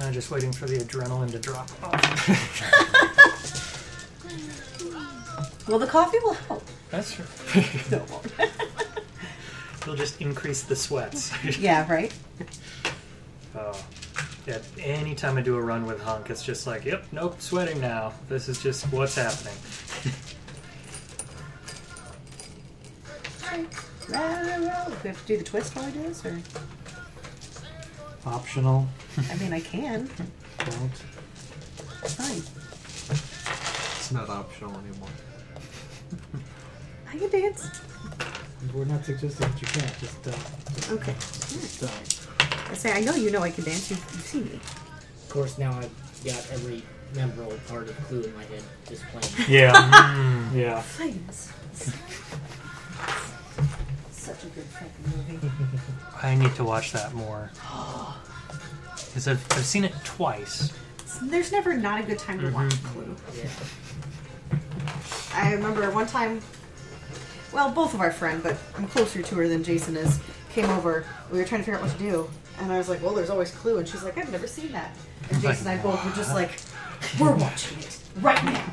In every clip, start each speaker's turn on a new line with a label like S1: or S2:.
S1: I'm just waiting for the adrenaline to drop off.
S2: Well, the coffee will help.
S1: That's
S2: No, it won't.
S1: It'll just increase the sweats.
S2: yeah, right?
S1: oh. Yeah, anytime I do a run with Hunk, it's just like, yep, nope, sweating now. This is just what's happening.
S2: Row, row, row. Do we have to do the twist while I do this? Or?
S3: Optional.
S2: I mean, I can.
S3: Don't.
S2: It's fine.
S4: It's not optional anymore.
S2: I can dance.
S3: We're not suggesting that you can't. Just don't.
S2: Okay.
S3: Just don't.
S2: I say, I know you know I can dance. You, you see me.
S5: Of course, now I've got every memorable part of Clue in my head just playing.
S3: Yeah.
S1: mm.
S3: yeah.
S2: Flames. Such a good fucking movie.
S1: I need to watch that more. Because I've, I've seen it twice.
S2: There's never not a good time to watch Clue.
S5: Yeah.
S2: I remember one time, well, both of our friend, but I'm closer to her than Jason is, came over. We were trying to figure out what to do, and I was like, "Well, there's always Clue," and she's like, "I've never seen that." And Jason and I both were just like, "We're watching it right now."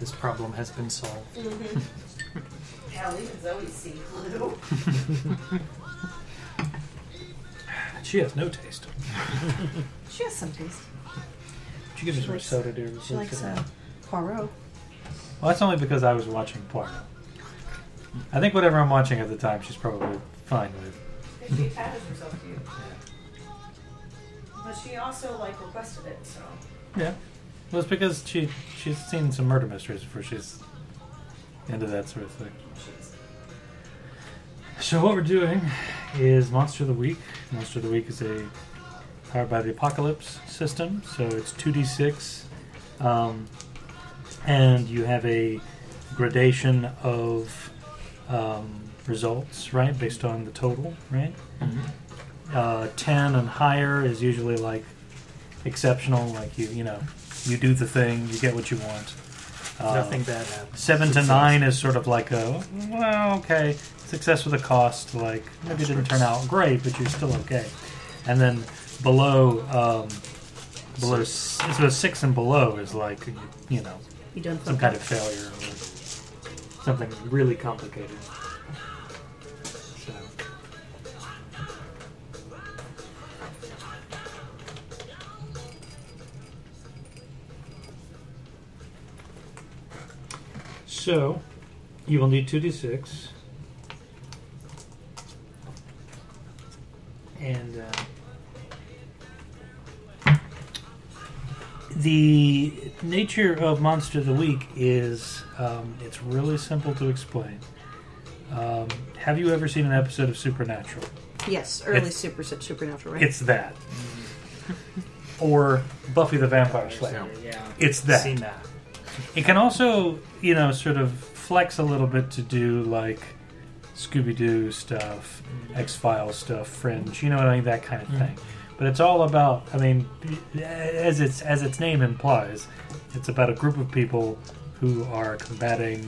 S1: This problem has been solved.
S2: Ellie and Zoe see Clue.
S6: She has no taste.
S2: She has some taste.
S6: She gives us
S2: likes-
S6: soda, dear.
S2: She likes uh, Poirot.
S6: Well, that's only because I was watching Poirot. I think whatever I'm watching at the time, she's probably fine with.
S2: She attaches herself to you. But she also like requested it, so.
S6: Yeah. Well, it's because she she's seen some murder mysteries before she's into that sort of thing. So what we're doing is Monster of the Week. Monster of the Week is a powered by the Apocalypse system, so it's two d six, um, and you have a gradation of um, results, right, based on the total, right. Uh, Ten and higher is usually like exceptional, like you you know you do the thing, you get what you want. Uh,
S1: Nothing bad happens.
S6: Seven to nine is sort of like a well, okay, success with a cost. Like maybe it didn't turn out great, but you're still okay. And then below, um, below six. so six and below is like you know
S2: You done
S6: some kind of failure or something really complicated. So So, you will need 2d6. And uh, the nature of Monster of the Week is um, it's really simple to explain. Um, have you ever seen an episode of Supernatural?
S2: Yes, early
S6: It's-
S2: super supernatural, right?
S6: It's that. or Buffy the Vampire Slayer.
S5: Yeah.
S6: It's that.
S1: Seen that.
S6: It can also, you know, sort of flex a little bit to do like Scooby Doo stuff, X Files stuff, Fringe, you know what I mean, that kind
S1: Mm.
S6: of thing. But it's all about, I mean, as its as its name implies, it's about a group of people who are combating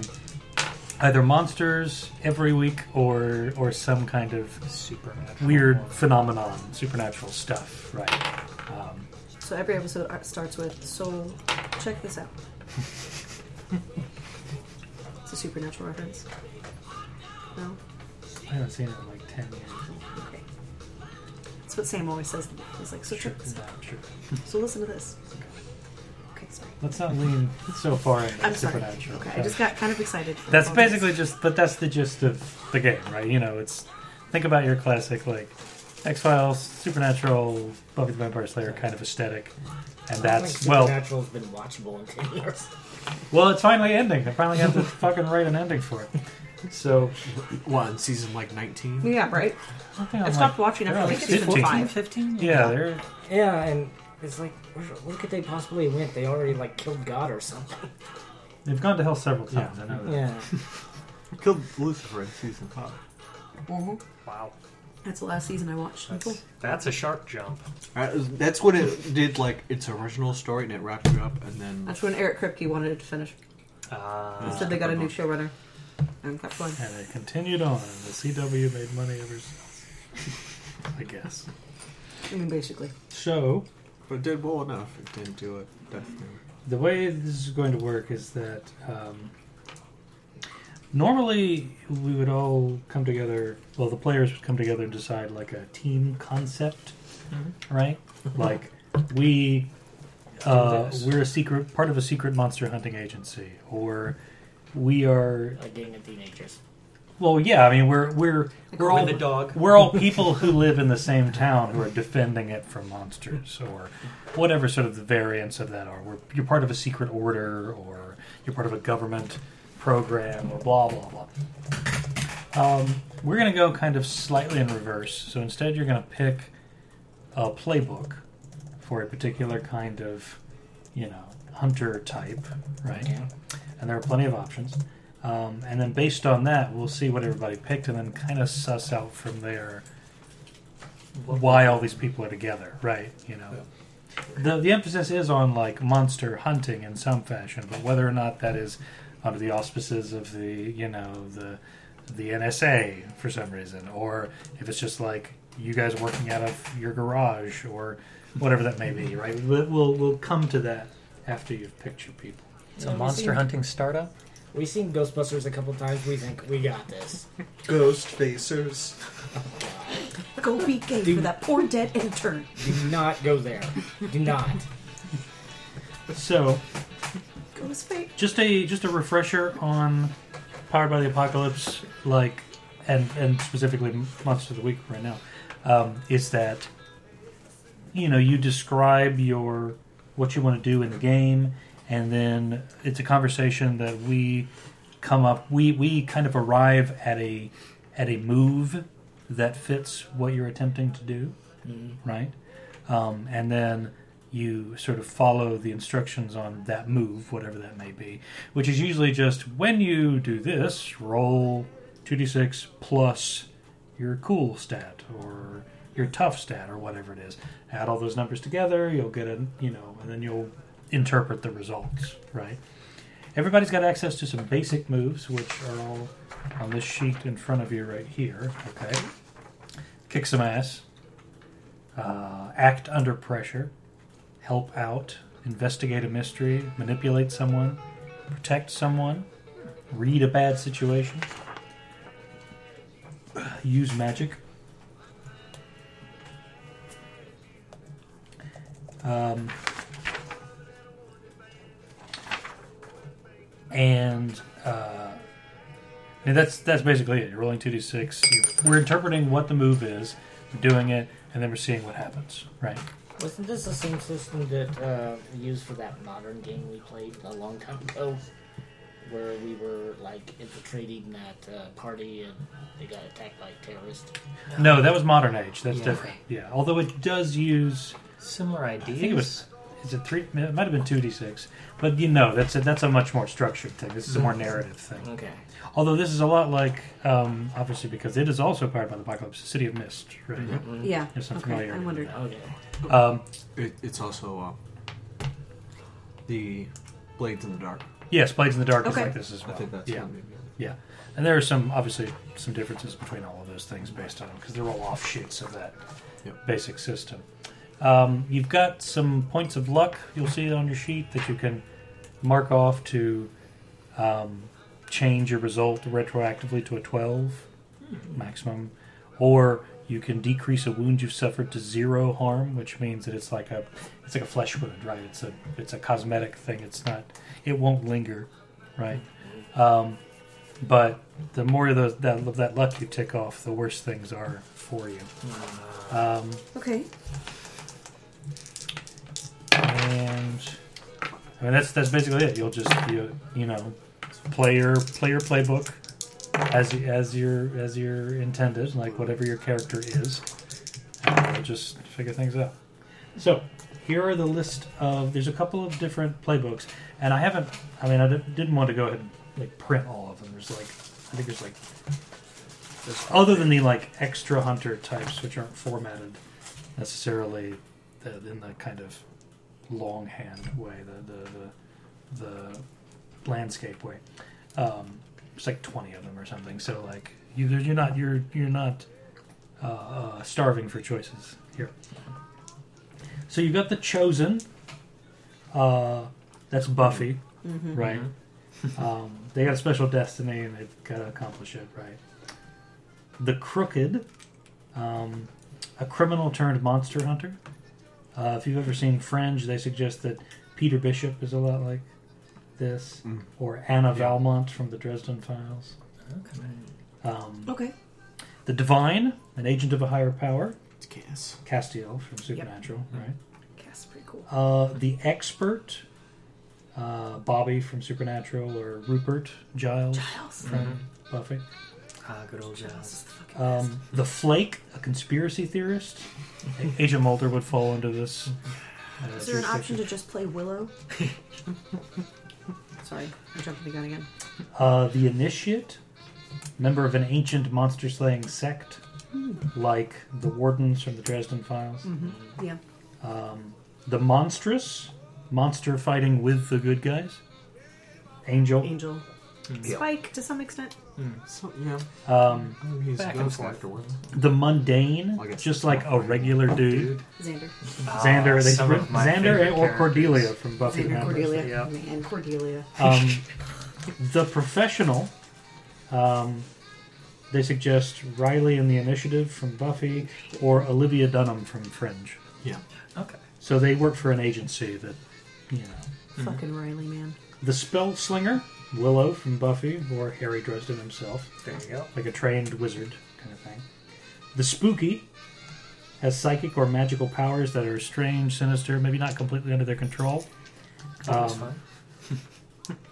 S6: either monsters every week or or some kind of
S1: Supernatural.
S6: weird phenomenon, supernatural stuff, right? Um,
S2: So every episode ar- starts with, so check this out. it's a supernatural reference. No?
S6: I haven't seen it in like ten years.
S2: Okay. That's what Sam always says. He's like, so
S6: Sure,
S2: check this out.
S6: not sure.
S2: So listen to this. Okay, sorry.
S6: Let's not lean so far into
S2: I'm sorry.
S6: supernatural.
S2: Okay, I
S6: So-
S2: just got kind of excited.
S6: that's basically just, but that's the gist of the game, right? You know, it's think about your classic like X Files, Supernatural, Buffy the Vampire Slayer kind of aesthetic, and that's well,
S5: Supernatural's been watchable in ten years.
S6: well, it's finally ending. They finally have to fucking write an ending for it. So
S4: What, in season like 19?
S2: Yeah, right?
S6: I think
S2: I
S6: I'm
S2: stopped
S6: like,
S2: watching after
S6: they're on
S2: like season
S6: 15.
S2: five.
S6: yeah, they're
S5: Yeah, and it's like, where, where could they possibly went? They already like killed God or something.
S6: they've gone to hell several times. I know that.
S5: Yeah.
S4: Killed Lucifer in season 5.
S1: Wow.
S2: That's the last season I watched. Cool.
S1: That's, that's a sharp jump.
S4: Right, that's when it did like its original story and it wrapped it up and then
S2: That's when Eric Kripke wanted it to finish.
S1: Ah.
S7: Said they got a new showrunner and kept going.
S6: And it continued on. and The CW made money ever since. I guess.
S7: I mean, basically.
S6: So,
S4: But it did well enough. It didn't do it. Definitely.
S6: the way this is going to work is that um, normally we would all come together. Well, the players would come together and decide like a team concept, right? like we uh,
S1: this.
S6: we're a secret part of a secret monster hunting agency, or we are
S5: Like getting a teenagers.
S6: well, yeah. I mean, we're we're we're all
S1: With the dog.
S6: We're all people who live in the same town who are defending it from monsters or whatever sort of the variants of that are. We're, you're part of a secret order or you're part of a government program or blah, blah, blah. Um, we're going to go kind of slightly in reverse. So instead, you're going to pick a playbook for a particular kind of, you know, hunter type, right? and there are plenty of options. Um, and then based on that, we'll see what everybody picked, and then kind of suss out from there why all these people are together, right? You know, the the emphasis is on like monster hunting in some fashion, but whether or not that is under the auspices of the you know the the NSA for some reason, or if it's just like you guys working out of your garage or whatever that may be, right? We'll we'll, we'll come to that after you've picked your people.
S1: It's a monster hunting startup.
S5: We've seen Ghostbusters a couple times. We think we got this.
S4: Ghost facers.
S7: Go be gay for that poor dead intern.
S5: Do not go there. Do not.
S6: So.
S7: Go speak.
S6: just a just a refresher on powered by the apocalypse like and and specifically monster of the week right now um, is that you know you describe your what you want to do in the game and then it's a conversation that we come up we we kind of arrive at a at a move that fits what you're attempting to do right um, and then you sort of follow the instructions on that move, whatever that may be, which is usually just when you do this, roll 2d6 plus your cool stat or your tough stat or whatever it is. Add all those numbers together, you'll get a, you know, and then you'll interpret the results, right? Everybody's got access to some basic moves, which are all on this sheet in front of you right here, okay? Kick some ass, uh, act under pressure, help out, investigate a mystery, manipulate someone, protect someone, read a bad situation, use magic. Um, and uh, I mean, that's that's basically it. You're rolling two d six. We're interpreting what the move is, doing it, and then we're seeing what happens. Right.
S5: Wasn't this the same system that uh, we used for that modern game we played a long time ago, where we were like infiltrating that uh, party and they got attacked by terrorists?
S6: No, that was modern age. That's
S1: Yeah.
S6: different. Yeah, although it does use.
S1: Similar
S6: I
S1: ideas.
S6: think it was. Is it three? It might have been two d six, but you know that's a, that's a much more structured thing. This is a more narrative thing.
S5: Okay.
S6: Although this is a lot like, um, obviously, because it is also powered by the Apocalypse, City of Mist, right?
S5: Mm-hmm.
S7: Yeah.
S6: Yes, I'm
S7: Okay,
S6: familiar
S7: I
S6: with
S7: wondered.
S5: Okay.
S6: Um,
S4: It, it's also um, the Blades in the Dark.
S6: yes, Blades in the Dark is
S7: Okay.
S6: like this as
S4: I
S6: well.
S4: think that's
S6: yeah,
S4: one maybe.
S6: yeah. And there are some obviously some differences between all of those things based on them because they're all offshoots of that
S4: Yep.
S6: basic system. Um, you've got some points of luck. You'll see it on your sheet that you can mark off to um, change your result retroactively to a 12 maximum, or you can decrease a wound you've suffered to zero harm, which means that it's like a it's like a flesh wound, right? It's a it's a cosmetic thing. It's not it won't linger, right? Um, but the more of those that of that luck you tick off, the worse things are for you.
S5: Uh,
S6: Um,
S7: Okay.
S6: and I mean that's that's basically it. You'll just you you know play your play your playbook as as your as your intended, like whatever your character is, and you'll just figure things out. So here are the list of there's a couple of different playbooks, and I haven't. I mean, I didn't- didn't want to go ahead and like print all of them. There's like I think there's like there's, other than the like extra hunter types, which aren't formatted necessarily uh, in the kind of longhand way, the the the, the landscape way. Um, it's like twenty of them or something. So like you, you're not you're you're not uh, uh, starving for choices here. So you've got the chosen. Uh, that's Buffy, right? um, they got a special destiny and they've got to accomplish it, right? The Crooked, um, a criminal turned monster hunter. Uh, if you've ever seen Fringe, they suggest that Peter Bishop is a lot like this,
S4: Mm.
S6: or Anna Valmont from the Dresden Files.
S1: Okay.
S6: Um,
S7: Okay.
S6: the Divine, an agent of a higher power,
S4: It's Cass.
S6: Castiel from Supernatural, right?
S7: That's pretty cool.
S6: Uh, the expert, uh, Bobby from Supernatural, or Rupert Giles
S7: Giles.
S6: from Buffy.
S1: Ah, good old
S7: Giles is
S1: jazz.
S7: the fucking best.
S6: Um, the Flake, a conspiracy theorist. Agent Mulder would fall into this. uh,
S8: Is there an option
S6: jurisdiction.
S8: to just play Willow?
S7: Sorry, I'm jumping the gun again.
S6: Uh, the Initiate, member of an ancient monster slaying sect, like the Wardens from the Dresden Files.
S7: Yeah.
S6: Um, the Monstrous, monster fighting with the good guys. Angel.
S7: Angel. Spike to some extent.
S4: So, yeah.
S6: Um,
S4: I mean, he's
S1: Back
S4: a
S1: and
S4: ghost
S1: forth.
S4: afterwards.
S6: the Mundane,
S4: I guess-
S6: just like a regular dude.
S7: Xander.
S6: Xander,
S1: Ah,
S6: they,
S1: some of my
S6: Xander
S1: favorite
S6: or Cordelia
S1: characters.
S6: from Buffy.
S7: Xander
S6: remember?
S7: Cordelia.
S1: Yeah.
S7: And Cordelia.
S6: Um, the professional. Um, they suggest Riley and the Initiative from Buffy, or Olivia Dunham from Fringe.
S4: Yeah.
S1: Okay.
S6: So they work for an agency that, you know,
S7: Fucking Riley, man.
S6: the spell slinger Willow from Buffy, or Harry Dresden himself,
S1: There you go.
S6: like a trained wizard kind of thing. The spooky has psychic or magical powers that are strange, sinister, maybe not completely under their control.
S1: That's
S6: Um,
S1: fun.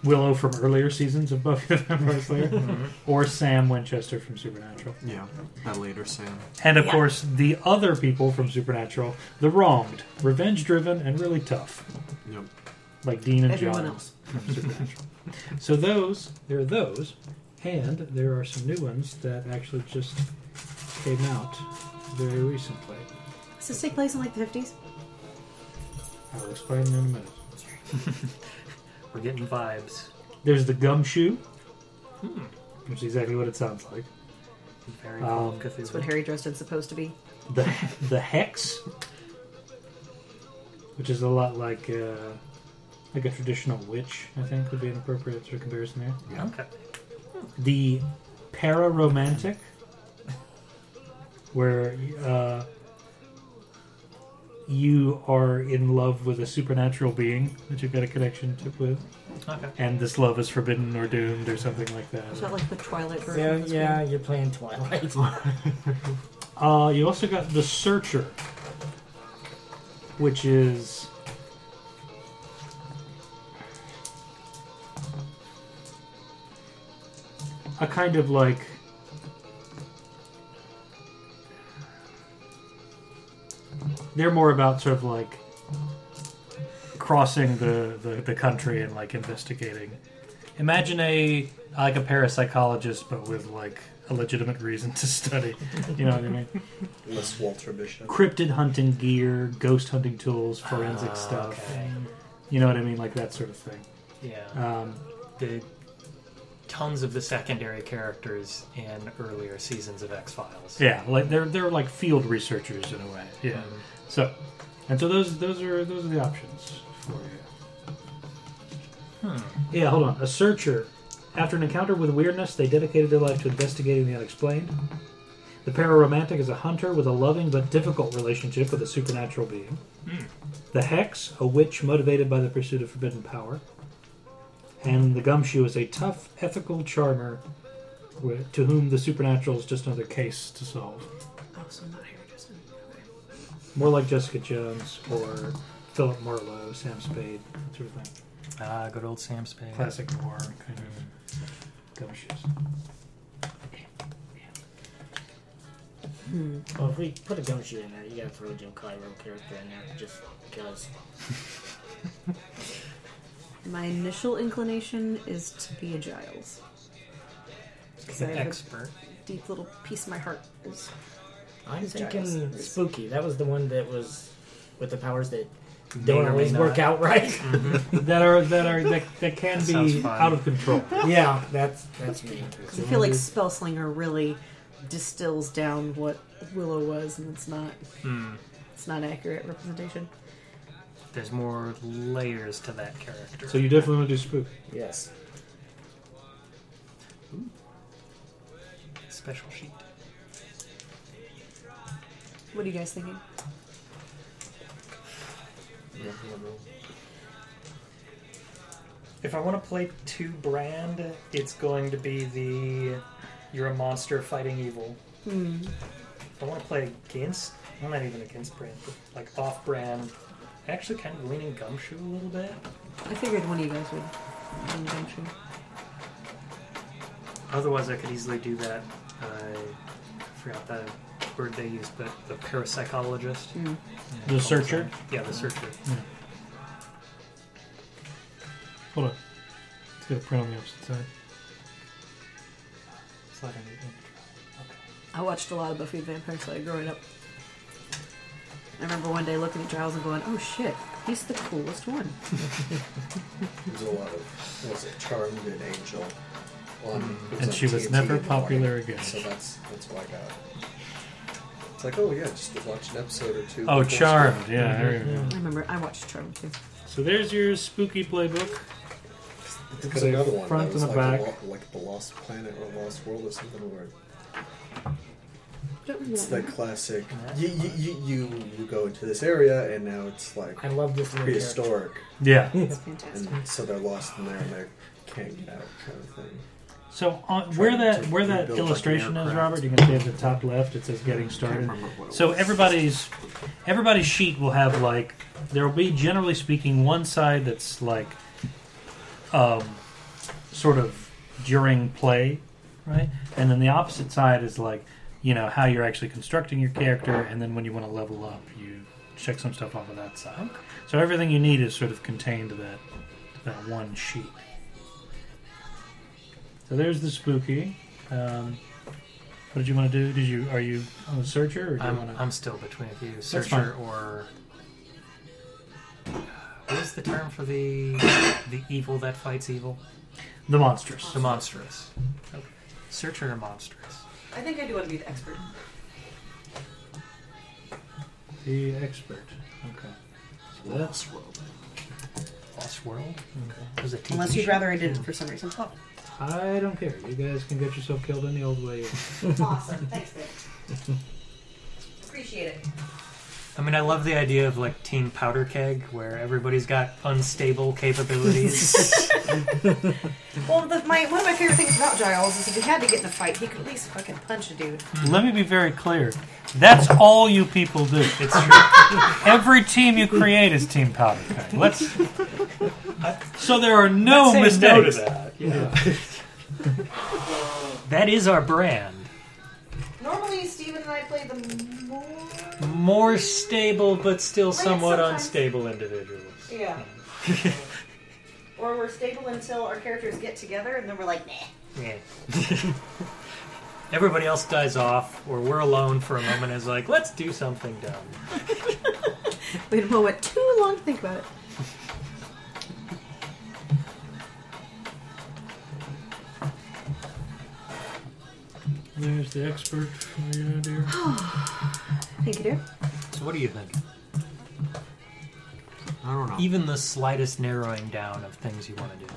S6: Willow from earlier seasons of Buffy the Vampire Slayer, or Sam Winchester from Supernatural.
S4: Yeah. That later Sam.
S6: And of course, the other people from Supernatural, the wronged, revenge driven, and really tough,
S4: Yep.
S6: like Dean and
S7: Everyone
S6: John
S7: else.
S6: from Supernatural. so those, there are those, and there are some new ones that actually just came out very recently.
S7: Does this take place in like the 50s?
S6: I will explain in a minute.
S1: We're getting vibes.
S6: There's the gumshoe,
S1: Hmm.
S6: which is exactly what it sounds like.
S1: Very cool.
S6: Um,
S7: That's what Harry Dresden's supposed to be.
S6: the the hex, which is a lot like uh, like a traditional witch. I think would be an appropriate sort of comparison there.
S1: Okay.
S6: The para romantic, where uh, you are in love with a supernatural being that you've got a connection to with,
S1: Okay.
S6: and this love is forbidden or doomed or something like
S8: Is that
S6: that.
S8: like the Twilight version?
S5: Yeah,
S8: of this
S5: yeah,
S8: game?
S5: you're playing Twilight.
S6: Uh, you also got the searcher, which is a kind of like they're more about sort of like crossing the, the, the country and like investigating imagine a like a parapsychologist but with like a legitimate reason to study you know what i mean
S9: Less Walter Bishop.
S6: cryptid hunting gear ghost hunting tools forensic
S1: Ah,
S6: stuff
S1: okay.
S6: you know what i mean like that sort of thing
S1: Yeah.
S6: um,
S1: the tons of the secondary characters in earlier seasons of X Files.
S6: Yeah, like they're they're like field researchers in a way. Yeah.
S1: Hmm.
S6: So, and so those those are those are the options for you.
S1: Hmm.
S6: Yeah, hold on. A searcher. After an encounter with weirdness, they dedicated their life to investigating the unexplained. The pararomantic is a hunter with a loving but difficult relationship with a supernatural being. The hex, a witch motivated by the pursuit of forbidden power. And the gumshoe is a tough, ethical charmer wh- to whom the supernatural is just another case to solve.
S7: Oh, so not Harry Dresden. Okay.
S6: More like Jessica Jones or Philip Marlowe, Sam Spade, that sort of thing.
S1: Ah, good old Sam Spade.
S6: Classic noir kind of gumshoes.
S5: well, if we put a gumshoe in there, you gotta throw a Joe Cairo character in there just because.
S7: My initial inclination is to be a Giles. Because I have
S1: Expert.
S7: a deep little piece of my heart. is-
S5: I'm
S7: It's
S5: thinking
S7: Giles.
S5: spooky. That was the one that was with the powers that
S1: May
S5: don't
S1: or may
S5: always
S1: not.
S5: work out right.
S6: that are that are that, that can
S1: Sounds
S6: be
S1: fun.
S6: out of control.
S5: yeah, that's that's me.
S2: I feel like Spellslinger really distills down what Willow was, and it's not. It's not accurate representation.
S1: There's more layers to that character.
S6: So you definitely want to do spook.
S5: Yes.
S1: Special sheet.
S2: What are you guys thinking?
S1: If I want to play two brand, it's going to be the you're a monster fighting evil.
S2: Hmm.
S1: If I want to play against, well, not even against brand, but like off brand. Actually, kind of leaning gumshoe a little bit.
S2: I figured one of you guys would. in conjunction.
S1: Otherwise, I could easily do that. uh, I forgot the word they used, but the parapsychologist.
S6: The searcher.
S1: Yeah, the searcher.
S6: Hold on. It's got a print on the opposite side.
S1: So I don't need-
S2: I watched a lot of Buffy the Vampire Slayer growing up. I remember one day looking at Giles and going, "Oh shit, he's the coolest one."
S4: There's a lot of was it Charmed and Angel. On, it
S6: Mm-hmm. And
S4: on
S6: she was
S4: TNT
S6: never
S4: in the morning,
S6: popular again.
S4: So that's that's why I got. It. It's like oh yeah, just to watch an episode or two.
S6: Oh,
S4: before school.
S6: charmed. Yeah. I remember.
S2: I remember I watched Charmed too.
S6: So there's your spooky playbook.
S4: There's
S6: It's a
S4: another one.
S6: front
S4: that was
S6: and a
S4: like
S6: back.
S4: lo- like the Lost Planet or Lost World or something where
S2: Don't
S4: it's
S2: remember.
S4: that classic. You you, you you you go into this area and now it's like
S5: I love this little character.
S4: prehistoric,
S6: Yeah.
S2: It's fantastic.
S4: and so they're lost in there and they can't get out kind of thing.
S6: So on, where that
S4: to
S6: where that
S4: rebuild, like, an
S6: illustration is,
S10: aircraft.
S6: Robert, you can see at the top left it says getting started.
S10: remember what it
S6: So
S10: was.
S6: everybody's everybody's sheet will have like there will be generally speaking one side that's like um, sort of during play, right? And then the opposite side is like you know how you're actually constructing your character, and then when you want to level up, you check some stuff off of that side. So everything you need is sort of contained to that to that one sheet. So there's the spooky. Um, what did you want to do? Did you are you on a searcher or do
S1: I'm,
S6: you want to?
S1: I'm still between a few searcher or uh, what is the term for the the evil that fights evil?
S6: The monstrous.
S1: The monstrous. Okay. Searcher or monstrous?
S2: I think I do want to be the expert.
S6: The expert. Okay. So that's
S1: Lost World. Okay. Was it
S2: Unless you'd rather I did it for some reason.
S6: I don't care. You guys can get yourself killed any old way.
S2: awesome. Thanks, babe. Appreciate it.
S1: I mean, I love the idea of like Team Powder Keg, where everybody's got unstable capabilities.
S2: Well, the, my one of my favorite things about Giles is if he had to get in a fight, he could at least fucking punch a dude.
S6: Let me be very clear. That's all you people do.
S1: it's true.
S6: Every team you create is Team Powder Keg. Let's. so there are
S1: Let's
S6: no
S1: say
S6: mistakes.
S1: no to that. Yeah. that is our brand.
S2: Normally, Steven and I play the more.
S1: More stable, but still
S2: Right,
S1: somewhat
S2: sometimes-
S1: unstable individuals.
S2: Yeah. or we're stable until our characters get together, and then we're like, nah.
S1: Yeah. Everybody else dies off, or we're alone for a moment. Is like, let's do something dumb.
S2: Wait a moment. Too long to think about it.
S6: There's the expert. for you, dear.
S2: Thank you, dear.
S1: So, what do you think?
S10: I don't know.
S1: Even the slightest narrowing down of things you want to do.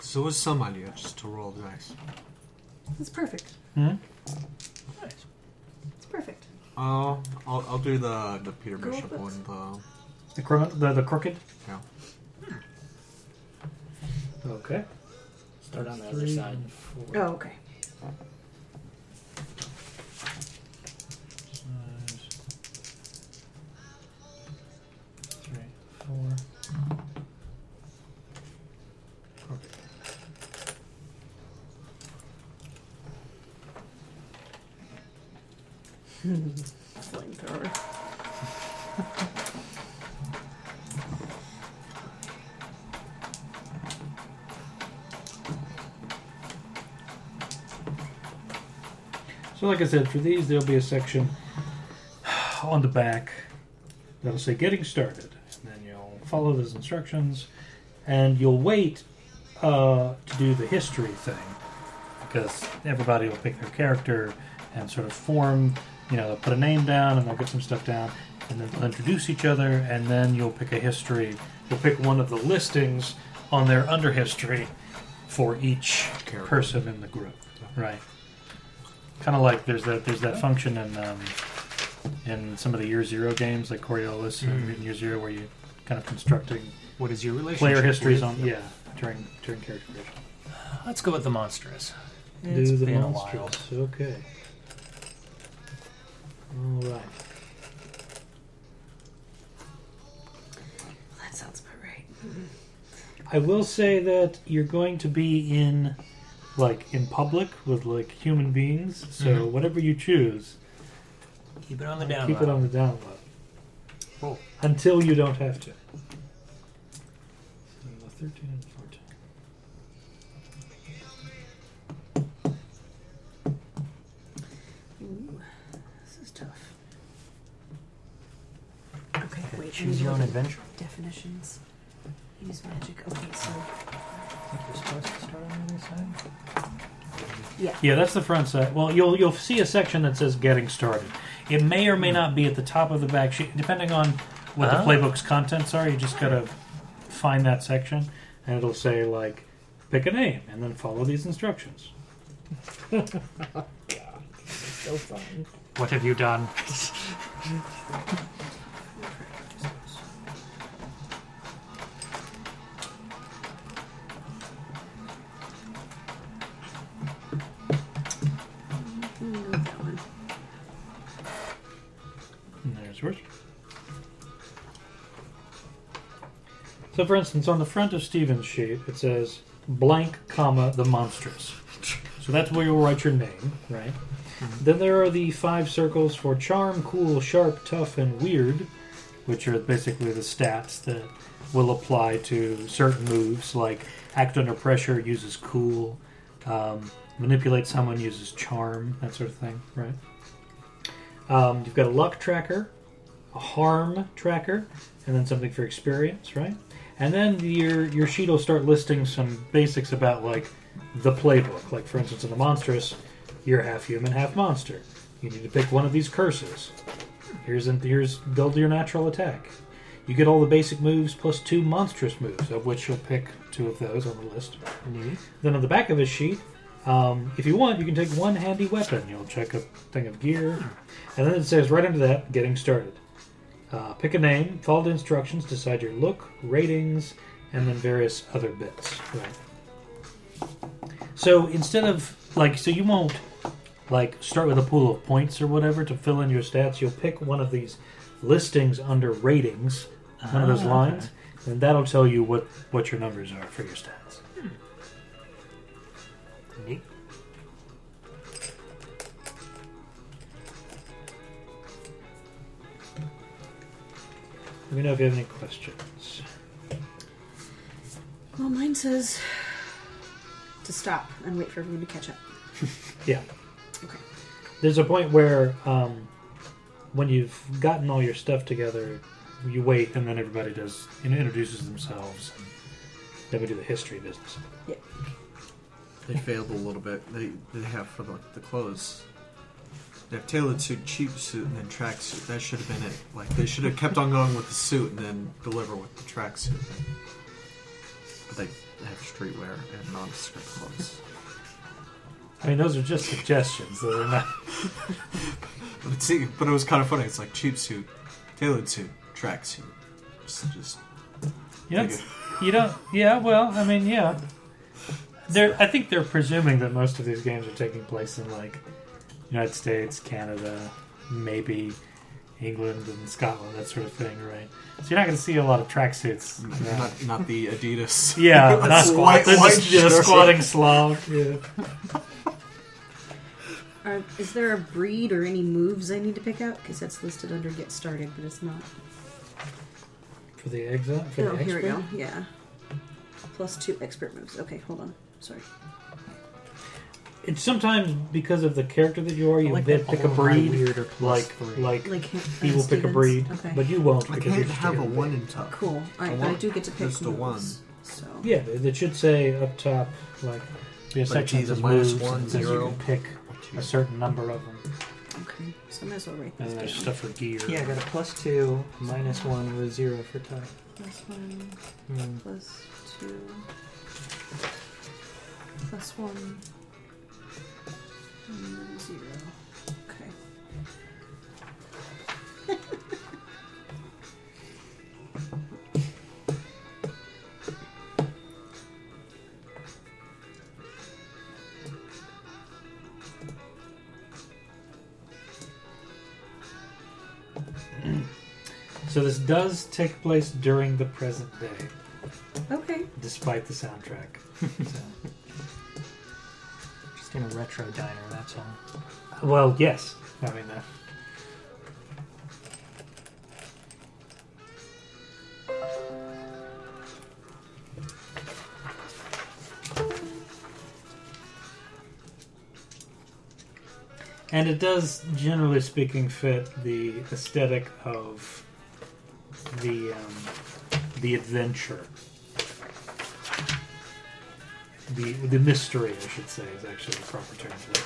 S10: So it was some idea just to roll the dice.
S2: It's perfect.
S6: Hmm?
S1: Nice.
S2: It's perfect.
S10: Uh, I'll, I'll do the, the Peter
S2: Girl
S10: Bishop
S2: books.
S10: one. The,
S6: The, cro- the the crooked.
S10: yeah.
S6: Okay.
S5: Start on the other side.
S2: Oh, okay.
S6: Three, four.
S2: Flamethrower.
S6: So, like I said, for these, there'll be a section on the back that'll say "Getting Started," follow those instructions, and you'll wait uh, to do the history thing because everybody will pick their character and sort of form. You know, they'll put a name down and they'll get some stuff down, and then they'll introduce each other, and then you'll pick a history. You'll pick one of the listings on their under history for each
S4: Character.
S6: person in the group, right? Kind of like there's that there's that function in um, in some of the Year Zero games like Coriolis and Year Zero where you kind of constructing
S1: What is your relationship?
S6: player histories
S1: with-
S6: on yeah during during character creation.
S1: Let's go with the monstrous.
S3: Do
S1: It's
S3: the
S1: been a while.
S3: monstrous. Okay. All right.
S7: That sounds about right.
S6: I will say that you're going to be in like in public with like human beings, so
S1: Mhm.
S6: whatever you choose,
S1: Keep it on the down.
S6: keep it
S1: low.
S6: on the down low.
S1: Cool.
S6: Until you don't have to.
S3: So 13 and 14.
S7: Ooh, this is tough. Okay, wait. I need
S9: Choose
S7: to
S9: your
S7: look
S9: own
S7: at
S9: adventure.
S7: Definitions. Use magic. Okay, so
S9: I think you're supposed to start on the other side.
S6: Yeah, that's the front side. Well, you'll you'll see a section that says "Getting Started." It may or may
S9: Hmm.
S6: not be at the top of the back sheet, depending on what the
S1: Oh.
S6: playbook's contents are. You just gotta find that section, and it'll say like, "Pick a name," and then follow these instructions.
S5: So fun.
S1: What have you done?
S7: I'm gonna go with that one.
S6: And there's yours. So, for instance, on the front of Steven's sheet, it says blank, comma, the monstrous. So that's where you'll write your name, right? Then there are the five circles for charm, cool, sharp, tough, and weird, which are basically the stats that will apply to certain moves, like act under pressure uses cool, um, manipulate someone uses charm, that sort of thing, right? Um, you've got a luck tracker, a harm tracker, and then something for experience, right? And then your your sheet will start listing some basics about like the playbook. Like for instance, in the monstrous, you're half human, half monster. You need to pick one of these curses. Here's an, here's build your natural attack. You get all the basic moves plus two monstrous moves, of which you'll pick two of those on the list. Then on the back of his sheet, um, if you want, you can take one handy weapon. You'll check a thing of gear, and then it says right under that, getting started. Uh, pick a name, follow the instructions, decide your look, ratings, and then various other bits. Right. So instead of like, so you won't like start with a pool of points or whatever to fill in your stats. You'll pick one of these listings under ratings, one of those lines, and that'll tell you what what your numbers are for your stats.
S1: Neat.
S6: Let me know if you have any questions.
S7: Well, mine says to stop and wait for everyone to catch up.
S6: Yeah.
S7: Okay.
S6: There's a point where um, when you've gotten all your stuff together, you wait, and then everybody does and introduces themselves. And then we do the history business.
S4: They failed a little bit. They they have for the, the clothes. They have tailored suit, cheap suit, and then track suit. That should have been it. Like they should have kept on going with the suit and then deliver with the track suit. But they have streetwear and nondescript clothes.
S6: I mean, those are just suggestions. They're not.
S4: But, it's, but it was kind of funny. It's like cheap suit, tailored suit, track suit. Just, just
S6: You don't, you don't. Yeah. Well, I mean, yeah. They're. I think they're presuming that most of these games are taking place in like United States, Canada, maybe England and Scotland, that sort of thing, right? So you're not going to see a lot of tracksuits. you know.
S4: not, not the Adidas.
S6: Yeah,
S4: The
S6: not
S4: squat-
S6: squat. They're
S4: white
S6: just, yeah,
S4: shirt.
S6: squatting Slav. Yeah.
S7: Are, Uh, is there a breed or any moves I need to pick out? Because that's listed under get started, but it's not.
S6: For the exile. For
S7: oh,
S6: the
S7: here we
S6: expert?
S7: go. Yeah. Plus two expert moves. Okay, hold on. Sorry.
S6: it's sometimes because of the character that you are, you
S1: like
S6: then
S1: that
S6: pick a
S1: all my
S6: breed.
S1: weird are plus
S6: Like,
S1: three.
S6: like,
S8: Like
S6: he
S7: uh,
S6: will pick a breed,
S8: Okay.
S6: but you won't
S4: I
S6: because
S4: can't
S6: you just
S4: have
S6: get
S4: a
S6: breed.
S4: one in top.
S8: cool. All right,
S4: I
S8: but I
S4: want
S8: do get to pick
S4: just a one.
S8: moves, So
S6: Yeah, it it should say up top, like, your
S4: Like
S6: section
S4: it's either
S6: says
S4: minus
S6: moves,
S4: one,
S6: and it says
S4: zero.
S6: you can pick
S4: Oh,
S6: a certain number of them.
S8: okay, so I might as well write
S6: And then
S8: this
S6: there's
S8: down.
S6: stuff for gear.
S1: Yeah, I got a plus two, minus one, with zero for tie.
S8: Plus one,
S1: Hmm.
S8: plus two, plus one, and then zero. Okay.
S6: So this does take place during the present day,
S8: Okay.
S6: despite the soundtrack. So-
S1: Just in a retro diner, that's all.
S6: well, yes. I mean, uh, and it does, generally speaking, fit the aesthetic of the um, the adventure. The, the mystery, I should say, is actually the proper term for it.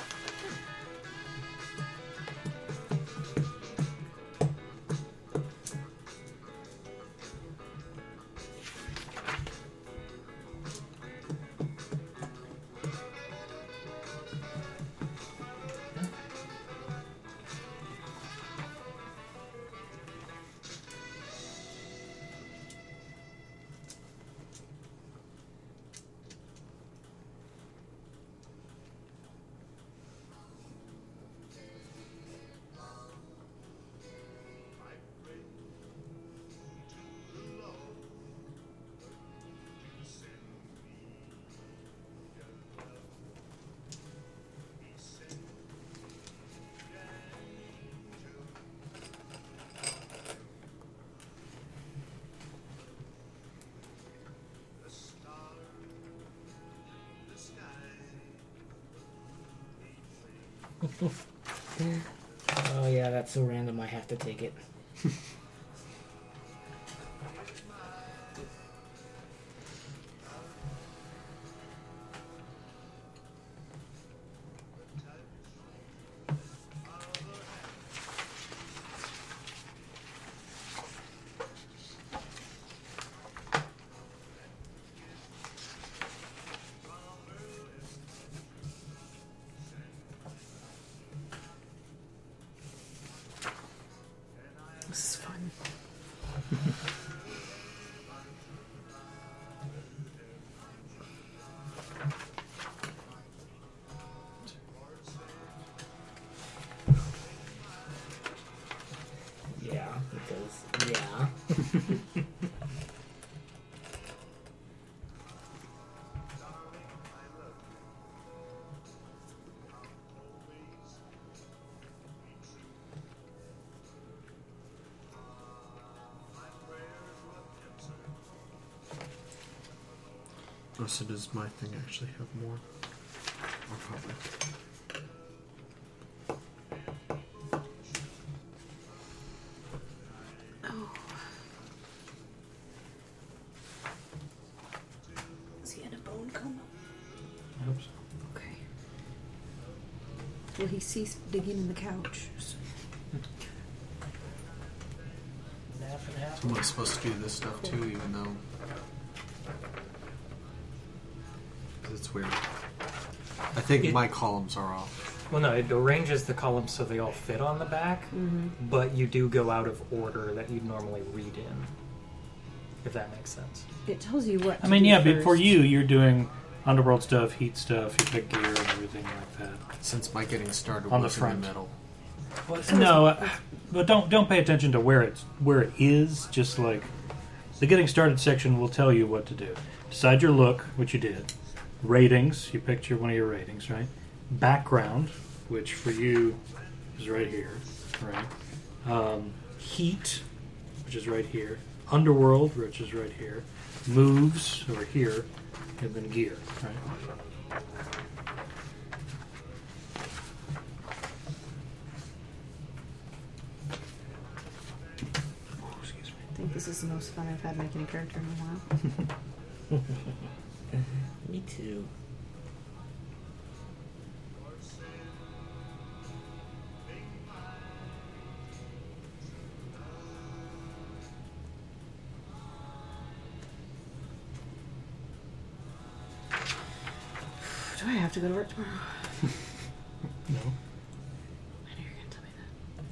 S5: Oh yeah, that's so random. I have to take it.
S8: This is fun.
S5: Yeah, because yeah.
S4: Or so does my thing actually have more? Or probably.
S8: Is he in a bone coma?
S6: I hope so.
S8: Okay. Will he cease digging in the couch?
S4: So am I supposed to do this stuff too, even though. 'Cause It's weird. I think
S1: It-
S4: my columns are off.
S1: Well, no, it arranges the columns so they all fit on the back, but you do go out of order that you'd normally read in. If that makes sense.
S8: It tells you what.
S6: I
S8: to
S6: mean,
S8: do
S6: yeah, but
S8: first.
S6: for you, you're doing underworld stuff, heat stuff, you pick gear and everything like that.
S4: Since my getting started
S6: On the
S4: was
S6: front.
S4: in the middle.
S6: no, uh, but don't don't pay attention to where it's where it is. Just like the getting started section will tell you what to do. Decide your look, which you did. Ratings, you picked your one of your ratings, right? Background, which for you is right here, right? Um, heat, which is right here. Underworld, which is right here. Moves, over here, and then gear, right?
S7: is the most fun I've had making a character in a while.
S5: Me too.
S7: Do I have to go to work tomorrow?
S3: No.
S7: I know you're gonna tell me that.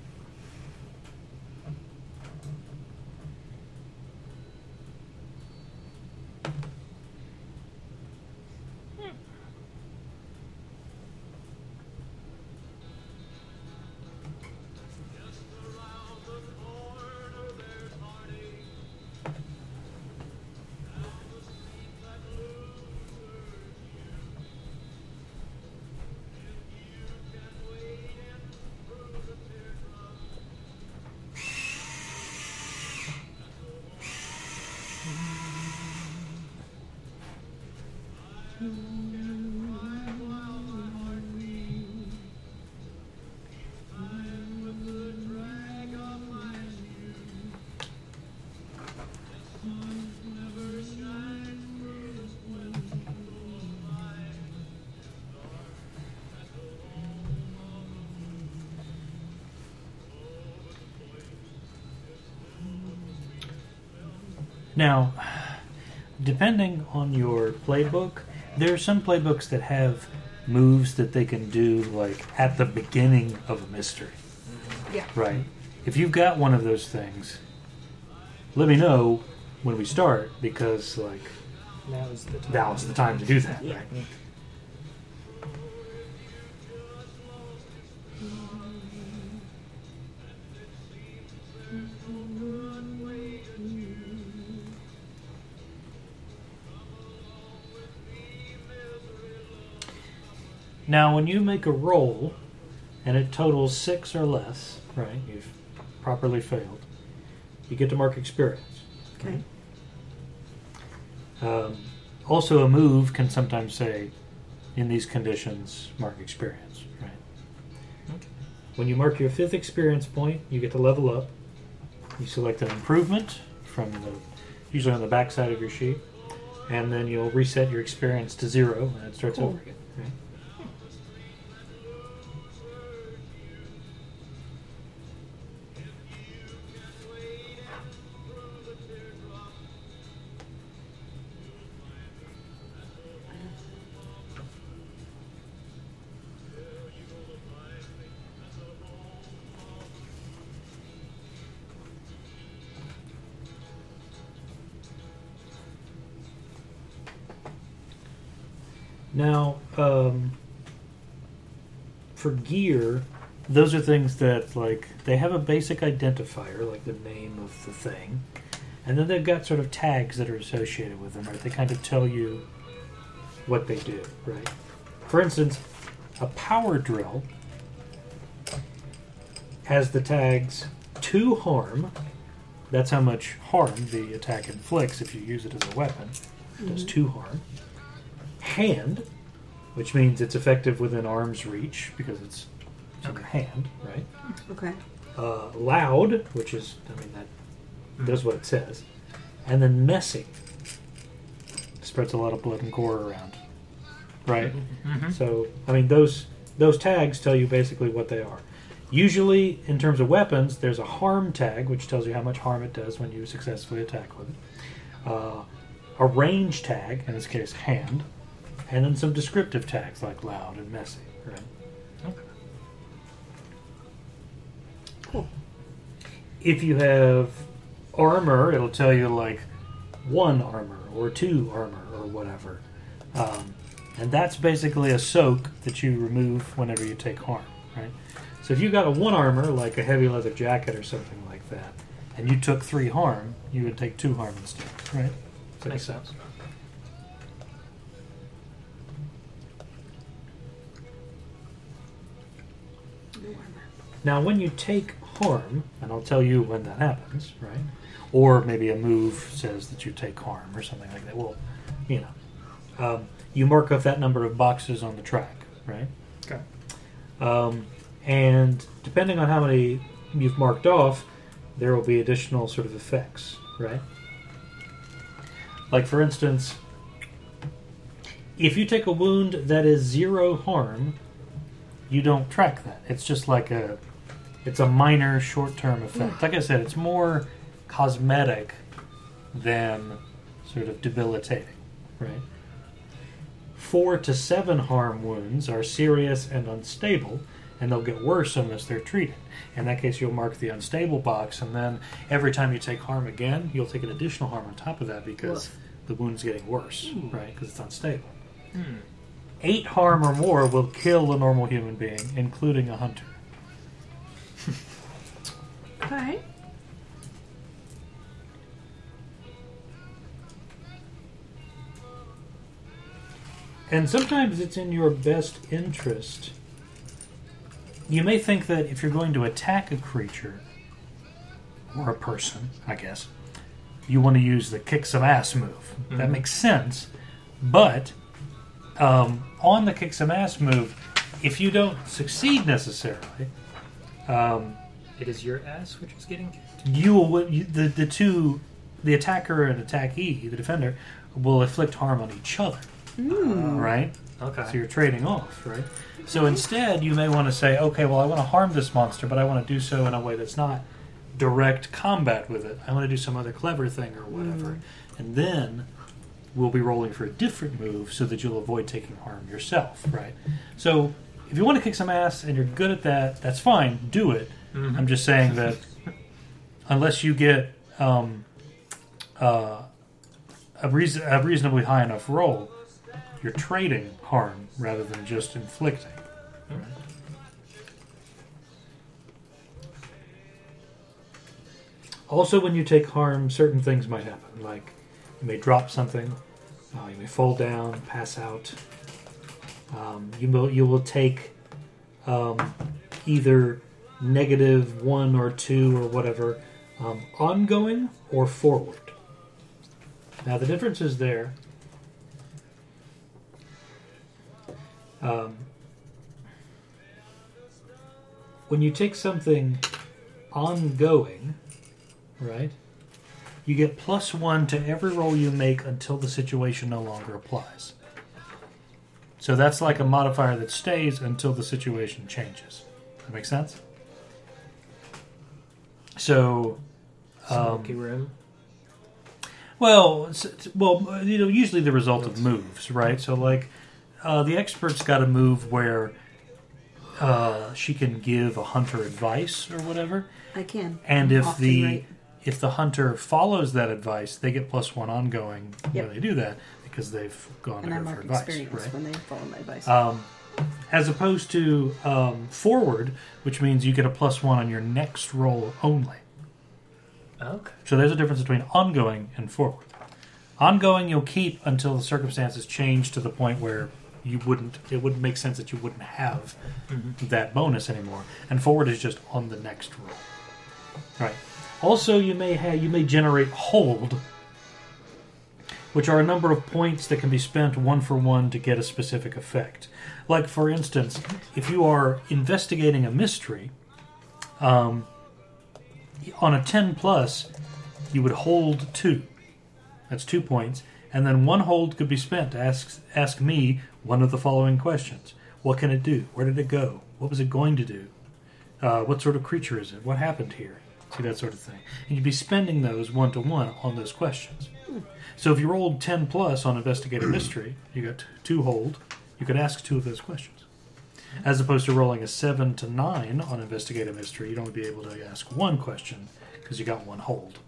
S6: Now, depending on your playbook, there are some playbooks that have moves that they can do like at the beginning of a mystery.
S7: Yeah.
S6: Right. If you've got one of those things, let me know when we start because like
S1: Now is the time.
S6: now's the time to do that.
S5: Yeah.
S6: Now, when you make a roll and it totals six or less, right, you've properly failed, you get to mark experience.
S7: Okay.
S6: Um, also, a move can sometimes say, in these conditions, mark experience. Right. When you mark your fifth experience point, you get to level up. You select an improvement from the, usually on the back side of your sheet, and then you'll reset your experience to zero, and it starts
S7: Cool.
S6: over again. Right? Now, um, for gear, those are things that like they have a basic identifier, like the name of the thing, and then they've got sort of tags that are associated with them, right? They kind of tell you what they do, right? For instance, a power drill has the tags to harm. That's how much harm the attack inflicts if you use it as a weapon. It does two harm hand, which means it's effective within arm's reach because it's it's in your hand, right?
S7: Okay.
S6: Uh, loud, which is, I mean, that does what it says. And then messy. Spreads a lot of blood and gore around, right? So, I mean, those those tags tell you basically what they are. Usually, in terms of weapons, there's a harm tag, which tells you how much harm it does when you successfully attack with it. Uh, a range tag, in this case, hand, and then some descriptive tags like loud and messy. Right?
S7: Cool.
S6: If you have armor, it'll tell you like one armor or two armor or whatever. Um, and that's basically a soak that you remove whenever you take harm, right? So if you got a one armor, like a heavy leather jacket or something like that, and you took three harm, you would take two harm instead, right? Does that make
S1: Makes
S6: sense? Now, when you take harm, and I'll tell you when that happens, right? Or maybe a move says that you take harm or something like that. Well, you know, um, you mark off that number of boxes on the track, right?
S1: Okay.
S6: Um, and depending on how many you've marked off, there will be additional sort of effects, right? Like, for instance, if you take a wound that is zero harm, you don't track that. It's just like a, it's a minor short-term effect. Like I said, it's more cosmetic than sort of debilitating, right? Four to seven harm wounds are serious and unstable, and they'll get worse unless they're treated. In that case, you'll mark the unstable box, and then every time you take harm again, you'll take an additional harm on top of that because
S7: Woof.
S6: the wound's getting worse, right? Because it's unstable. Eight harm or more will kill a normal human being, including a hunter.
S8: Okay.
S6: And sometimes it's in your best interest. You may think that if you're going to attack a creature, or a person, I guess, you want to use the kick some ass move. That makes sense. But um, on the kick some ass move, if you don't succeed necessarily, um,
S1: It is your ass which is getting kicked.
S6: you will wi- you, the, the two, the attacker and attackee, the defender, will inflict harm on each other. Right?
S1: Okay.
S6: So you're trading off, right? So instead, you may want to say, okay, well, I want to harm this monster, but I want to do so in a way that's not direct combat with it. I want to do some other clever thing or whatever. And then we'll be rolling for a different move so that you'll avoid taking harm yourself, right? So if you want to kick some ass and you're good at that, that's fine. Do it. I'm just saying that unless you get um, uh, a, reason, a reasonably high enough roll, you're trading harm rather than just inflicting. Also, when you take harm, certain things might happen. Like you may drop something, uh, you may fall down, pass out. Um, you will you will take um, either negative one or two or whatever um, ongoing or forward. Now the difference is there um, when you take something ongoing, right, you get plus one to every roll you make until the situation no longer applies. So that's like a modifier that stays until the situation changes. That make sense? So, um,
S1: Smoky room.
S6: well, s- s- well, uh, you know, usually the result of moves, right? So, like, uh, the expert's got a move where uh, she can give a hunter advice or whatever,
S8: I can.
S6: and if
S8: Often,
S6: the
S8: right.
S6: if the hunter follows that advice, they get plus one ongoing
S7: Yep.
S6: when they do that because they've gone
S7: And
S6: to
S7: I
S6: her
S7: mark
S6: for advice,
S7: experience
S6: right?
S7: when they follow my advice.
S6: um, as opposed to um, forward, which means you get a plus one on your next roll only.
S1: Okay.
S6: So there's a difference between ongoing and forward. Ongoing you'll keep until the circumstances change to the point where you wouldn't it wouldn't make sense that you wouldn't have that bonus anymore. And forward is just on the next roll. Right. Also you may have you may generate hold which are a number of points that can be spent one for one to get a specific effect. Like for instance, if you are investigating a mystery, um, on a 10 plus, you would hold two. That's two points. And then one hold could be spent to ask, ask me one of the following questions What can it do? Where did it go? What was it going to do? Uh, what sort of creature is it? What happened here? See, that sort of thing. And you'd be spending those one to one on those questions. So if you rolled 10 plus on Investigative Mystery, you got two hold, you could ask two of those questions. As opposed to rolling a 7 to 9 on Investigative Mystery, you'd only be able to ask one question because you got one hold.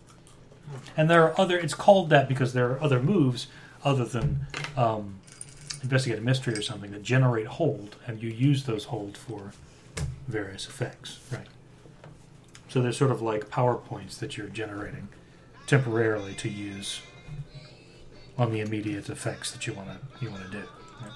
S6: And there are other, it's called that because there are other moves other than um, Investigative Mystery or something that generate hold, and you use those hold for various effects, right? So they're sort of like PowerPoints that you're generating temporarily to use on the immediate effects that you want to you want to do. right?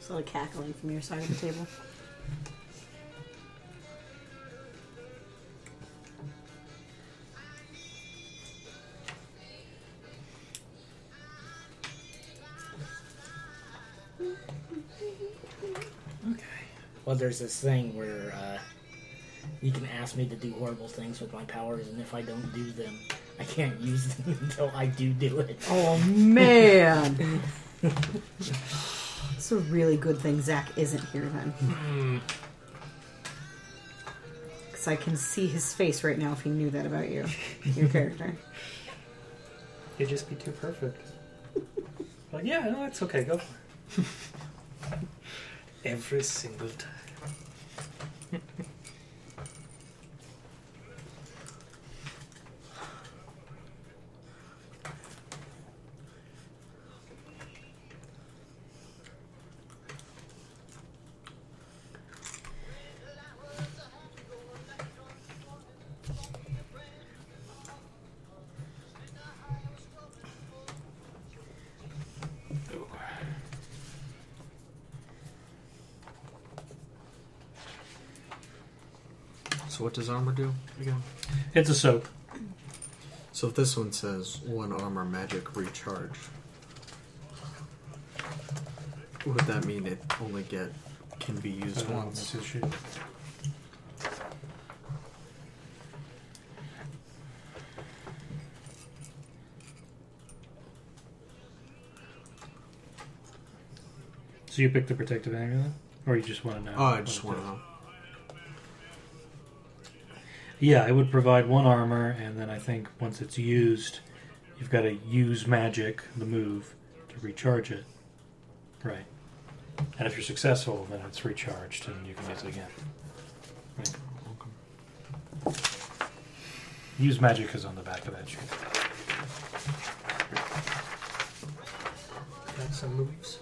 S2: still a cackling from your side of the table.
S5: Well, there's this thing where uh, you can ask me to do horrible things with my powers, and if I don't do them, I can't use them until I do do it.
S2: Oh man. It's a really good thing Zach isn't here then.
S6: Hmm.
S2: Because I can see his face right now if he knew that about you, your character.
S1: It'd just be too perfect. Like, yeah, no, that's okay. Go for it. Every single time.
S4: So what does armor do again?
S6: It's a soak.
S4: So if this one says one armor magic recharge, would that mean it only get can be used once?
S6: So you picked the protective amulet, or you just want to know?
S4: Oh, I just
S6: what
S4: want
S6: it
S4: to know.
S6: does? Yeah, it would provide one armor, and then I think once it's used, you've got to use magic, the move, to recharge it. Right. And if you're successful, then it's recharged, and you can use it again. Right. Use magic is on the back of that sheet.
S1: Got some moves.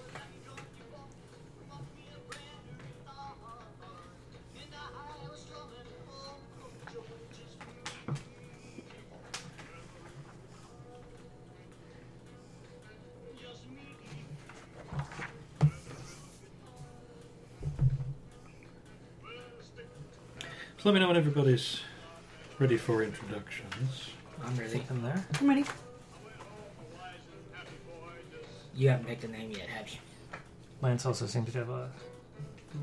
S6: So let me know when everybody's ready for introductions.
S5: I'm ready.
S1: Them there.
S2: How many?
S5: You haven't picked a name yet, have you?
S1: Lance also seems to have a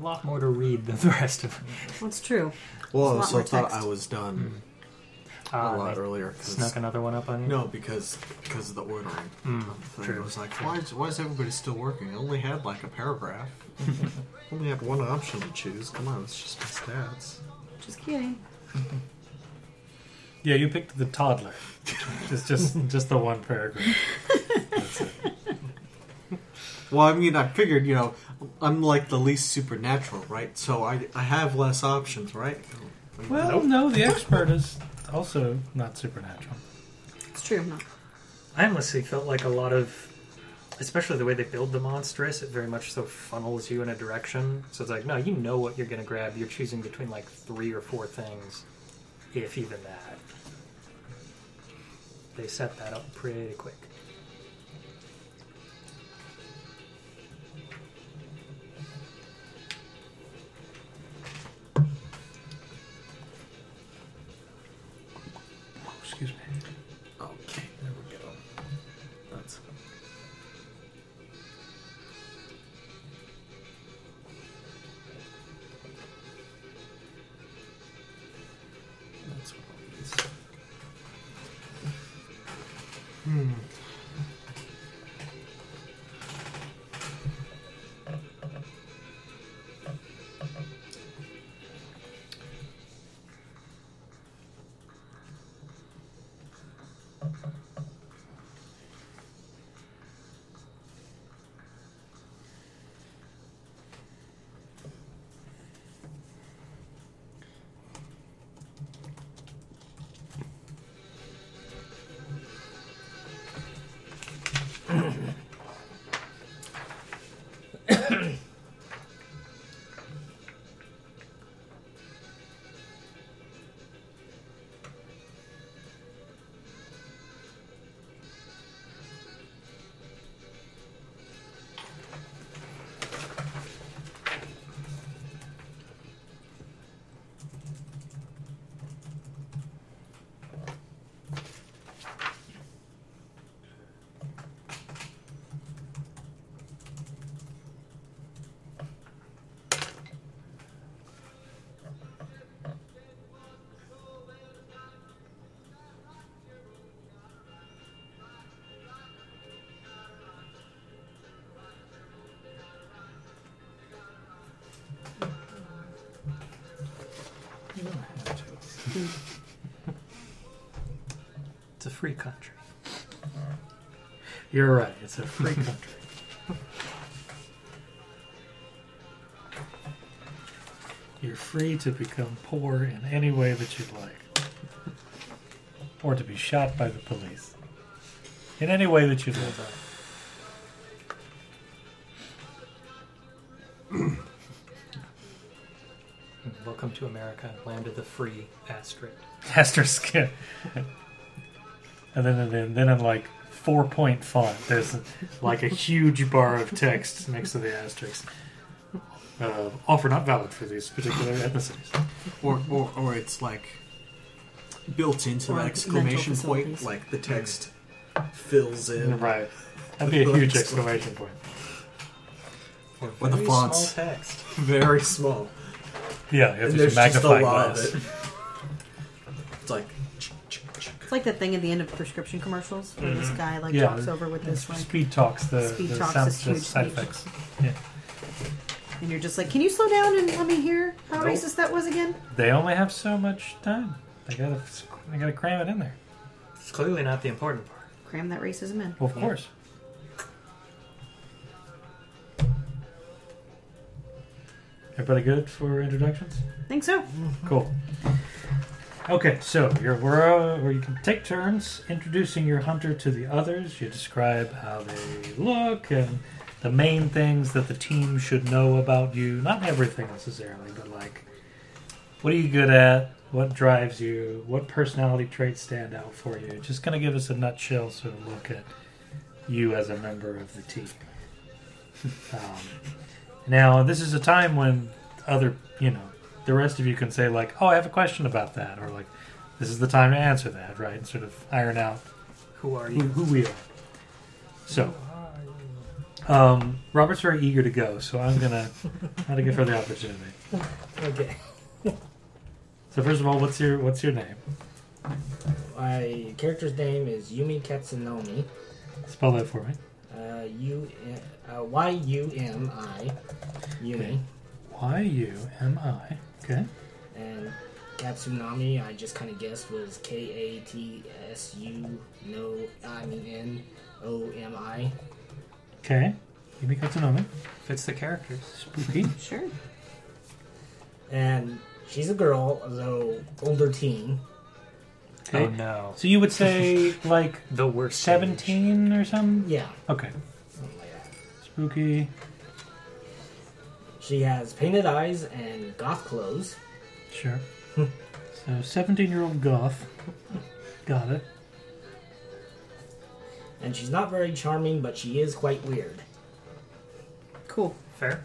S1: lot more to read than the rest of
S2: What's true?
S4: Well, I
S2: lot
S4: also
S2: more
S4: thought
S2: text.
S4: I was done
S1: Ah,
S4: a lot
S1: they
S4: earlier. 'cause-
S1: Snuck another one up on you?
S4: no, because because of the ordering. of the thing.
S1: true.
S4: It was like, why is, why is everybody still working? I only had like a paragraph. only had one option to choose. Come on, it's just my stats.
S2: Just kidding.
S6: Yeah, you picked the toddler. it's just just the one paragraph. That's it.
S4: Well, I mean, I figured, you know, I'm like the least supernatural, right? So I, I have less options, right?
S6: Well, no, the expert is also not supernatural.
S2: It's true. I'm not.
S1: I honestly felt like a lot of, especially the way they build the monstrous, it very much so funnels you in a direction. So it's like, no, you know what you're going to grab. You're choosing between like three or four things, if even that. They set that up pretty quick.
S6: Excuse me.
S4: Okay, there we go. That's that's what I'll use.
S1: It's a free country.
S6: You're right. It's a free country. You're free to become poor in any way that you'd like, or to be shot by the police in any way that you'd like.
S1: Welcome to America, land of the free, asterisk.
S6: asterisk. and then, and then, then in like four point font, there's like a huge bar of text next to the asterisk. Uh, offer not valid for these particular ethnicities.
S4: or, or or it's like built into
S2: Or
S4: that
S2: mental
S4: exclamation point.
S2: facilities.
S4: Like the text fills in.
S6: Right. That'd be a huge exclamation point.
S1: Or
S4: Or the
S1: very
S4: fonts.
S1: Small text.
S4: Very small.
S6: Yeah, if
S4: and
S6: it's
S4: there's
S6: a
S4: just a
S6: magnifying
S4: lot of
S6: glass.
S4: it. It's like
S2: It's like that thing at the end of prescription commercials where this guy like
S6: Mm-hmm. Yeah.
S2: talks over with this like,
S6: Speed talks the,
S2: Speed
S6: the
S2: talks
S6: sound,
S2: is
S6: the
S2: huge.
S6: side effects.
S2: and you're just like, can you slow down and let me hear how
S1: Nope.
S2: racist that was again?
S6: They only have so much time. They gotta, they gotta cram it in there.
S1: It's clearly not the important part.
S2: Cram that racism in.
S6: Well, of course. Everybody good for introductions?
S2: Think so?
S6: Cool. Okay, so you're, we're, uh, where you can take turns introducing your hunter to the others. You describe how they look and the main things that the team should know about you. Not everything necessarily, but like, what are you good at? What drives you? What personality traits stand out for you? Just kind of give us a nutshell sort of look at you as a member of the team. um, now, this is a time when other, you know, the rest of you can say like, "Oh, I have a question about that," or like, "This is the time to answer that," right? And sort of iron out
S1: Who are
S6: who,
S1: you?
S6: who we are. So, um, Robert's very eager to go, so I'm gonna try to give her the opportunity.
S1: Okay.
S6: So first of all, what's your what's your name?
S5: My character's name is Yumi Katsunami.
S6: Spell that for me.
S5: Uh, U uh, Y U M I Yumi
S6: Okay. Y U M I. Okay.
S5: and Katsunami. I just kind of guessed was K A T S U no I mean N O M I.
S6: Okay. Give me Katsunami.
S1: Fits the characters.
S6: Spooky.
S2: Sure.
S5: And she's a girl, though older teen.
S6: Okay.
S1: Oh no.
S6: So you would say like
S1: The worst. stage.
S6: seventeen or something?
S5: Yeah,
S6: Okay.
S5: something like that.
S6: Spooky.
S5: She has painted eyes and goth clothes.
S6: Sure. so, 17 year old goth. Got it.
S5: And she's not very charming, but she is quite weird.
S2: Cool.
S1: Fair.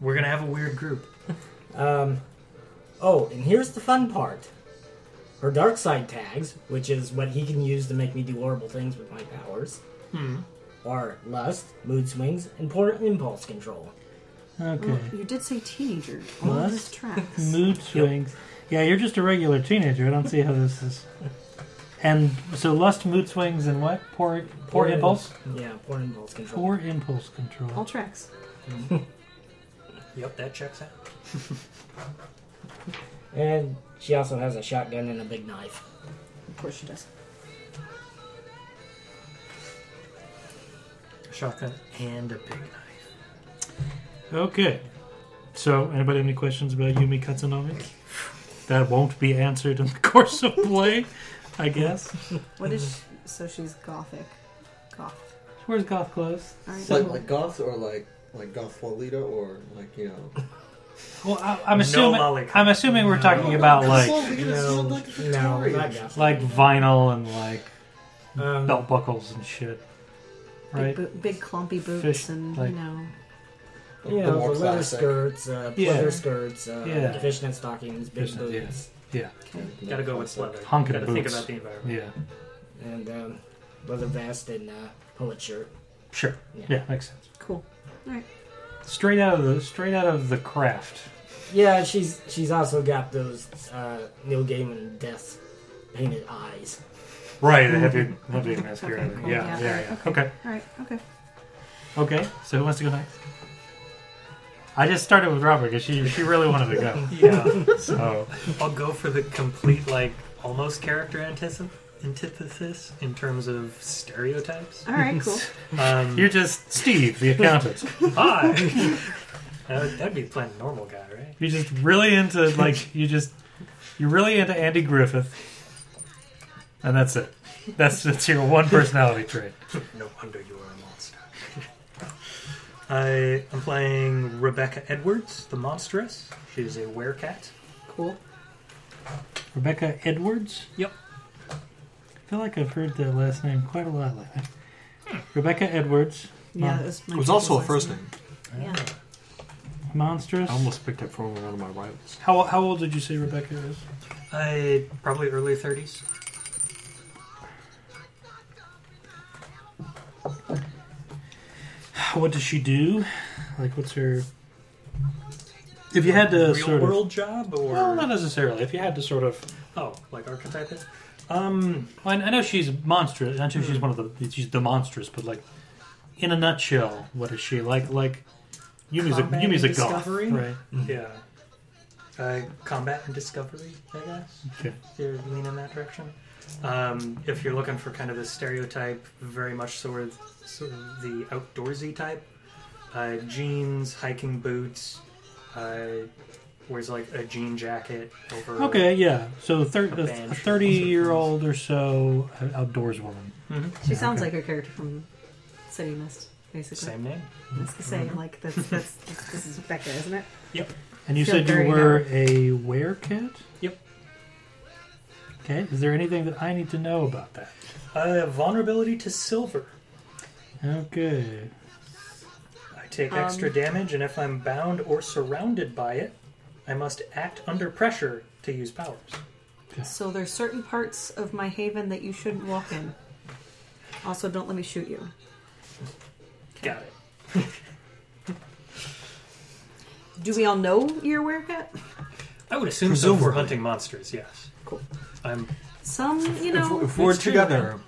S1: We're gonna have a weird group.
S5: Um, oh, and here's the fun part. Her dark side tags, which is what he can use to make me do horrible things with my powers, are lust, mood swings, and poor impulse control.
S6: Okay.
S2: Well, Oh, you did say teenager. All of this tracks.
S6: Mood swings. Yeah, you're just a regular teenager. I don't see how this is. And so, lust, mood swings, and what? Poor, poor
S5: im-
S6: impulse? Oh.
S5: Yeah, poor impulse control.
S6: Poor impulse
S2: All
S6: control.
S2: tracks.
S1: Yep, that checks out.
S5: And she also has a shotgun and a big knife.
S2: Of course she does.
S1: Shotgun and a big knife.
S6: Okay. So, anybody have any questions about Yumi Katsunami? That won't be answered in the course of play, I guess.
S2: What is she? So she's gothic. Goth.
S6: She wears goth clothes.
S2: All right.
S9: Like, like goth or like like goth Lolita or like you know.
S6: Well, I, I'm
S1: No
S6: assuming
S1: lollipop.
S6: I'm assuming we're talking about like
S5: No, no, not goth.
S6: like vinyl and like
S5: Um,
S6: belt buckles and shit, right?
S2: Big, bo- big clumpy boots
S6: Fish,
S2: and,
S6: like-
S2: you know.
S5: You
S9: The
S5: know,
S9: more
S5: the leather
S9: classic.
S5: skirts, uh,
S6: Yeah.
S5: pleather skirts, uh,
S6: Yeah.
S5: fishnet stockings, big
S6: Fishnet, yeah.
S5: boots,
S1: Gotta go with leather.
S6: Honkin'
S1: Gotta think
S6: boots.
S1: about the environment.
S6: Yeah,
S5: and um, leather vest and uh, poet shirt.
S6: sure. Yeah.
S5: Yeah.
S6: makes sense.
S2: Cool.
S6: Straight out of the straight out of the craft.
S5: Yeah, she's she's also got those uh, Neil Gaiman death painted eyes.
S6: Right, the heavy heavy mascara.
S2: Okay, cool,
S6: yeah, yeah,
S2: yeah,
S6: yeah,
S2: alright,
S6: Okay.
S2: All right. Okay.
S6: okay, So who wants to go next? I just started with Robert because she she really wanted to go.
S1: Yeah,
S6: So
S1: I'll go for the complete like almost character antith- antithesis in terms of stereotypes.
S2: All right, cool.
S1: Um,
S6: you're just Steve, the accountant.
S1: hi. That would- That'd be playing a normal guy, right?
S6: You're just really into like you just you're really into Andy Griffith, and that's it. That's that's your one personality trait.
S1: No wonder you are a monster. I am playing Rebecca Edwards, the monstrous. She's a werecat.
S7: Cool.
S6: Rebecca Edwards.
S1: Yep.
S6: I feel like I've heard that last name quite a lot lately. Hmm. Rebecca Edwards,
S7: Yeah,
S6: Mom.
S7: that was my
S4: It was also a
S7: last
S4: first name.
S7: Yeah.
S6: monstrous.
S4: I almost picked up from one of my rivals.
S6: How how old did you say Rebecca is?
S1: I probably early thirties.
S6: What does she do? Like, what's her? If you had to
S1: real
S6: sort
S1: world job or
S6: of, well, not necessarily. If you had to sort of,
S1: oh, like archetype is. Um,
S6: well, I, I know she's monstrous. I know she's one of the she's the monstrous, but like, in a nutshell, what is she like? Like, Yumi's a
S1: Combat
S6: Yumi's a
S1: and
S6: goth,
S1: discovery?
S6: right?
S1: yeah. Uh, combat and discovery, I guess.
S6: Okay.
S1: If you're leaning in that direction. Um, if you're looking for kind of the stereotype, very much sort of sort of the outdoorsy type, uh, jeans, hiking boots, uh, wears like a jean jacket over.
S6: Okay, yeah. So thir-
S1: A
S6: a
S1: band.
S6: thirty-year-old or so uh, outdoors woman.
S1: Mhm.
S7: She sounds
S6: okay.
S7: like a character from City Mist, basically.
S1: Same name.
S7: That's the same. Like that's that's this, this is Becca, isn't it?
S6: And you
S7: Feel
S6: said you
S7: very
S6: were a werecat.
S1: Yep.
S6: Okay. Is there anything that I need to know about that?
S1: Uh, vulnerability to silver.
S6: Okay.
S1: I take extra damage, and if I'm bound or surrounded by it, I must act under pressure to use powers.
S7: So there's certain parts of my haven that you shouldn't walk in. Also, don't let me shoot you.
S1: Got it.
S7: Do we all know you're a werecat?
S1: I would assume so if we're hunting monsters, yes.
S7: Cool.
S1: I'm
S7: Some, you
S4: If,
S7: know,
S4: if we're
S1: it's true.
S4: together,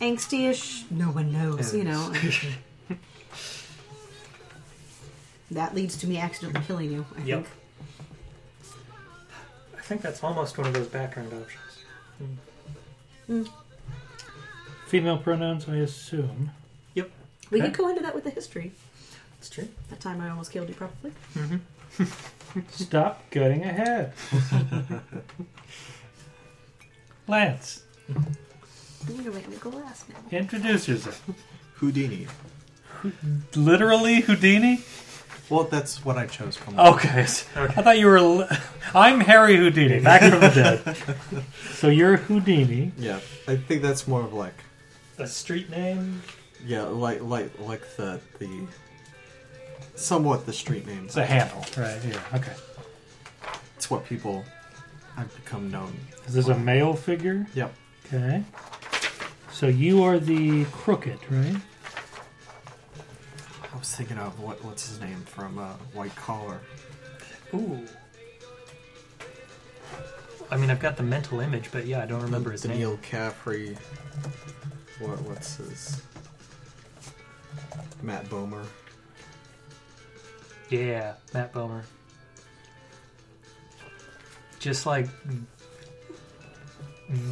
S7: angsty-ish. No one knows. You know. that leads to me accidentally killing you. I
S1: Yep.
S7: think.
S1: I think that's almost one of those background options.
S6: Female pronouns, I assume.
S7: We
S6: Okay.
S7: could go into that with the history.
S1: That's true.
S7: That time I almost killed you, probably.
S6: Stop getting ahead. Lance,
S7: I'm gonna make him go last now.
S6: introduce yourself.
S4: Houdini.
S6: Literally Houdini?
S4: Well, that's what I chose from.
S6: Okay. s- I thought you were. li- I'm Harry Houdini, back from the dead. so you're Houdini.
S4: Yeah, I think that's more of like
S1: A street name?
S4: yeah, like like like the the somewhat the street name.
S6: It's a handle. Right, yeah. Okay.
S4: It's what people have become known.
S6: Is this a male figure?
S4: Yep.
S6: Okay. So you are the crooked, right?
S4: I was thinking of what what's his name from uh, White Collar.
S1: Ooh. I mean, I've got the mental image, but yeah, I don't remember his name.
S4: Neil Caffrey. What what's his? Matt Bomer.
S1: Yeah, Matt Bomer. Just like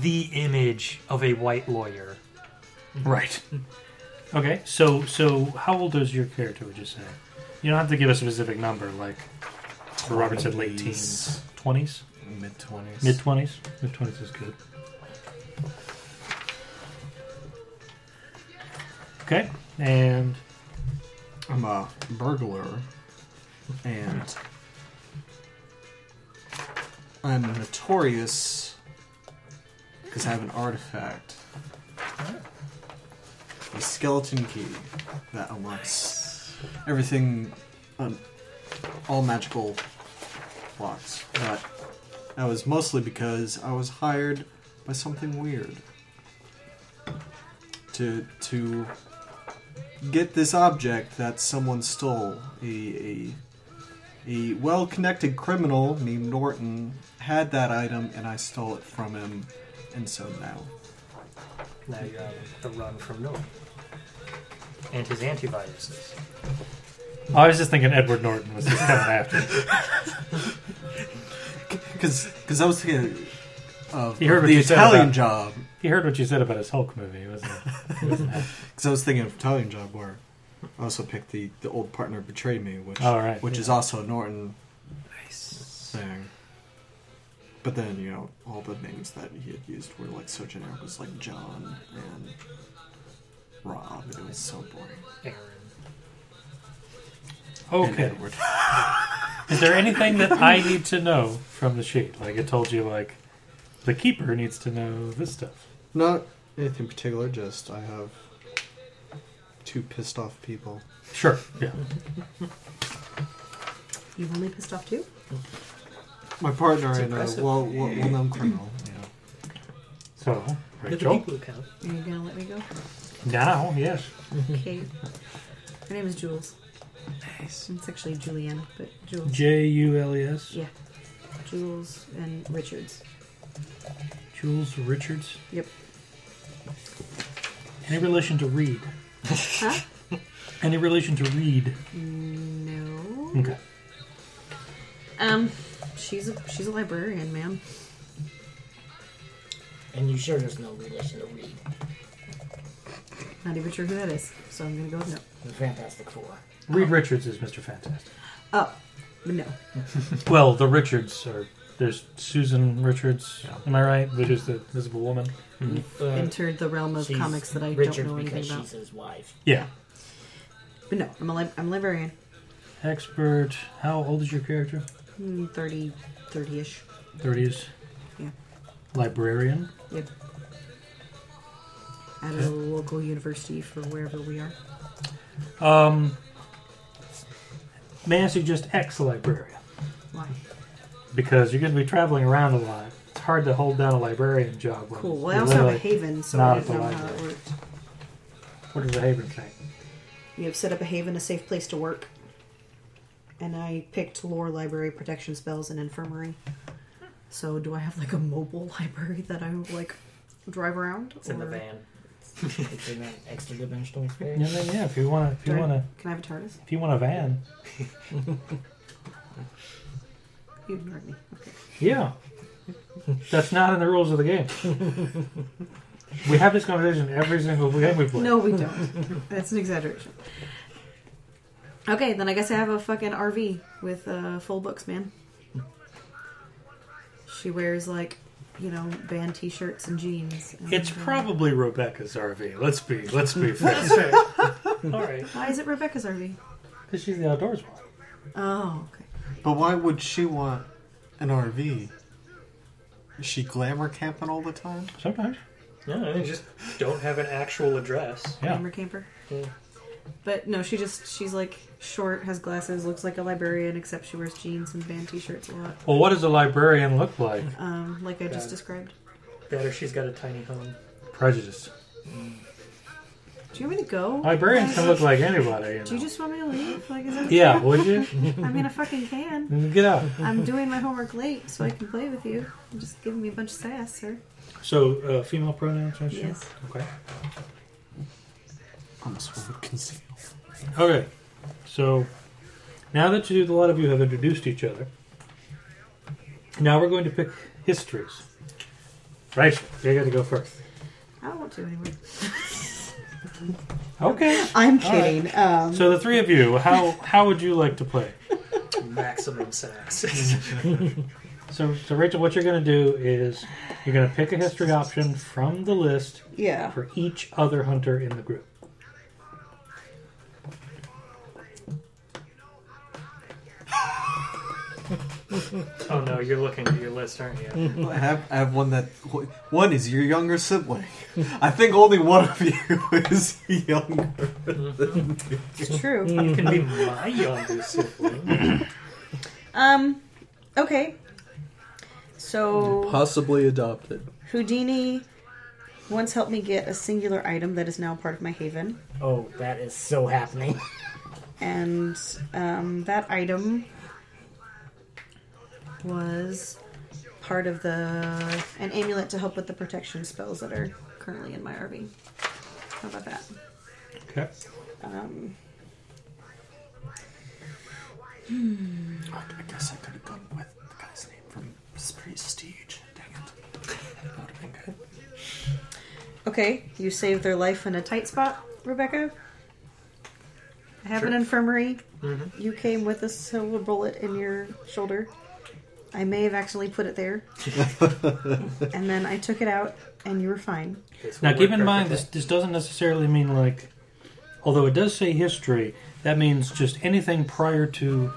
S1: the image of a white lawyer.
S6: Right. Okay, so so how old is your character? Would you say? You don't have to give a specific number. Like Robert said, late teens, twenties,
S4: Mid twenties.
S6: mid twenties. Mid twenties is good. Okay, and
S4: I'm a burglar, and I'm notorious because I have an artifact, a skeleton key that unlocks everything, um, all magical locks. But that was mostly because I was hired by something weird to to get this object that someone stole. A, a, a well connected criminal named Norton had that item and I stole it from him, and so now.
S1: Now you're on the run from Norton. And his antiviruses.
S6: I was just thinking Edward Norton was just coming after. him.
S4: Because I was thinking of
S6: You heard what
S4: the
S6: you said
S4: Italian
S6: about-
S4: job.
S6: He heard what you said about his Hulk movie, wasn't he? He wasn't happy.
S4: Because I was thinking of Italian job where I also picked the, the old partner betrayed me, which
S6: All Oh, right,
S4: which
S6: yeah.
S4: is also a Norton thing. But then you know all the names that he had used were like so generic. It was like John and Rob. It was so boring.
S1: Aaron.
S4: And
S6: Okay.
S4: Edward.
S6: Is there anything that I need to know from the sheet? Like it told you, like the keeper needs to know this stuff.
S4: Not anything particular. Just I have two pissed off people.
S6: Sure. Yeah.
S2: You've only pissed off two?
S4: My partner
S1: That's
S4: and a
S1: impressive.
S4: well, well, well-known criminal. Yeah.
S6: So
S1: They're the
S6: Rachel,
S1: people who count.
S2: Are you gonna let me go?
S6: now yes,
S2: Okay. Her name is Jules. Nice. It's actually Julianne, but Jules.
S6: J U L E S,
S2: yeah. Jules and Richards.
S6: Jules Richards.
S2: Yep.
S6: Any relation to Reed?
S2: Huh?
S6: Any relation to Reed?
S2: No.
S6: Okay.
S2: Um, she's a she's a librarian, ma'am.
S5: And you sure there's no relation to Reed?
S2: Not even sure who that is, so I'm gonna go with no.
S5: The Fantastic Four.
S6: Reed Richards is Mr. Fantastic.
S2: Oh, no.
S6: Well, the Richards are. There's Susan Richards. Am I right? Which is the Invisible Woman.
S5: Uh,
S2: Entered the realm of
S5: she's
S2: comics that I
S5: Richards
S2: don't know
S5: because
S2: anything about.
S5: she's his wife.
S6: Yeah.
S2: But no, I'm a li- I'm a librarian.
S6: Expert. How old is your character?
S2: Hmm, 30, 30-ish.
S6: 30s.
S2: Yeah.
S6: Librarian.
S2: Yep. At a local university for wherever we are.
S6: Um, may I suggest ex librarian?
S2: Why?
S6: Because you're going to be traveling around a lot. It's hard to hold down a librarian job. When
S2: Cool. Well, I
S6: you're
S2: also have a
S6: literally-
S2: haven, so
S6: not
S2: I
S6: at the
S2: didn't know how it
S6: library.
S2: worked.
S6: What does a haven say?
S2: You have set up a haven, a safe place to work. And I picked lore, library, protection spells, and infirmary. So do I have like a mobile library that I like drive around?
S1: It's in the
S2: or
S1: van.
S5: It's in that extra dimensional space.
S6: And then, yeah, if you want to, if
S2: do
S6: you
S2: I-
S6: want to,
S2: Can I have a TARDIS?
S6: if you want a van,
S2: You ignored me. Okay.
S6: yeah, that's not in the rules of the game. we have this conversation every single game we play.
S2: No, we don't. That's an exaggeration. Okay, then I guess I have a fucking RV with uh, full books, man. She wears like, you know, band T-shirts and jeans. and,
S6: It's
S2: uh,
S6: probably Rebecca's RV. Let's be, let's be fair.
S1: All right.
S2: Why is it Rebecca's RV?
S6: Because she's the outdoors one.
S2: Oh, okay.
S4: But why would she want an RV? Is she glamour camping all the time?
S6: Sometimes.
S1: No, I mean, just don't have an actual address.
S6: Yeah.
S2: Remember camper. But no, she just she's like short, has glasses, looks like a librarian, except she wears jeans and band T-shirts a lot,
S6: Well, what does a librarian look like?
S2: um, like I just
S1: Bad.
S2: described.
S1: Better she's got a tiny home.
S6: Prejudice.
S2: Do you want me to go?
S6: Librarians can look like anybody. You
S2: Do you
S6: know.
S2: just want me to leave? Like, is that
S6: Yeah, would you?
S2: I mean, I fucking can.
S6: Get out.
S2: I'm doing my homework late so I can play with you. You're just giving me a bunch of sass, sir.
S6: So, uh, female pronouns, I assume?
S2: Yes.
S6: Okay.
S4: Almost one would conceal.
S6: Okay. So, now that you, a lot of you have introduced each other, now we're going to pick histories. Rachel, you got to go first.
S2: I don't want to anymore.
S6: Okay.
S2: I'm
S6: kidding.
S2: Um,
S6: So the three of you, how how would you like to play?
S1: Maximum sex.
S6: So, so Rachel, what you're going to do is you're going to pick a history option from the list
S2: yeah.
S6: for each other hunter in the group.
S1: oh no, you're looking at your list, aren't you?
S4: I have, I have one that one is your younger sibling. I think only one of you is younger.
S2: It's true.
S6: Mm.
S1: You can be my younger sibling.
S2: Um, okay. So
S9: Possibly adopted.
S2: Houdini once helped me get a singular item that is now part of my haven,
S5: Oh, that is so happening.
S2: and um, that item was part of the an amulet to help with the protection spells that are currently in my RV. How about that?
S6: Okay.
S2: Um,
S4: I I guess I could have gone with the guy's name from Prestige. Dang it. That would have been good.
S2: Okay, you saved their life in a tight spot, Rebecca. I have an infirmary. You came with a silver bullet in your shoulder. I may have accidentally put it there. and then I took it out, and you were fine.
S1: This
S6: Now,
S1: will
S6: keep
S1: work
S6: in mind, this,
S1: perfectly.
S6: this doesn't necessarily mean like, although it does say history, that means just anything prior to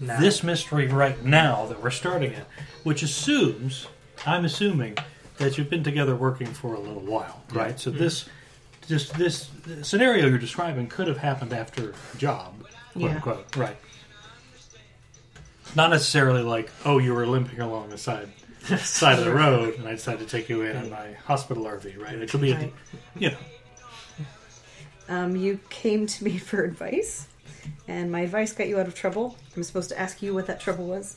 S1: Now,
S6: this mystery right now that we're starting at, which assumes, I'm assuming, that you've been together working for a little while, right? So this, just this scenario you're describing could have happened after job, quote
S2: Yeah.
S6: unquote, right? Not necessarily like, oh, you were limping along the side side of the road, and I decided to take you in on my hospital RV, right? It could be,
S2: Right.
S6: a, you know,
S2: Um, you came to me for advice, and my advice got you out of trouble. I'm supposed to ask you what that trouble was.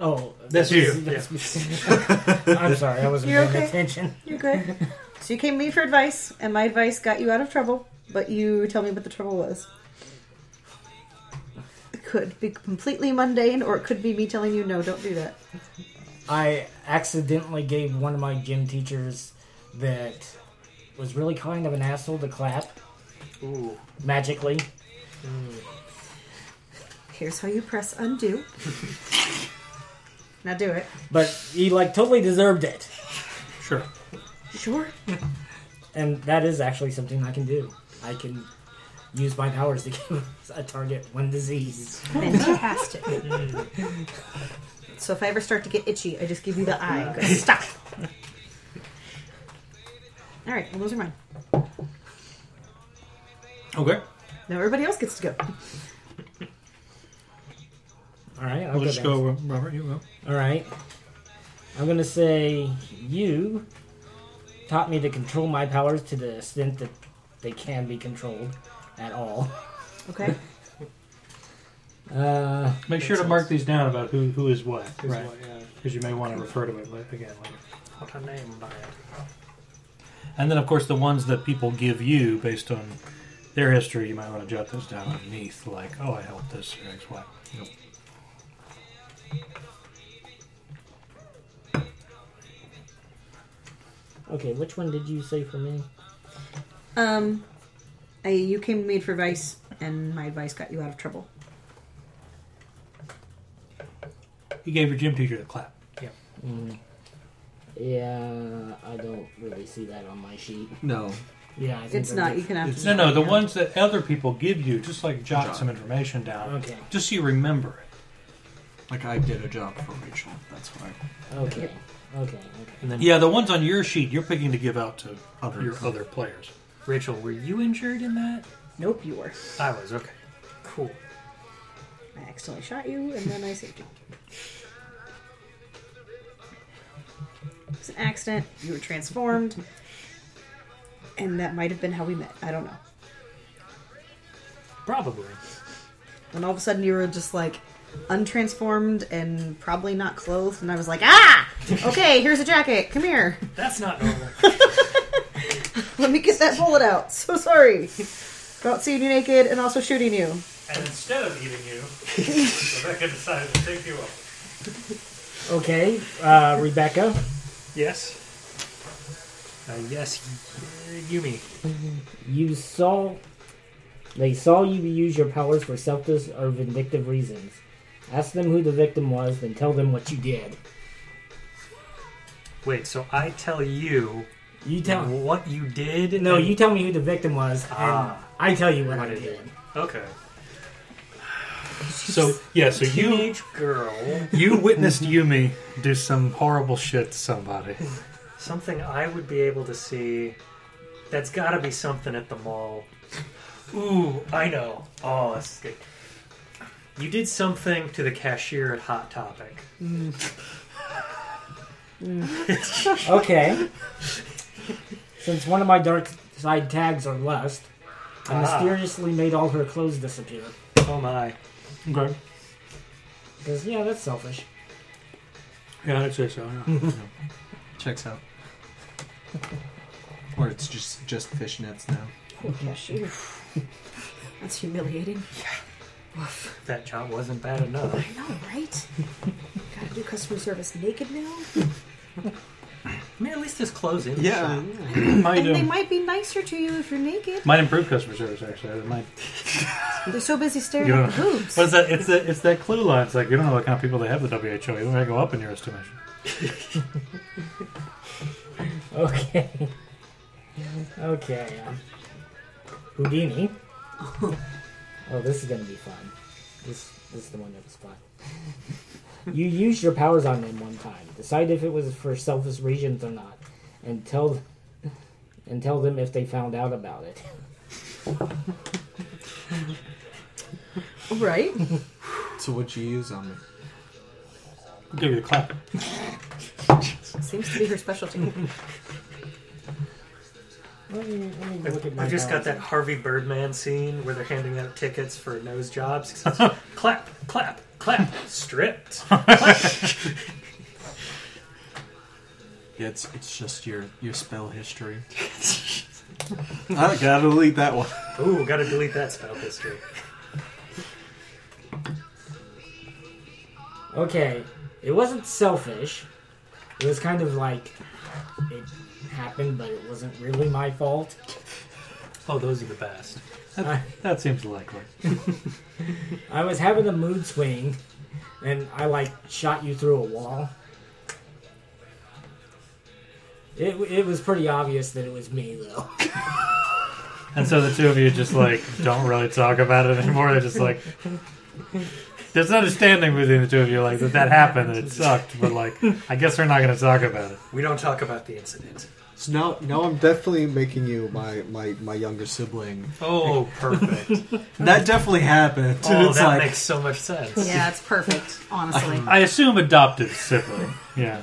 S5: Oh,
S6: That's you,
S5: me. I'm sorry, I wasn't
S2: You're
S5: paying
S2: okay.
S5: attention.
S2: You're good. so you came to me for advice, and my advice got you out of trouble, but you tell me what the trouble was. It could be completely mundane, or it could be me telling you, no, don't do that.
S5: I accidentally gave one of my gym teachers that was really kind of an asshole to clap
S1: ooh,
S5: magically.
S2: Here's how you press undo. now do it.
S5: But he like totally deserved it.
S6: sure.
S2: Sure.
S5: And that is actually something I can do. I can use my powers to give a target one disease.
S2: Fantastic. so if I ever start to get itchy, I just give you the eye. Go, Stop. All right. Well, those are mine.
S6: Okay.
S2: Now everybody else gets to go.
S5: All right, I'll
S6: We'll
S5: go
S6: just
S5: next.
S6: go, Robert, you go.
S5: All right. I'm going to say you taught me to control my powers to the extent that they can be controlled at all.
S2: Okay.
S5: Uh,
S6: Make sure to mark these down about who, who is what,
S1: here's
S6: right?
S1: what, yeah,
S6: Because you may want to refer to it la- again later.
S1: what a name by it.
S6: And then, of course, the ones that people give you based on their history, you might want to jot those down underneath, like, oh, I helped this or X, Y.
S5: okay, which one did you say for me?
S2: Um, I, you came to me for advice, and my advice got you out of trouble.
S6: You gave your gym teacher the clap.
S5: Mm. Yeah, I don't really see that on my sheet.
S4: No.
S5: Yeah, I think
S2: It's
S5: they're
S2: not. You
S5: different.
S2: can have
S4: It's-
S2: to.
S6: No, no, the ones that other people give you, just like jot,
S4: Jot.
S6: some information down,
S5: Okay.
S6: just so you remember it.
S4: Like I did a job for Rachel. That's why.
S5: Okay. Okay.
S1: And then,
S6: Yeah, the ones on your sheet, you're picking to give out to
S4: Others.
S6: your other players.
S1: Rachel, were you injured in that?
S2: Nope, you were.
S1: I was. Okay, cool.
S2: I accidentally shot you, and then I saved you. It was an accident. You were transformed, and that might have been how we met. I don't know.
S1: Probably.
S2: And all of a sudden, you were just like untransformed and probably not clothed, and I was like, ah, okay, here's a jacket. Come here.
S1: That's not normal.
S2: Let me get that bullet out. So sorry about seeing you naked and also shooting you.
S6: And instead of eating you, Rebecca decided to take you up.
S5: Okay. Uh, Rebecca.
S1: yes. Uh, yes, y- Yumi.
S5: You saw. They saw you use your powers for selfish or vindictive reasons. Ask them who the victim was, then tell them what you did.
S1: Wait, so I tell you
S5: You tell.
S1: what you did?
S5: No,
S1: and-
S5: you tell me who the victim was, and
S1: Ah.
S5: I tell you what I
S1: What is
S5: did.
S1: Okay.
S6: So, yeah, so you
S1: Teenage girl.
S6: you witnessed Yumi do some horrible shit to somebody.
S1: Something I would be able to see. That's got to be something at the mall. Ooh, I know. Oh, this is good. You did something to the cashier at Hot Topic.
S5: Okay. Since one of my dark side tags are lust, I
S1: Ah.
S5: mysteriously made all her clothes disappear.
S1: Oh my.
S6: Okay.
S5: Because, yeah, that's selfish.
S6: Yeah, I'd say so. yeah.
S4: Checks out. Or it's just just fishnets now.
S2: Poor cashier. That's humiliating.
S1: That job wasn't bad enough.
S2: I know, right? Gotta do customer service naked now.
S1: I mean, at least this closing.
S4: Yeah.
S6: might,
S2: And they
S6: um,
S2: might be nicer to you if you're naked.
S6: might improve customer service, actually. It might.
S2: They're so busy staring
S6: You
S2: at the
S6: don't-
S2: boobs.
S6: But it's that, it's, that, it's that clue line. It's like, you don't know what kind of people they have at the WHO. You don't to go up in your estimation.
S5: Okay. okay. um, Houdini. oh, this is gonna be fun. This this is the one that was fun. you used your powers on them one time. Decide if it was for selfish reasons or not, and tell and tell them if they found out about it.
S2: Right?
S4: So what'd you use on me?
S6: I'll give you the clap.
S2: Seems to be her specialty.
S5: Let me, let me look at my
S1: I've just got that
S5: powers.
S1: Harvey Birdman scene where they're handing out tickets for nose jobs. It says, clap, clap, clap, stripped.
S4: Yeah, it's it's just your your spell history. I gotta delete that one.
S1: Ooh, gotta delete that spell history.
S5: Okay, it wasn't selfish. It was kind of like it happened, but it wasn't really my fault.
S6: Oh, those are the best.
S5: I-
S6: That seems likely.
S5: I was having a mood swing, and I like shot you through a wall. It, it was pretty obvious that it was me though.
S6: And so the two of you just like don't really talk about it anymore. They're just like there's an understanding between the two of you, like that that happened and it sucked, but like I guess we're not going to talk about it.
S1: We don't talk about the incident.
S4: So now now I'm definitely making you my my, my younger sibling.
S1: Oh, perfect.
S4: That definitely happened.
S1: oh,
S4: it's
S1: that
S4: like
S1: makes so much sense.
S7: Yeah, it's perfect, honestly.
S6: I assume adopted sibling. Yeah,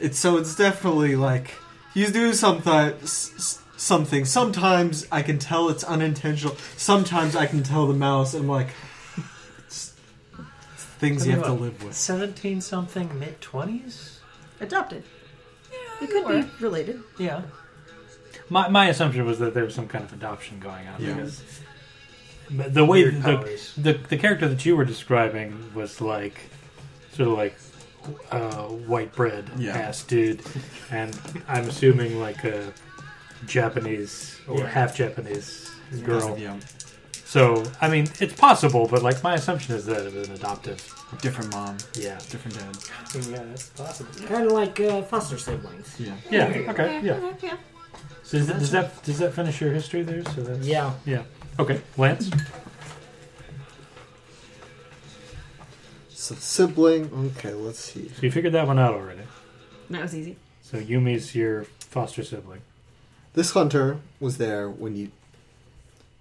S4: it's so it's definitely like you do sometimes something. Sometimes I can tell it's unintentional. Sometimes I can tell the mouse. I'm like it's, it's things you have to live with.
S1: 17 something, mid 20s?
S2: Adopted. it could be related.
S1: Yeah.
S6: my my assumption was that there was some kind of adoption going on.
S4: Yeah.
S6: Because but the way
S1: Weird
S6: the,
S1: powers.
S6: the the character that you were describing was like sort of like uh, white bread
S4: Yeah.
S6: ass dude, and I'm assuming like a Japanese or
S5: Yeah.
S6: half Japanese girl.
S4: Yeah,
S6: So, I mean, it's possible, but like my assumption is that it was an adoptive.
S4: different mom,
S6: Yeah.
S4: different dad.
S1: I mean, yeah, that's possible.
S5: kind of like uh, foster siblings.
S4: Yeah.
S6: Yeah. Okay. Yeah.
S2: Okay, yeah.
S6: So is that, does that does that finish your history there? So that's
S5: Yeah.
S6: Yeah. Okay, Lance.
S4: So sibling. Okay, let's see.
S6: So you figured that one out already.
S2: That was easy.
S6: So Yumi's your foster sibling.
S4: This hunter was there when you.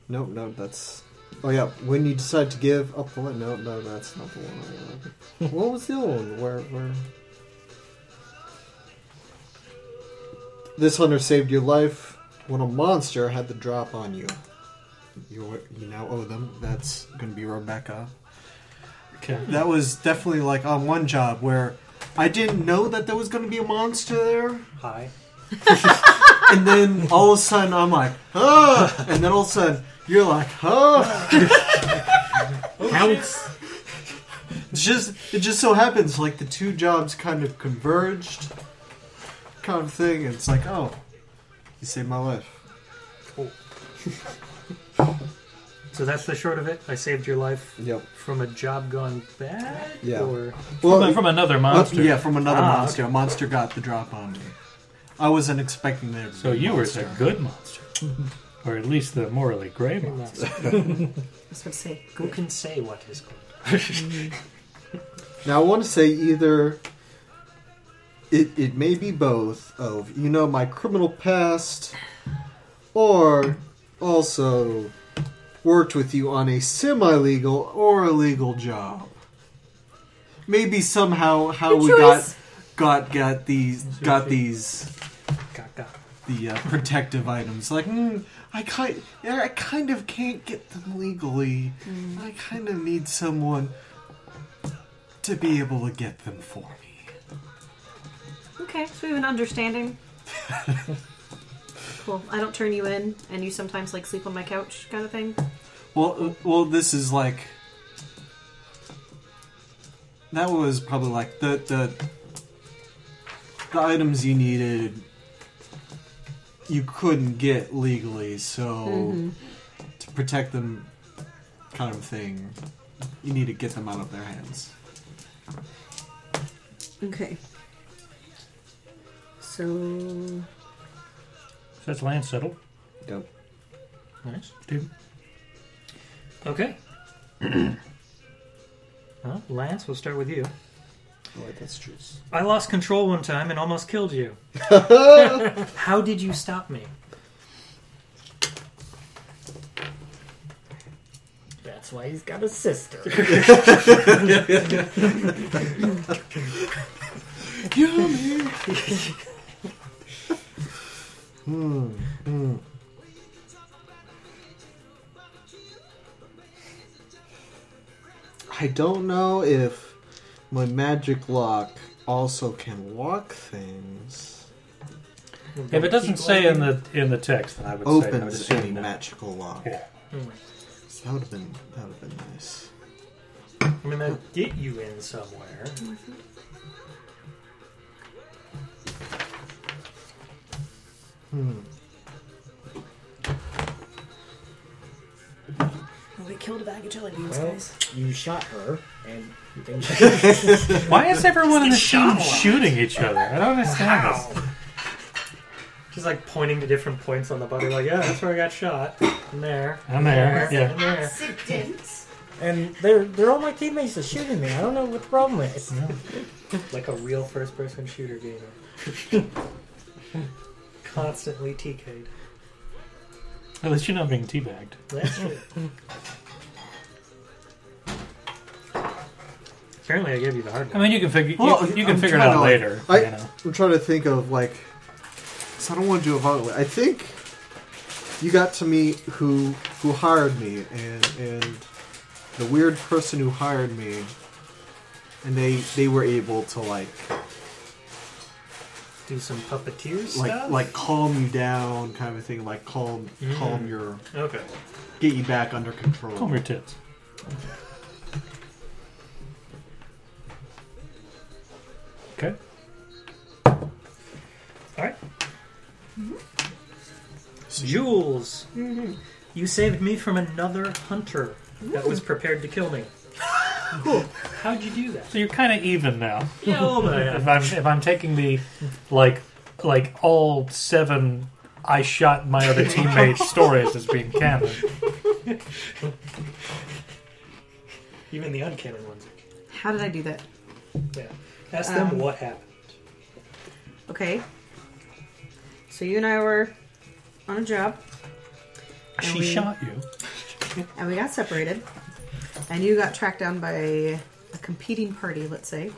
S4: No, no, that's. Oh yeah, when you decide to give up the land. No, no, that's not the one. I wanted. what was the other one? Where, where? This hunter saved your life when a monster had the drop on you. You you now owe them. That's gonna be Rebecca.
S6: Okay.
S4: That was definitely like on one job where I didn't know that there was gonna be a monster there
S1: Hi.
S4: and then all of a sudden I'm like, oh, and then all of a sudden you're like, oh.
S9: Oh,
S5: Pounce.
S4: It's just it just so happens like the two jobs kind of converged, kind of thing. And it's like, oh, you saved my life.
S1: So that's the short of it. I saved your life
S4: Yep.
S1: from a job gone bad?
S4: Yeah.
S1: Or
S6: From, from another monster.
S4: Uh, yeah, from another
S1: Ah,
S4: monster. A monster got the drop on me. I wasn't expecting there. To
S6: So
S4: be a
S6: you were
S4: monster.
S6: the good monster, or at least the morally gray monster.
S2: I was going to say.
S1: who can say what is good?
S4: Now I want to say either it it may be both of you know my criminal past, or also worked with you on a semi-legal or illegal job. Maybe somehow how we got got got these got these
S1: Gaga.
S4: the uh, protective items. Like, mm, I kind, yeah, I kind of can't get them legally. I kind of need someone to be able to get them for me.
S2: Okay, so we have an understanding. Cool. I don't turn you in, and you sometimes like sleep on my couch, kind of thing.
S4: Well, uh, well, this is like that was probably like the the the items you needed you couldn't get legally, so to protect them, kind of thing, you need to get them out of their hands.
S2: Okay. So
S6: So that's land settled.
S4: Dope.
S1: Nice.
S6: Dude.
S1: Okay. well, Lance, we'll start with you.
S9: I like that's juice.
S1: I lost control one time and almost killed you. How did you stop me?
S5: That's why he's got a sister.
S4: I don't know if my magic lock also can lock things.
S6: If it doesn't say in the in the text, then I would say I would
S4: Opens any
S6: assume no.
S4: magical lock.
S6: Yeah.
S4: So that would have been that would have been nice.
S1: I'm gonna get you in somewhere.
S8: We killed a bag of jelly beans,
S5: Well,
S8: guys.
S5: you shot her, and then
S6: Why is everyone in the team shooting each other? I don't understand this.
S1: She's like pointing to different points on the body, like, yeah, that's where I got shot. And there.
S6: I'm there.
S1: And
S6: Yeah.
S1: there.
S5: and they're they're all my teammates are shooting me. I don't know what the problem is.
S1: Like a real first person shooter gamer. Constantly TK'd.
S6: At least you're not being teabagged.
S1: That's true. Apparently, I gave you the hard
S6: I
S1: one.
S6: mean, you can figure you, you can
S4: I'm
S6: figure it
S4: trying
S6: out
S4: to, like-
S6: later.
S4: I,
S6: you know.
S4: I'm trying to think of like. So I don't want to do a violent. I think you got to meet who who hired me and and the weird person who hired me, and they they were able to like
S1: Do some puppeteer
S4: like
S1: stuff.
S4: like calm you down kind of a thing like calm
S1: Mm.
S4: calm your
S1: okay.
S4: get you back under control.
S6: Comb your tits. Okay.
S1: All right. Jules, Mm-hmm. you saved me from another hunter that was prepared to kill me. cool. How'd you do that?
S6: So you're kind of even now.
S1: Yeah, a little bit, yeah.
S6: If I'm if I'm taking the like like all seven I shot my other teammates stories as being canon.
S1: Even the uncanny ones.
S2: how did I do that?
S1: Yeah. Ask them
S2: Um,
S1: what happened.
S2: Okay. So you and I were on a job,
S6: She
S2: we-
S6: shot you.
S2: and we got separated, and you got tracked down by a competing party, let's say,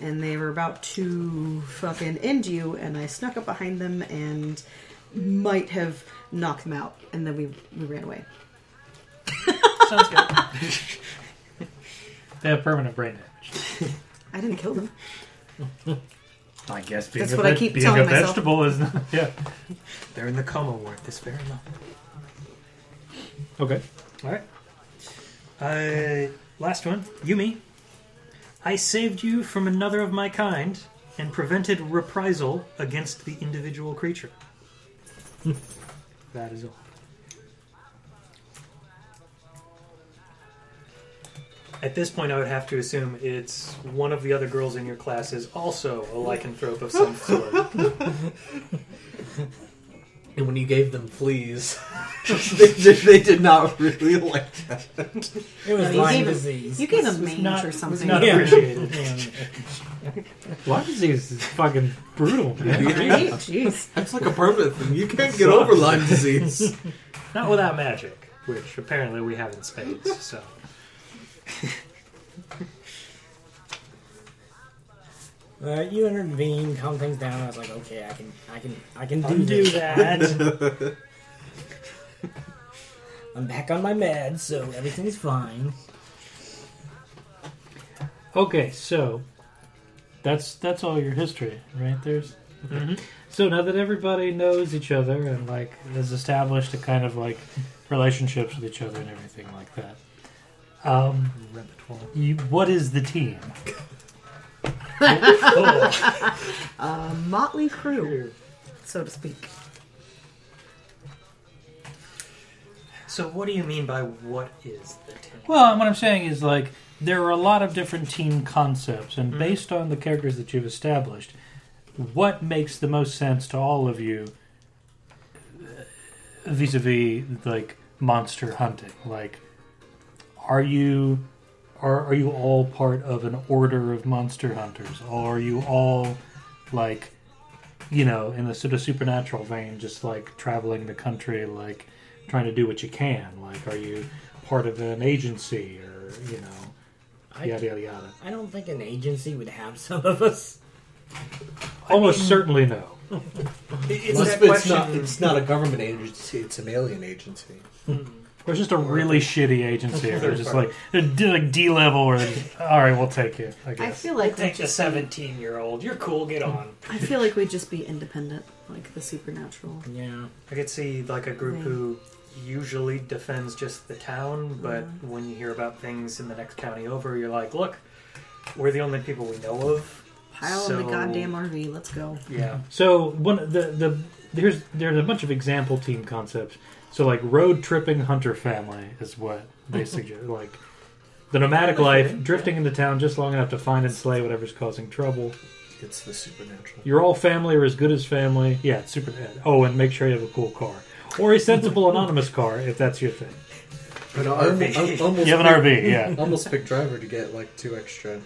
S2: and they were about to fucking end you, and I snuck up behind them and might have knocked them out, and then we we ran away.
S1: Sounds good.
S6: They have permanent brain damage.
S2: I didn't kill them.
S6: I guess being
S2: That's
S6: a,
S2: what I
S6: veg-
S2: keep
S6: being
S2: telling
S6: a
S2: myself.
S6: vegetable is not. Yeah.
S1: They're in the coma ward this very moment.
S6: Okay.
S1: All right. Uh, last one, Yumi. I saved you from another of my kind and prevented reprisal against the individual creature. that is all. At this point, I would have to assume it's one of the other girls in your class is also a lycanthrope of some sort.
S9: And when you gave them fleas, they, did, they did not really like that.
S5: It was
S2: No, you
S5: Lyme
S2: gave him-
S5: disease.
S2: You gave them
S1: was
S2: mange
S1: not-
S2: or
S1: was
S2: something.
S1: not
S5: Yeah.
S1: appreciated.
S6: Lyme disease is fucking brutal, man.
S2: Right? Jeez.
S9: That's like a permanent thing. You can't get over Lyme disease.
S1: Not without magic, which apparently we have in spades, so.
S5: Uh, you intervened, calmed things down. I was like, okay, I can, I can, I can do
S1: Undo
S5: this.
S1: that.
S5: I'm back on my meds, so everything's fine.
S6: Okay, so that's that's all your history, right? There's
S2: Mm-hmm.
S6: So now that everybody knows each other and like has established a kind of like relationships with each other and everything like that, um,
S1: Repertoire.
S6: you, what is the team?
S1: Oh,
S2: A motley crew, so to speak.
S1: so what do you mean by what is the team?
S6: Well, what I'm saying is like there are a lot of different team concepts, and based on the characters that you've established, what makes the most sense to all of you vis a vis like monster hunting? Like, are you are are you all part of an order of monster hunters, or are you all like you know in the sort of supernatural vein, just like traveling the country, like trying to do what you can? Like, are you part of an agency or you know
S5: I,
S6: yada yada yada?
S5: I don't think an agency would have some of us.
S6: Almost certainly no.
S1: It-
S9: Well,
S1: It's that
S9: it's, it's
S1: question.
S9: not, it's not a government agency, it's an alien agency.
S6: Or it's just a really shitty agency. Or
S1: Third
S6: just
S1: party.
S6: like they're d- like D level, or all right, we'll take you. I
S2: I
S6: guess.
S2: feel like we
S1: Take the
S2: just,
S1: seventeen-year-old. You're cool. Get on.
S2: I feel like we'd just be independent, like the supernatural.
S5: Yeah.
S1: I could see like a
S2: Mm-hmm.
S1: group who usually defends just the town, but
S2: Mm-hmm.
S1: when you hear about things in the next county over, you're like, look, we're the only people we know of.
S2: Pile
S1: so,
S2: in the goddamn RV. Let's go.
S1: Yeah.
S6: so one of the the there's there's a bunch of example team concepts. So like road tripping hunter family is what they suggest. like the nomadic life, drifting into town just long enough to find and slay whatever's causing trouble.
S9: It's the supernatural.
S6: You're all family or as good as family. Yeah, it's super. Oh, and make sure you have a cool car or a sensible anonymous car if that's your thing.
S9: But I
S1: RV.
S9: almo- I almost
S6: You have an
S9: picked-
S6: RV, yeah.
S9: Almost picked driver to get like two extra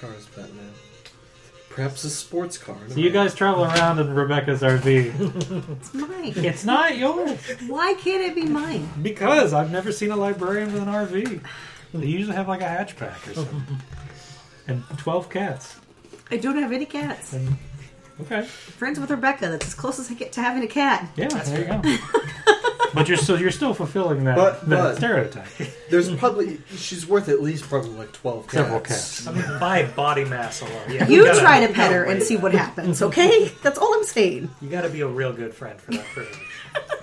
S9: cars, Batman. Perhaps a sports car.
S6: So you guys travel around in Rebecca's RV.
S2: It's mine.
S6: It's not yours.
S2: Why can't it be mine?
S6: Because I've never seen a librarian with an RV. They usually have like a hatchback or something. and 12 cats.
S2: I don't have any cats.
S6: Okay.
S2: Friends with Rebecca. That's as close as I get to having a cat.
S6: Yeah, there you go. but you're still you're still fulfilling that,
S9: But-
S6: that
S9: but-
S6: stereotype.
S9: There's probably she's worth at least probably like twelve cats.
S6: Several cats.
S1: I mean, by body mass alone. Yeah,
S2: Mm-hmm. You
S1: gotta-
S2: try
S1: you
S2: to pet
S1: gotta
S2: her and
S1: wait.
S2: see what happens, okay? That's all I'm saying.
S1: You got to be a real good friend for that privilege.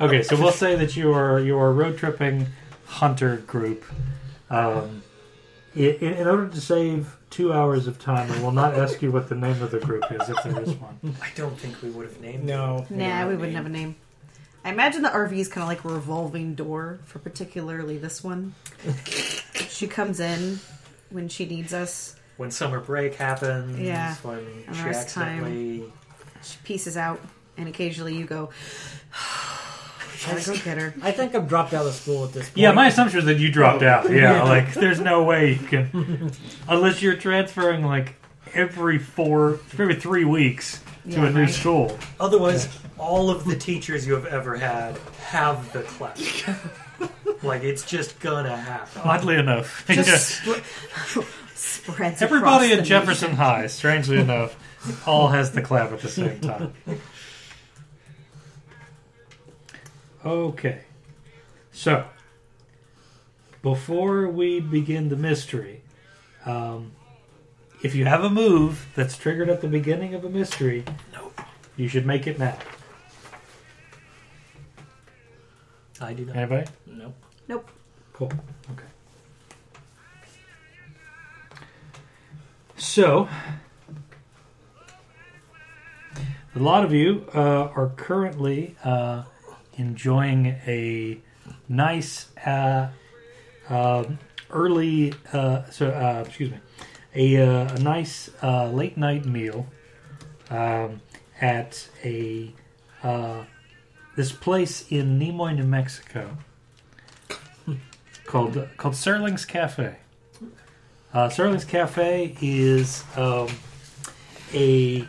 S6: Okay, so we'll say that you are you are a road tripping hunter group. Um, i- in, in order to save two hours of time, I will not ask you what the name of the group is if there is one.
S1: I don't think we would have named. it.
S5: No.
S2: Nah, we wouldn't have a name. I imagine the RV is kind of like a revolving door for particularly this one. she comes in when she needs us.
S1: When summer break happens.
S2: Yeah.
S1: When
S2: And
S1: she
S2: there was time.
S1: accidentally.
S2: She pieces out, and occasionally you go, "Gotta go get her."
S5: I think I've dropped out of school at this point.
S6: Yeah, my assumption is that you dropped out. Yeah, like there's no way you can, unless you're transferring like every four, every three weeks to
S2: Yeah,
S6: a new
S2: right.
S6: school.
S1: Otherwise, all of the teachers you have ever had have the class. like it's just gonna happen.
S6: Oddly enough,
S2: Just spr- spreads.
S6: everybody
S2: across the
S6: at Jefferson High, strangely enough, all has the clap at the same time. Okay, so before we begin the mystery, um, if you have a move that's triggered at the beginning of a mystery, you should make it now.
S1: I do not.
S6: Anybody?
S5: Nope.
S2: Nope.
S6: Cool. Okay. So, a lot of you uh, are currently uh, enjoying a nice uh, um early, uh, so uh, excuse me, a, uh, a nice uh, late night meal um, at a uh, this place in Nimoy, New Mexico called called Serling's Cafe. Uh, Serling's Cafe is um, a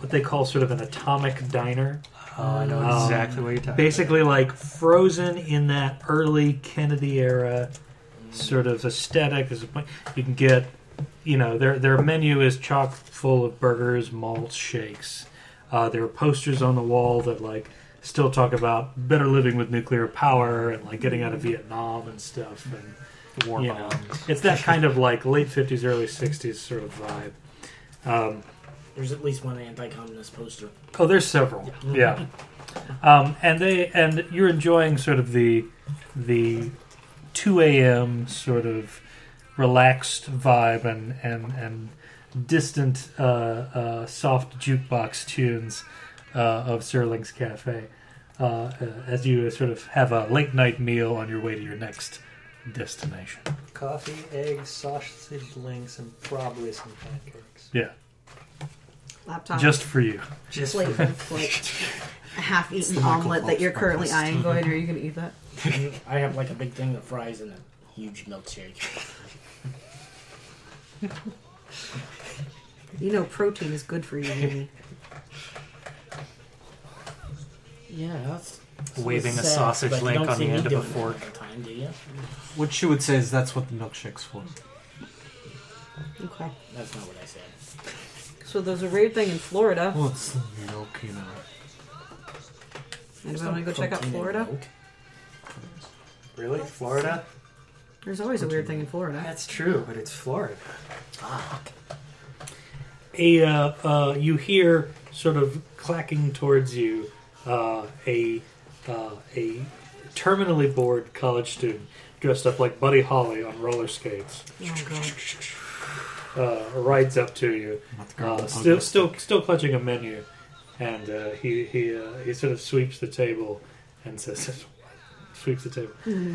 S6: what they call sort of an atomic diner.
S1: Oh, I know
S6: Um,
S1: exactly what you're talking.
S6: Basically, like frozen in that early Kennedy era sort of aesthetic. There's a point- You can get, you know, their their menu is chock full of burgers, malts, shakes. Uh, there are posters on the wall that like still talk about better living with nuclear power and like getting out of Vietnam and stuff. And
S1: about. War
S6: you know, it's that kind of like late fifties, early sixties sort of vibe. Um,
S5: There's at least one anti-communist poster.
S6: Oh, there's several. Yeah. Um, and they and you're enjoying sort of the the 2 a.m. sort of relaxed vibe and and and distant uh, uh, soft jukebox tunes uh, of Serling's Cafe uh, uh, as you sort of have a late night meal on your way to your next destination.
S1: Coffee, eggs, sausage links, and probably some pancakes.
S6: Yeah,
S2: Laptop.
S6: just for you.
S1: Just
S2: plate with like a half-eaten omelet that you're currently eyeing. Going, are you going to eat that?
S5: I have like a big thing of fries and a huge milkshake.
S2: You know, protein is good for you, Amy.
S5: Yeah, that's
S1: Waving a
S5: sad,
S1: sausage
S5: but you
S1: link
S5: don't
S1: on
S5: see
S1: the
S5: me
S1: end of a
S5: doing it all
S1: fork.
S5: the Time, do you?
S4: What she would say is that's what the milkshake's for.
S2: Okay.
S5: That's not what I said.
S2: So there's a raid thing in Florida.
S4: Well, it's the milk, you know.
S2: Anybody want to go check out
S5: Protein and
S2: Florida?
S5: milk.
S1: really? Florida?
S2: There's always a weird thing in Florida.
S1: That's true, but it's Florida.
S6: a uh, uh, you hear sort of clacking towards you uh, a uh, a terminally bored college student dressed up like Buddy Holly on roller skates
S2: Oh, God.
S6: uh, rides up to you, uh, still still still clutching a menu, and uh, he he uh, he sort of sweeps the table and says sweeps the table.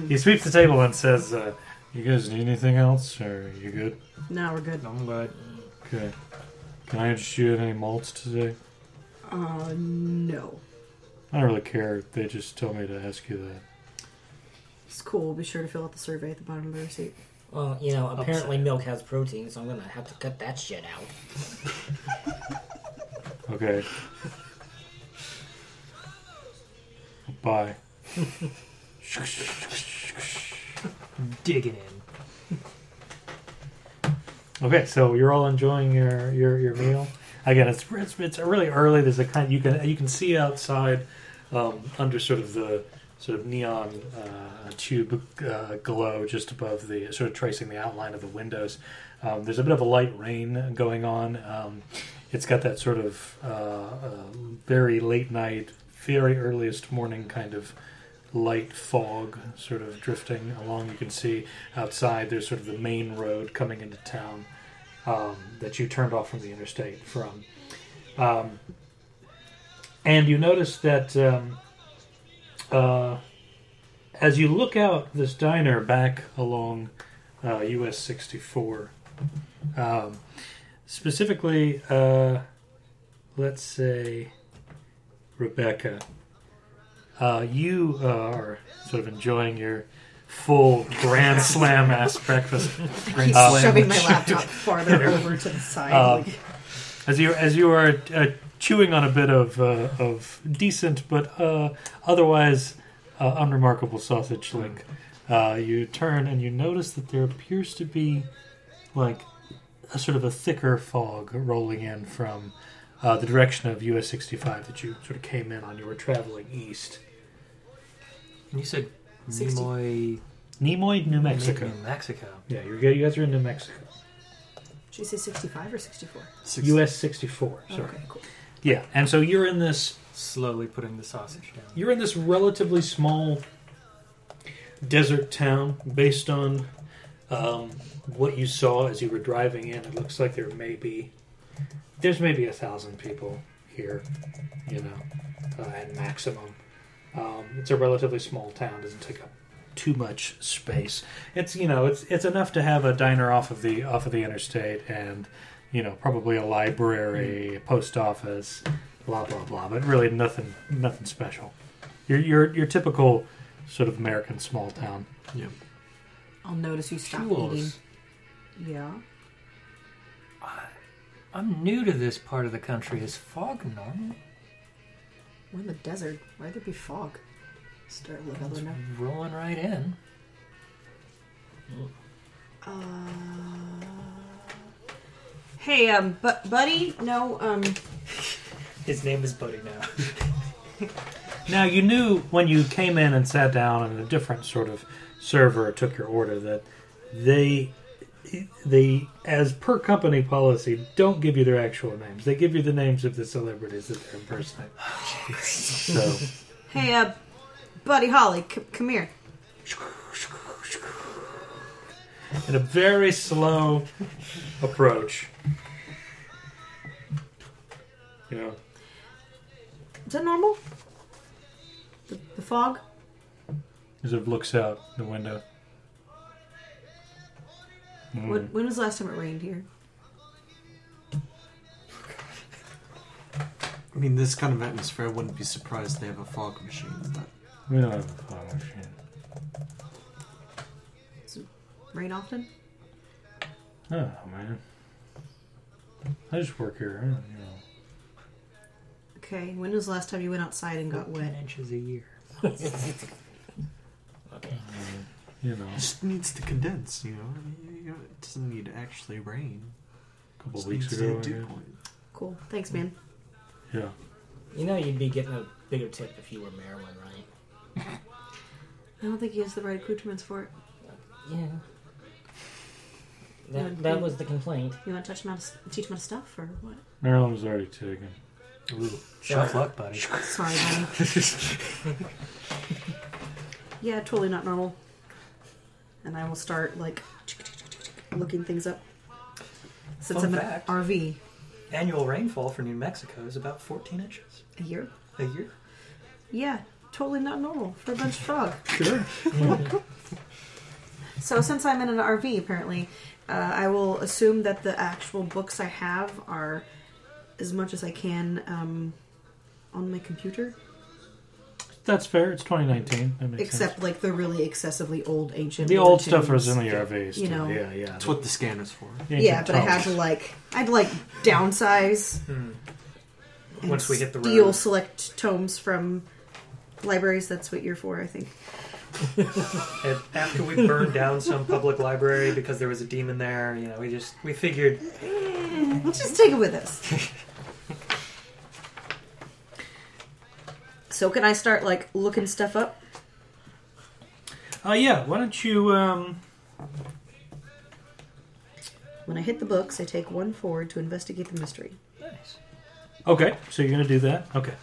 S6: He sweeps the table and says, uh, "You guys need anything else, or you good?
S2: No, we're good.
S4: I'm glad.
S6: Okay, can I interest you in any malts today?"
S2: Uh, no.
S6: I don't really care. They just told me to ask you that.
S2: It's cool. We'll be sure to fill out the survey at the bottom of the receipt.
S5: Well, you know, apparently milk has protein, so I'm gonna have to cut that shit out.
S6: Okay. Bye.
S1: Digging in.
S6: Okay, so you're all enjoying your your, your meal. Again, it's, it's it's really early. There's a kind you can you can see outside um, under sort of the sort of neon uh, tube uh, glow just above the sort of tracing the outline of the windows. Um, there's a bit of a light rain going on. Um, it's got that sort of uh, uh, very late night, very earliest morning kind of light fog sort of drifting along. You can see outside there's sort of the main road coming into town um, that you turned off from the interstate from. Um, and you notice that um, uh, as you look out this diner back along uh, US 64, um, specifically, uh, let's say Rebecca, uh, you uh, are sort of enjoying your full Grand Slam ass breakfast.
S2: I keep
S6: Uh,
S2: shoving my laptop farther over to the side.
S6: Uh,
S2: like,
S6: as you as you are uh, chewing on a bit of uh, of decent but uh, otherwise uh, unremarkable sausage link, uh, you turn and you notice that there appears to be like a sort of a thicker fog rolling in from uh, the direction of US 65 that you sort of came in on. You were traveling east,
S1: And you said
S8: 60.
S1: Nimoy,
S6: Nimoy, New Mexico.
S1: New Mexico.
S6: Yeah, you're, you guys are in New Mexico.
S2: did you say 65 or 64?
S6: US 64. Sorry.
S2: Okay, cool.
S6: Yeah, and so you're in this
S1: Slowly putting the sausage down.
S6: You're in this relatively small desert town based on um, what you saw as you were driving in. It looks like there may be, there's maybe a thousand people here, you know, uh, at maximum. Um, it's a relatively small town, doesn't take up too much space. It's you know, it's it's enough to have a diner off of the off of the interstate and you know probably a library, a post office, blah blah blah. But really nothing nothing special. Your your your typical sort of American small town.
S2: I'll notice you stop eating.
S1: Jules,
S2: Yeah.
S1: I'm new to this part of the country. Is fog normal?
S2: We're in the desert. Why'd there be fog? Start with other now.
S1: Rolling right in.
S2: Uh, Hey, um, bu- buddy, no, um,
S1: His name is Buddy now.
S6: Now you knew when you came in and sat down, and a different sort of server took your order that they they, as per company policy, don't give you their actual names. They give you the names of the celebrities that they're impersonating. so
S2: Hey, uh, Buddy Holly, c- come here.
S6: in a very slow approach. You know,
S2: Is that normal? The, the fog?
S6: as it looks out the window. Mm.
S2: When, when was the last time it rained here?
S4: I mean, this kind of atmosphere, I wouldn't be surprised they have a fog machine. But
S6: We don't have a fog machine.
S2: Rain often?
S6: Oh man, I just work here. I don't, you know.
S2: Okay, when was the last time you went outside and got wet?
S1: inches a year.
S5: Okay.
S6: you know,
S4: it just needs to condense, you know? I mean, you know, It doesn't need to actually rain.
S6: a couple
S4: Just
S6: weeks
S4: needs to
S6: ago. I
S4: dew
S6: guess.
S4: point.
S2: Cool. Thanks, man.
S6: Yeah.
S5: You know you'd be getting a bigger tip if you were Marilyn, right?
S2: I don't think he has the right accoutrements for it.
S5: Yeah.
S2: Yeah,
S5: That, that
S2: yeah.
S5: was the complaint.
S2: You want to touch him how to, s- teach him how to stuff or what?
S6: Maryland was already taken.
S1: Ooh, sharp luck, buddy.
S2: Sorry, buddy. yeah, totally not normal. And I will start like looking things up. Since
S1: Fun
S2: I'm
S1: fact.
S2: an RV
S1: Annual rainfall for New Mexico is about 14 inches
S2: a year.
S1: a year.
S2: Yeah, totally not normal for a bunch of frog.
S6: Sure.
S2: So since I'm in an RV, apparently, uh, I will assume that the actual books I have are as much as I can um, on my computer,
S6: That's fair. It's 2019. That makes
S2: except like the really excessively old, ancient.
S6: sense. the old
S2: literature
S6: stuff is in
S2: books.
S6: the RVs.
S2: you
S6: Still.
S2: know.
S6: yeah, yeah.
S4: That's what the scanner's for.
S6: The
S2: Yeah,
S6: ancient
S2: but I had to
S6: towers.
S2: like I'd like downsize.
S6: Hmm.
S2: and
S1: Once we hit the
S2: steal
S1: road.
S2: select tomes from libraries. That's what you're for, I think.
S1: And after we burned down some public library because there was a demon there, you know, we just we figured
S2: Let's just take it with us. so can I start like looking stuff up?
S6: Oh yeah. Why don't you? um
S2: When I hit the books, I take one forward to investigate the mystery.
S6: Okay. So you're gonna do that. Okay.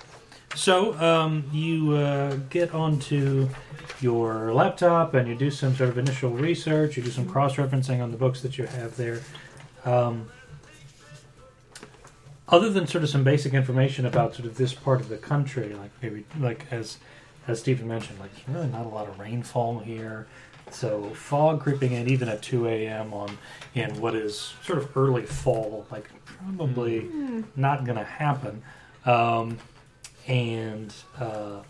S6: So um, you uh, get onto your laptop and you do some sort of initial research. You do
S2: Mm-hmm.
S6: some cross-referencing on the books that you have there. Um, other than sort of some basic information about sort of this part of the country, like maybe like as as Stephen mentioned, like there's really not a lot of rainfall here. So fog creeping in even at 2 a.m. on in what is sort of early fall, like probably not going to happen. Um, and uh,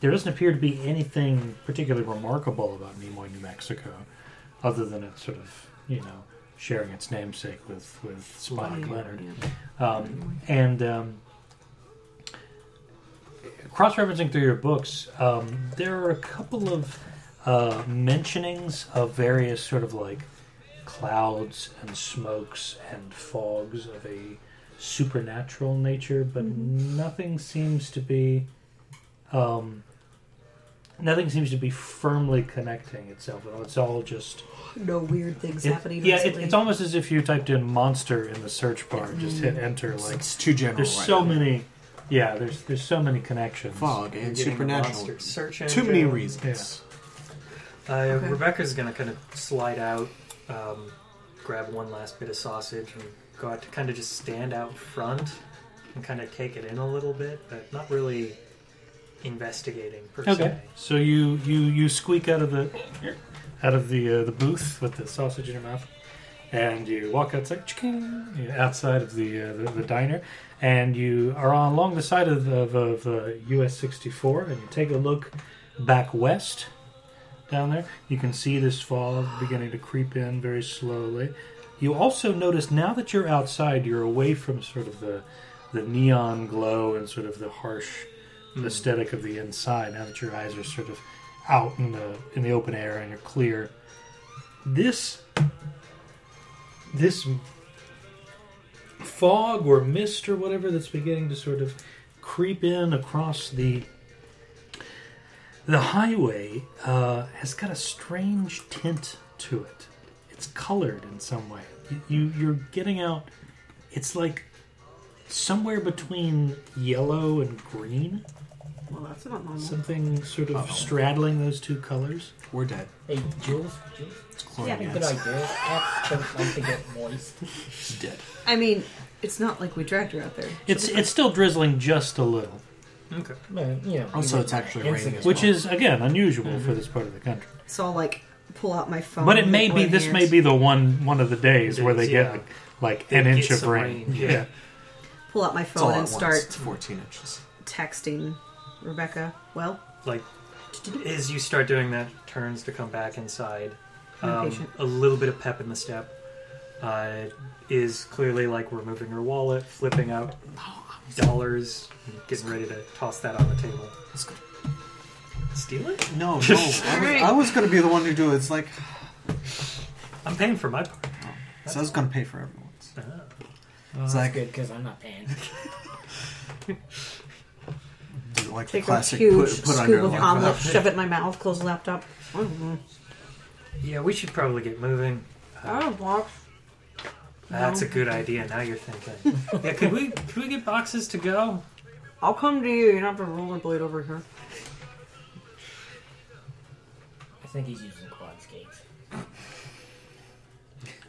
S6: there doesn't appear to be anything particularly remarkable about Nimoy, New Mexico, other than it's sort of you know sharing its namesake with with Spotty Leonard. Um, and um, cross referencing through your books, um, there are a couple of uh, mentionings of various sort of like clouds and smokes and fogs of a supernatural nature, but
S2: Mm-hmm.
S6: nothing seems to be. Um, Nothing seems to be firmly connecting itself. It's all just
S2: No weird things
S6: it-
S2: happening.
S6: yeah. It,
S2: recently.
S6: it's almost as if you typed in "monster" in the search bar and just
S2: Mm.
S6: hit enter. Like
S4: It's too general.
S6: there's
S4: right
S6: so
S4: now.
S6: many. Yeah, there's there's so many connections.
S4: fog
S1: you're
S4: and
S1: getting a
S4: supernatural.
S1: monster search
S4: Too
S1: engine.
S4: many reasons.
S1: Uh, Rebecca's gonna kind of slide out, um, grab one last bit of sausage, and go out to kind of just stand out front and kind of take it in a little bit, but not really investigating per
S6: Okay.
S1: se.
S6: So you you you squeak out of the out of the uh, the booth with the sausage in your mouth, and you walk outside, chiking, you- outside of the, uh, the the diner, and you are on along the side of of, of uh, US 64, and you take a look back west down there. You can see this fog beginning to creep in very slowly. You also notice now that you're outside, you're away from sort of the the neon glow and sort of the harsh aesthetic of the inside now that your eyes are sort of out in the in the open air and you're clear this this fog or mist or whatever that's beginning to sort of creep in across the the highway uh, has got a strange tint to it. It it's colored in some way. You, you you're getting out. It's like somewhere between yellow and green,
S2: Well, that's not normal.
S6: something sort of straddling those two colors.
S4: We're dead.
S5: Hey, Jules, Jules,
S4: It's
S2: Yeah,
S4: chlorine
S2: I
S5: good
S4: gas.
S5: idea. Cats don't like to get moist.
S4: It's dead.
S2: I mean, it's not like we dragged her out there.
S6: It's it's still drizzling just a little,
S1: Okay.
S5: Man, you know,
S4: Also, it's actually raining
S5: incident.
S4: as
S6: which is again unusual for this part of the country.
S2: So I'll like pull out my phone.
S6: But it
S2: with
S6: may
S2: one
S6: be this
S2: hand.
S6: may be the one one of the days where they
S1: Days, yeah.
S6: get like, like an
S1: They
S6: inch
S1: get
S6: of
S1: some
S6: rain.
S1: rain, yeah.
S2: pull out my
S4: It's all
S2: phone
S4: at
S2: and
S4: once.
S2: start
S4: It's 14 inches.
S2: texting Rebecca. Well,
S1: Like, as you start doing that, turns to come back inside.
S2: I'm
S1: Um,
S2: impatient.
S1: a little bit of pep in the step. Uh, is clearly like removing her wallet, flipping out dollars, and getting ready to toss that on the table.
S4: Let's go.
S1: Steal it?
S4: No, no. I was, I was going to be the one to do it. It's like,
S1: I'm paying for my part.
S4: so I was going to pay for everyone's.
S1: Ah.
S4: It's
S5: That's
S4: like,
S5: good because I'm not paying.
S4: like the
S2: take a
S4: classic
S2: huge
S4: put, put on
S2: scoop
S4: your
S2: of
S4: laptop.
S2: omelet, shove it in my mouth, close the laptop. Mm-hmm.
S1: Yeah, we should probably get moving. Uh,
S2: Oh, box.
S1: That's a good idea. Now you're thinking. yeah, could we could we get boxes to go?
S2: I'll come to you. You don't have a rollerblade over here.
S5: I think he's using quad skates.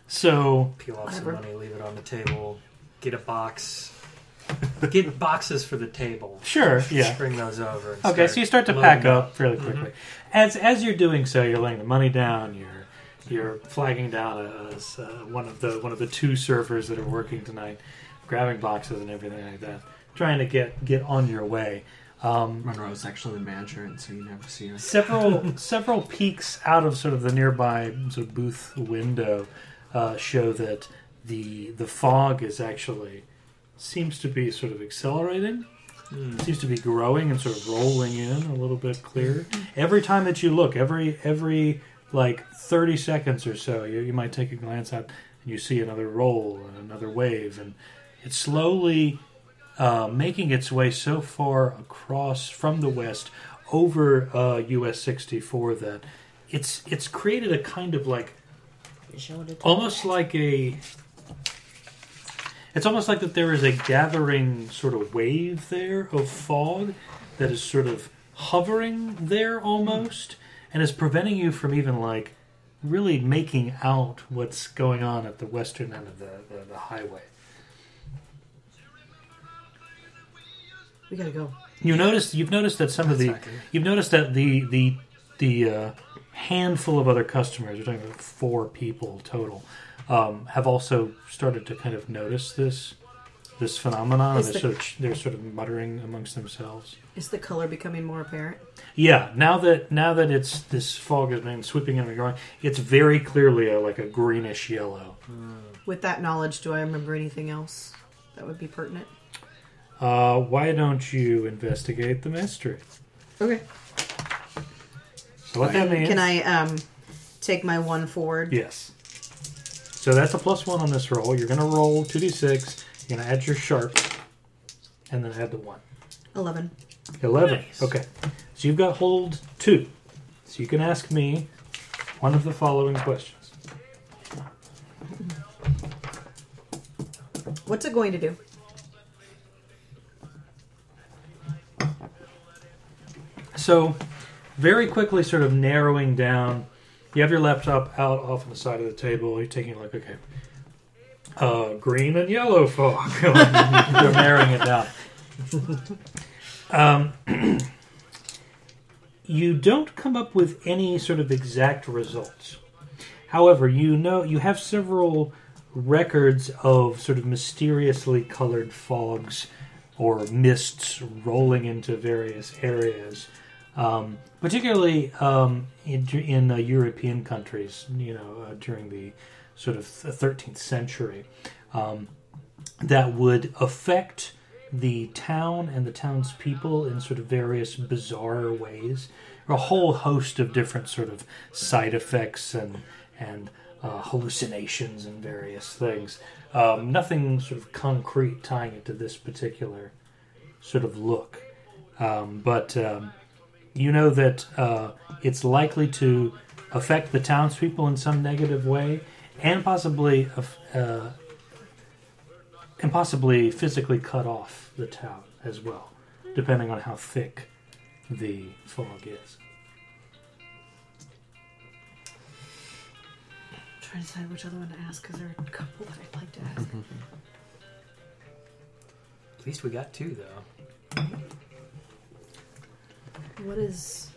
S6: So
S1: peel off some
S2: Whatever.
S1: money, leave it on the table, get a box, get boxes for the table.
S6: sure, yeah.
S1: Bring those over. and
S6: Okay, so you start to
S1: loading
S6: pack up Mm-hmm. fairly quickly. As as you're doing so, you're laying the money down. You're you're flagging down a, a s- uh, one of the one of the two servers that are working tonight, grabbing boxes and everything like that, trying to get get on your way. Um,
S4: Monroe's actually the manager, and so you never see her.
S6: several several peeks out of sort of the nearby sort of booth window uh, show that the the fog is actually seems to be sort of accelerating seems to be growing and sort of rolling in a little bit clearer every time that you look every every like 30 seconds or so you, you might take a glance out and you see another roll and another wave and it's slowly uh, making its way so far across from the west over uh, US 64 that it's it's created a kind of like
S5: You showed it.
S6: almost like a it's almost like that there is a gathering sort of wave there of fog that is sort of hovering there almost and is preventing you from even like really making out what's going on at the western end of the, the, the highway
S2: We gotta go.
S6: You notice you've noticed that some of the you've noticed that the the the uh, handful of other customers, we're talking about four people total, um, have also started to kind of notice this this phenomenon.
S2: Is
S6: They're
S2: the-
S6: sort, of, they're sort of muttering amongst themselves.
S2: Is the color becoming more apparent?
S6: Yeah, now that now that it's this fog has been sweeping in and going, it's very clearly a, like a greenish yellow.
S2: With that knowledge, do I remember anything else that would be pertinent?
S6: Uh, why don't you investigate the mystery?
S2: Okay.
S6: So what that means?
S2: Can I um take my one forward?
S6: Yes. So that's a plus one on this roll. You're going to roll 2d6. You're going to add your sharp and then add the one.
S2: Eleven.
S6: 11.
S1: Nice.
S6: Okay. So you've got hold two. So you can ask me one of the following questions.
S2: What's it going to do?
S6: So, very quickly, sort of narrowing down. You have your laptop out off on the side of the table. You're taking like, okay, uh, green and yellow fog. You're narrowing it down. Um, you don't come up with any sort of exact results. However, you know you have several records of sort of mysteriously colored fogs or mists rolling into various areas, um, particularly um, in, in uh, European countries. You know, uh, during the sort of 13th century, um, that would affect the town and the townspeople in sort of various bizarre ways. A whole host of different sort of side effects and and uh, hallucinations and various things. Um, nothing sort of concrete tying it to this particular sort of look, um, but um, you know that uh, it's likely to affect the townspeople in some negative way, and possibly of- uh, and possibly physically cut off the town as well, depending on how thick the fog is.
S2: trying to decide which other one to ask because there are a couple that I'd like to ask.
S1: At least we got two, though.
S2: What is.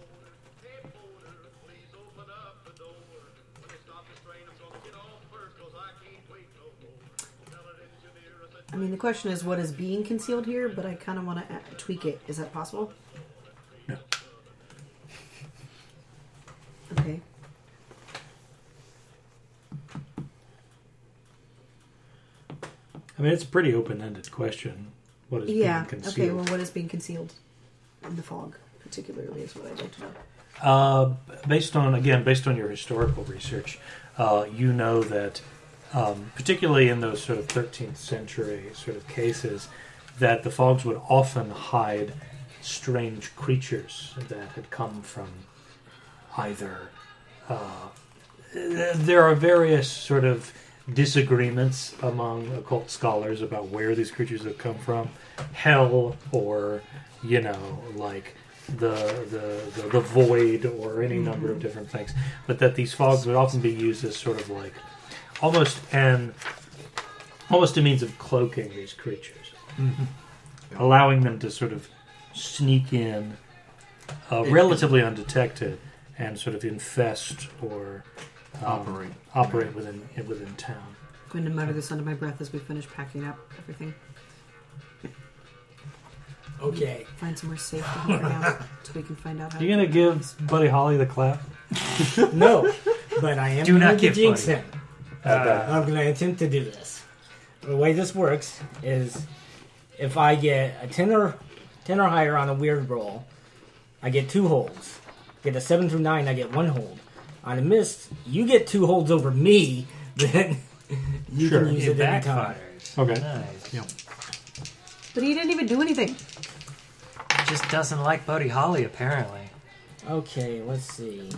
S2: I mean, the question is what is being concealed here, but I kind of want to tweak it. Is that possible?
S6: No.
S2: Okay.
S6: I mean, it's a pretty open-ended question. What is
S2: Yeah.
S6: being concealed?
S2: Okay, well, what is being concealed in the fog, particularly, is what I'd like to know.
S6: Uh, based on again, based on your historical research, uh, you know that, um, particularly in those sort of 13th century sort of cases, that the fogs would often hide strange creatures that had come from either. Uh, th- there are various sort of disagreements among occult scholars about where these creatures have come from, hell or you know like the the the, the void or any number of different things, but that these fogs would often be used as sort of like almost an almost a means of cloaking these creatures,
S4: Yeah.
S6: allowing them to sort of sneak in uh,
S4: It-
S6: relatively undetected and sort of infest or um,
S4: Operate.
S6: operate within within town.
S2: I'm going to mutter this under my breath as we finish packing up everything.
S5: Okay.
S2: Find somewhere safe to hunker down so we can find out how
S6: You gonna give Buddy Holly the clap?
S5: no, but I am
S1: Do not
S5: going to
S1: give
S5: jinx
S1: money.
S5: him.
S6: Uh,
S5: I'm going to attempt to do this. The way this works is if I get a 10 or, 10 or higher on a weird roll, I get two holds. Get a 7 through 9, I get one hold. On a miss, you get two holds over me, then you
S6: Sure.
S5: can use it,
S1: It
S5: any time.
S1: backfires.
S6: Okay.
S1: Nice.
S2: But he didn't even do anything.
S1: Just doesn't like Buddy Holly, apparently.
S5: Okay, let's see.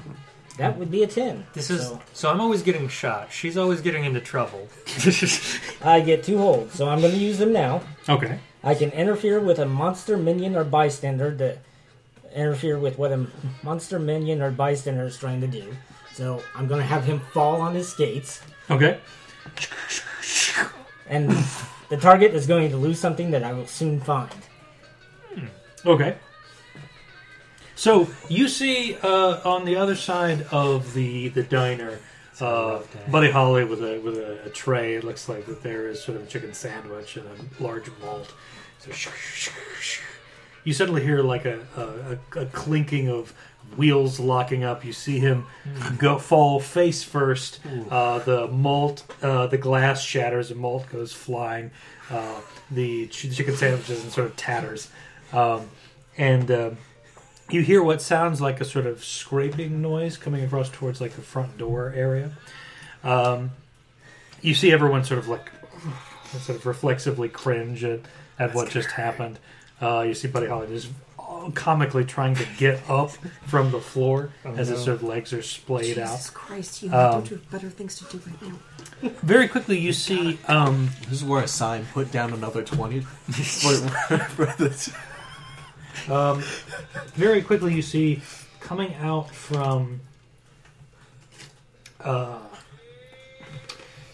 S5: That would be a 10.
S1: This is
S5: So
S1: so I'm always getting shot. She's always getting into trouble.
S5: I get two holds, so I'm going to use them now.
S6: Okay.
S5: I can interfere with a monster, minion, or bystander to interfere with what a monster, minion, or bystander is trying to do. So I'm going to have him fall on his skates,
S6: Okay.
S5: and the target is going to lose something that I will soon find.
S6: Okay. So you see uh, on the other side of the the diner, uh,
S1: rough day.
S6: Buddy Holly with a with a, a tray. It looks like that there is sort of a chicken sandwich and a large malt. So you suddenly hear like a, a, a, a clinking of wheels locking up. You see him go fall face first. Uh, the malt, uh, the glass shatters. The malt goes flying. Uh, the ch- chicken sandwiches and sort of tatters. Um, and um you hear what sounds like a sort of scraping noise coming across towards like the front door area. Um, you see everyone sort of like sort of reflexively cringe at, at what just happened. Uh, you see Buddy Holly just oh, comically trying to get up from the floor as his sort of legs are splayed out.
S2: Jesus Christ, you
S6: Um,
S2: don't have better things to do right now.
S6: Very quickly, you see um,
S4: This is where I sign, put down another 20. Wait,
S6: Um, very quickly, you see coming out from uh,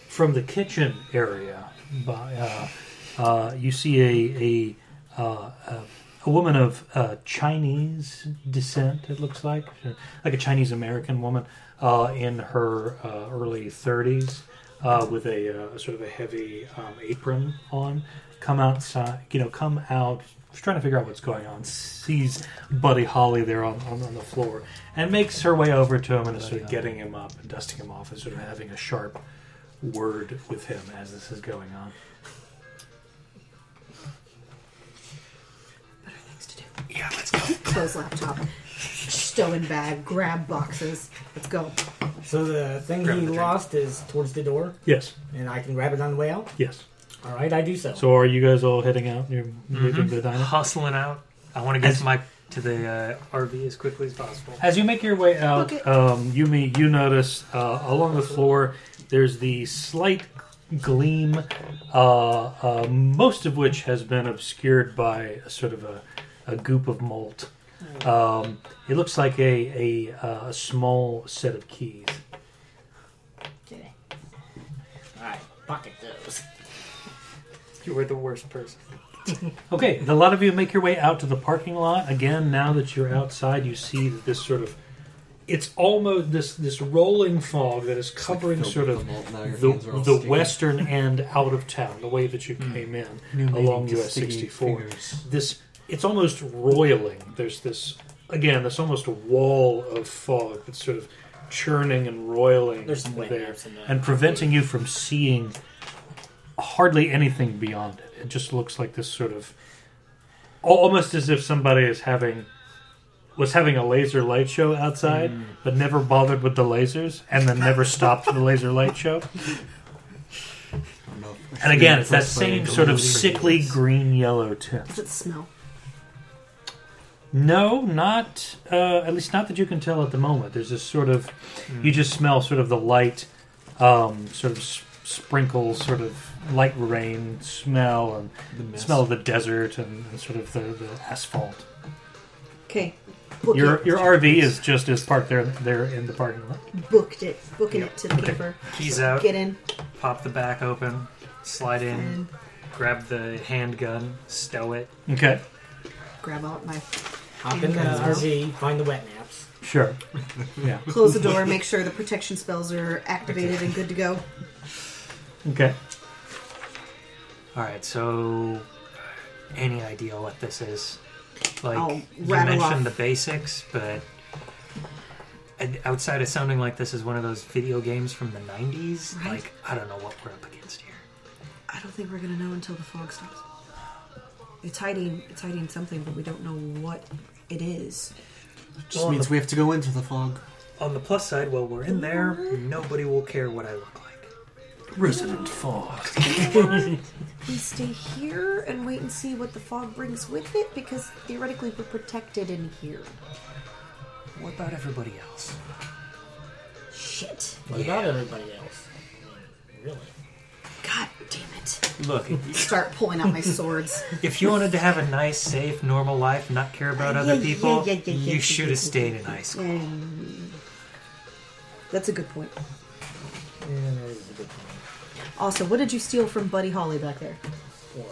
S6: from the kitchen area. By uh, uh, you see a a, uh, a a woman of uh, Chinese descent. It looks like like a Chinese American woman uh, in her uh, early thirties. Uh, with a uh, sort of a heavy um, apron on, come outside. You know, come out. She's trying to figure out what's going on. Sees Buddy Holly there on, on, on the floor and makes her way over to him and is sort of getting him up and dusting him off and sort of having a sharp word with him as this is going on.
S2: Better things to do. Yeah, let's go. Close laptop, stolen bag, grab boxes. Let's go.
S5: So the thing
S1: Grab the
S5: he
S1: drink.
S5: lost is towards the door,
S6: Yes,
S5: and I can grab it on the way out.
S6: yes.
S5: All right, I do so.
S6: Mm-hmm. So are you guys all heading out? You're leaving the diner.
S1: Hustling out. I want to get
S6: As-
S1: to my to the uh, RV as quickly as possible.
S6: As you make your way out,
S2: Book it.
S6: um, Yumi, you notice uh, along the floor there's the slight gleam, uh, uh, most of which has been obscured by a sort of a, a goop of mold. Um, it looks like a, a, uh, a small set of keys.
S5: Okay. Alright, pocket those.
S1: You were the worst person.
S6: Okay, a lot of you make your way out to the parking lot. Again, now that you're outside, you see that this sort of it's almost this this rolling fog that is covering sort of the, the western end out of town, the way that Hmm. you came in along US 64. This it's almost roiling. There's this again, this almost wall of fog that's sort of churning and roiling
S5: There's some wet
S6: there
S5: maps in there.
S6: and preventing you from seeing hardly anything beyond it. It just looks like this sort of al- almost as if somebody is having was having a laser light show outside, but never bothered with the lasers, and then never stopped the laser light show. And again, it's that same sort of sickly green yellow tint.
S2: Does it smell?
S6: No, not uh, at least not that you can tell at the moment. There's this sort of you just smell sort of the light, um, sort of s- sprinkles, sort of light rain smell and smell of the desert and, and sort of the, the asphalt.
S2: Okay.
S6: Your your RV is just is parked there there in the parking lot.
S2: booked it. Booking it to the
S6: Okay.
S2: paper.
S1: Keys out,
S2: Get in.
S1: pop the back open, slide in, grab the handgun, stow it.
S6: Okay,
S2: Grab out my
S5: Hop in the
S2: Fingers.
S5: RV, find the wet naps.
S6: sure.
S2: close the door, make sure the protection spells are activated and good to go.
S6: Okay,
S1: All right, so any idea what this is? Like
S2: I'll
S1: you
S2: rattle
S1: mentioned
S2: off.
S1: the basics, but and outside of sounding like this is one of those video games from the '90s,
S2: Right.
S1: like I don't know what we're up against here.
S2: I don't think we're gonna know until the fog stops. It's hiding it's hiding something, but we don't know what it is.
S4: Just means we have to go into the fog.
S1: On the plus side, while we're in there, nobody will care what I look like.
S4: Resident fog.
S2: We stay here and wait and see what the fog brings with it because theoretically we're protected in here.
S1: What about everybody else?
S2: Shit.
S5: What about everybody else? Really?
S2: God damn it.
S1: Look,
S2: Start pulling out my swords.
S1: if you wanted to have a nice, safe, normal life, not care about other
S2: Yeah, yeah,
S1: people,
S2: yeah, yeah, yeah,
S1: you
S2: yeah,
S1: should
S2: yeah,
S1: have stayed
S2: yeah,
S1: in high school.
S2: And that's a good point.
S5: Yeah, that is a good point.
S2: Also, what did you steal from Buddy Holly back there?
S5: Well,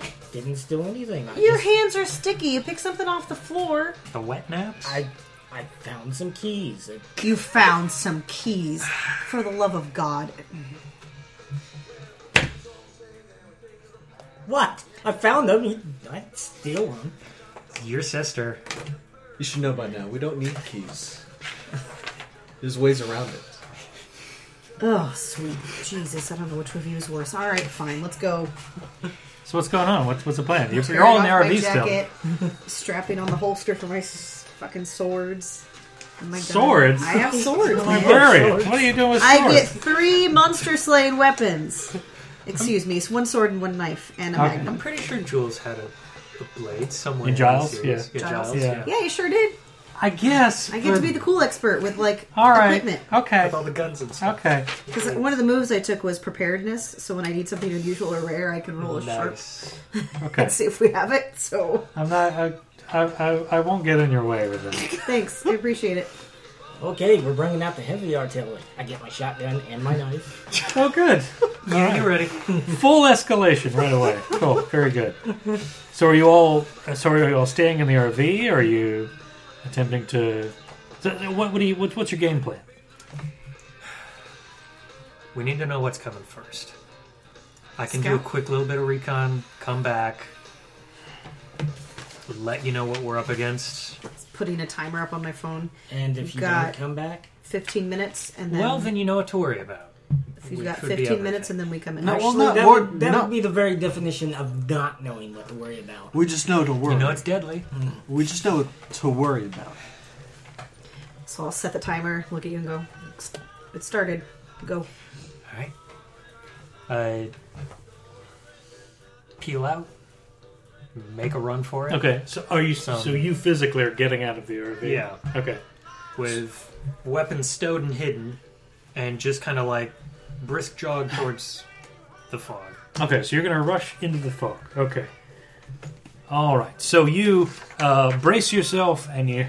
S5: I didn't steal anything. I
S2: Your
S5: just-
S2: hands are sticky. You picked something off the floor.
S1: The wet naps?
S5: I, I found some keys. It-
S2: You found some keys. For the love of God.
S5: What? I found them. You, I didn't steal them.
S1: Your sister.
S9: You should know by now. We don't need keys. There's ways around it.
S2: Oh, sweet Jesus. I don't know which review is worse. All right, fine. Let's go.
S6: so what's going on? What's what's the plan? You're, you're all in the
S2: Tearing
S6: RV
S2: off my
S6: still.
S2: jacket, strapping on the holster for my s- fucking swords. Oh my God.
S6: Swords?
S2: I have swords. man.
S6: Librarian, what are you doing with
S2: I get
S6: swords?
S2: three monster slaying weapons. Excuse me, it's one sword and one knife and a
S6: Okay.
S1: I'm
S2: magnum.
S1: pretty sure Jules had a, a blade somewhere.
S6: In
S1: the
S6: Giles?
S1: series.
S6: Yeah.
S1: Yeah,
S2: Giles,
S1: Giles.
S6: yeah.
S1: Yeah.
S2: Yeah, you sure did.
S6: I guess.
S2: I get to
S6: but-
S2: be the cool expert with like
S6: All right.
S2: equipment.
S6: Okay.
S1: With all the guns and stuff.
S6: Okay.
S2: Because one of the moves I took was preparedness. So when I need something unusual or rare, I can roll a sharp
S1: Nice.
S6: Okay.
S2: and see if we have it. So
S6: I'm not. I, I, I, I won't get in your way with it.
S2: thanks, I appreciate it.
S5: Okay, we're bringing out the heavy artillery. I get my shotgun and my knife.
S6: Oh, good.
S1: You ready?
S6: Full escalation right away. Cool. Very good. So are you all? uh, So are you all staying in the RV? Or are you attempting to? so What? What do you? What, what's your game plan?
S1: We need to know what's coming first. I can do a
S2: Scout.
S1: quick little bit of recon, come back, let you know what we're up against.
S2: It's putting a timer up on my phone,
S5: And if you
S2: Got-
S5: don't come back,
S2: fifteen minutes, and then
S1: well, then you know what to worry about.
S2: if you've
S1: we
S2: got
S1: could be
S2: fifteen
S1: everything.
S2: minutes, and then we come in.
S4: No, well,
S5: actually,
S4: not
S5: that,
S4: more-
S5: would, that
S4: no.
S5: would be the very definition of not knowing what to worry about.
S4: We just know to worry.
S1: You know it's deadly.
S4: we just know to worry about.
S2: So I'll set the timer, look at you, and go. It started. Go.
S1: All right. Uh, peel out,
S11: make a run for it.
S6: Okay, so are you?
S11: So-
S6: so you physically are getting out of the RV?
S11: Yeah,
S6: Okay.
S11: with weapons stowed and hidden, and just kind of like brisk jog towards the fog.
S6: Okay, so you're going to rush into the fog. Okay. All right. So you uh, brace yourself and you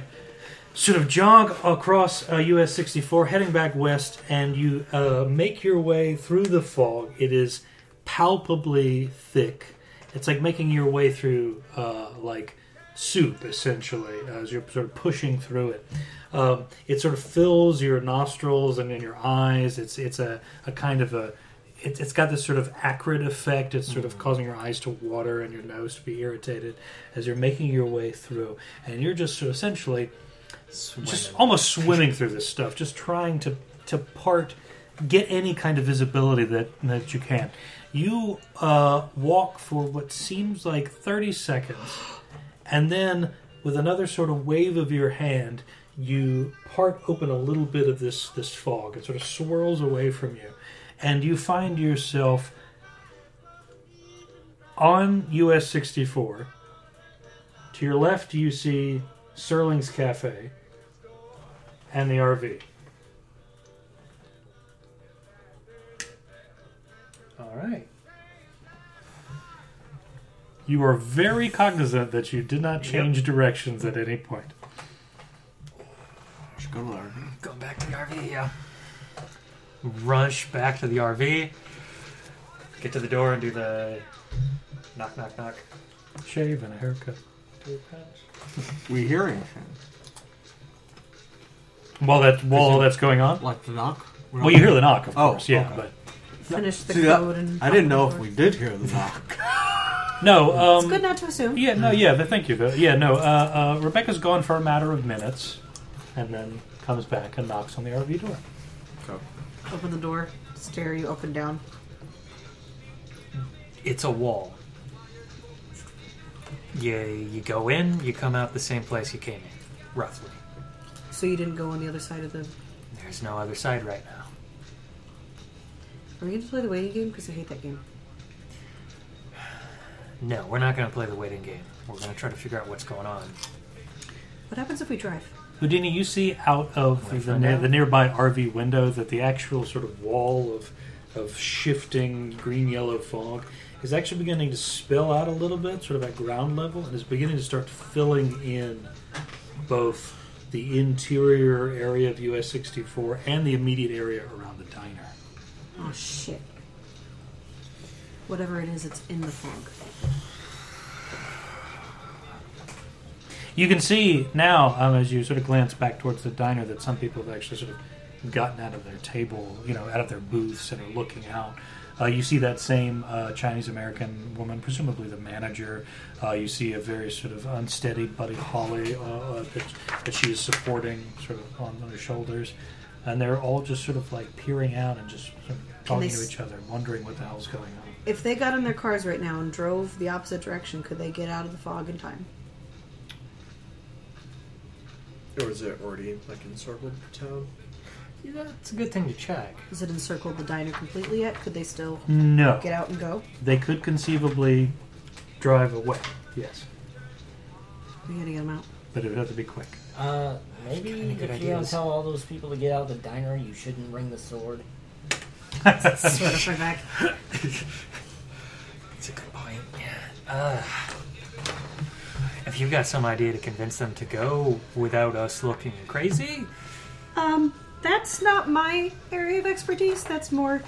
S6: sort of jog across uh, US 64, heading back west, and you uh, make your way through the fog. It is palpably thick. It's like making your way through uh, like soup, essentially, as you're sort of pushing through it. Um, it sort of fills your nostrils and in your eyes. It's it's a, a kind of a it, it's got this sort of acrid effect. It's sort of causing your eyes to water and your nose to be irritated as you're making your way through, and you're just sort of essentially just almost swimming through this stuff, just trying to to part, get any kind of visibility that that you can. You uh, walk for what seems like thirty seconds, and then with another sort of wave of your hand, you part open a little bit of this this fog. It sort of swirls away from you, and you find yourself on US sixty four. To your left, you see Serling's Cafe and the RV.
S1: All right.
S6: You are very cognizant that you did not change directions at any point.
S4: Should go to the RV.
S11: Go back to the RV, yeah. Rush back to the RV.
S1: Get to the door and do the knock, knock, knock.
S6: Shave and a haircut.
S1: Do a patch.
S4: We hear anything?
S6: While that while all that's going on,
S4: Like the knock? We're
S6: well,
S4: not-
S6: you hear the knock, of
S4: Oh,
S6: course, yeah.
S4: okay.
S2: Finish the
S4: See, that-
S2: code and.
S4: I didn't know if we did hear the knock.
S6: But no,
S2: It's good
S6: um,
S2: not to assume.
S6: yeah, no, yeah. But thank you, though. Yeah, no. Uh, uh, Rebecca's gone for a matter of minutes, and then comes back and knocks on the RV door.
S2: Open the door, stare you up and down.
S11: It's a wall. You, you go in, you come out the same place you came in, roughly.
S2: So you didn't go on the other side of the.
S11: There's no other side right now.
S2: Are we going to play the waiting game? Because I hate that game.
S11: No, we're not going to play the waiting game. We're going to try to figure out what's going on.
S2: What happens if we drive?
S6: Houdini, you see out
S11: Wanna
S6: of the,
S11: find
S6: ne-
S11: out?
S6: the nearby RV window that the actual sort of wall of of shifting green yellow fog is actually beginning to spill out a little bit, sort of at ground level, and is beginning to start filling in both the interior area of US 64 and the immediate area around the diner.
S2: Oh shit. Whatever it is, it's in the fog.
S6: You can see now, um, as you sort of glance back towards the diner, that some people have actually sort of gotten out of their table, you know, out of their booths and are looking out. Uh, you see that same uh, Chinese American woman, presumably the manager. Uh, you see a very sort of unsteady Buddy Holly uh, uh, that, that she is supporting sort of on her shoulders. And they're all just sort of like peering out and just sort of talking
S2: they
S6: to
S2: s-
S6: each other, wondering what the hell's going on.
S2: If they got in their cars right now and drove the opposite direction, could they get out of the fog in time?
S9: Or is it already like encircled the town?
S11: Yeah, it's a good thing to check.
S2: Has it encircled the diner completely yet? Could they still
S6: No.
S2: get out and go?
S6: They could conceivably drive away, yes.
S2: We gotta get them out.
S6: But it would have to be quick.
S5: Uh, maybe
S11: Kinda good
S5: if you don't
S11: ideas.
S5: tell all those people to get out of the diner, you shouldn't bring the sword.
S2: Sweat off my back.
S11: It's a good point. Yeah. Uh, if you've got some idea to convince them to go without us looking crazy,
S2: Um, that's not my area of expertise. That's more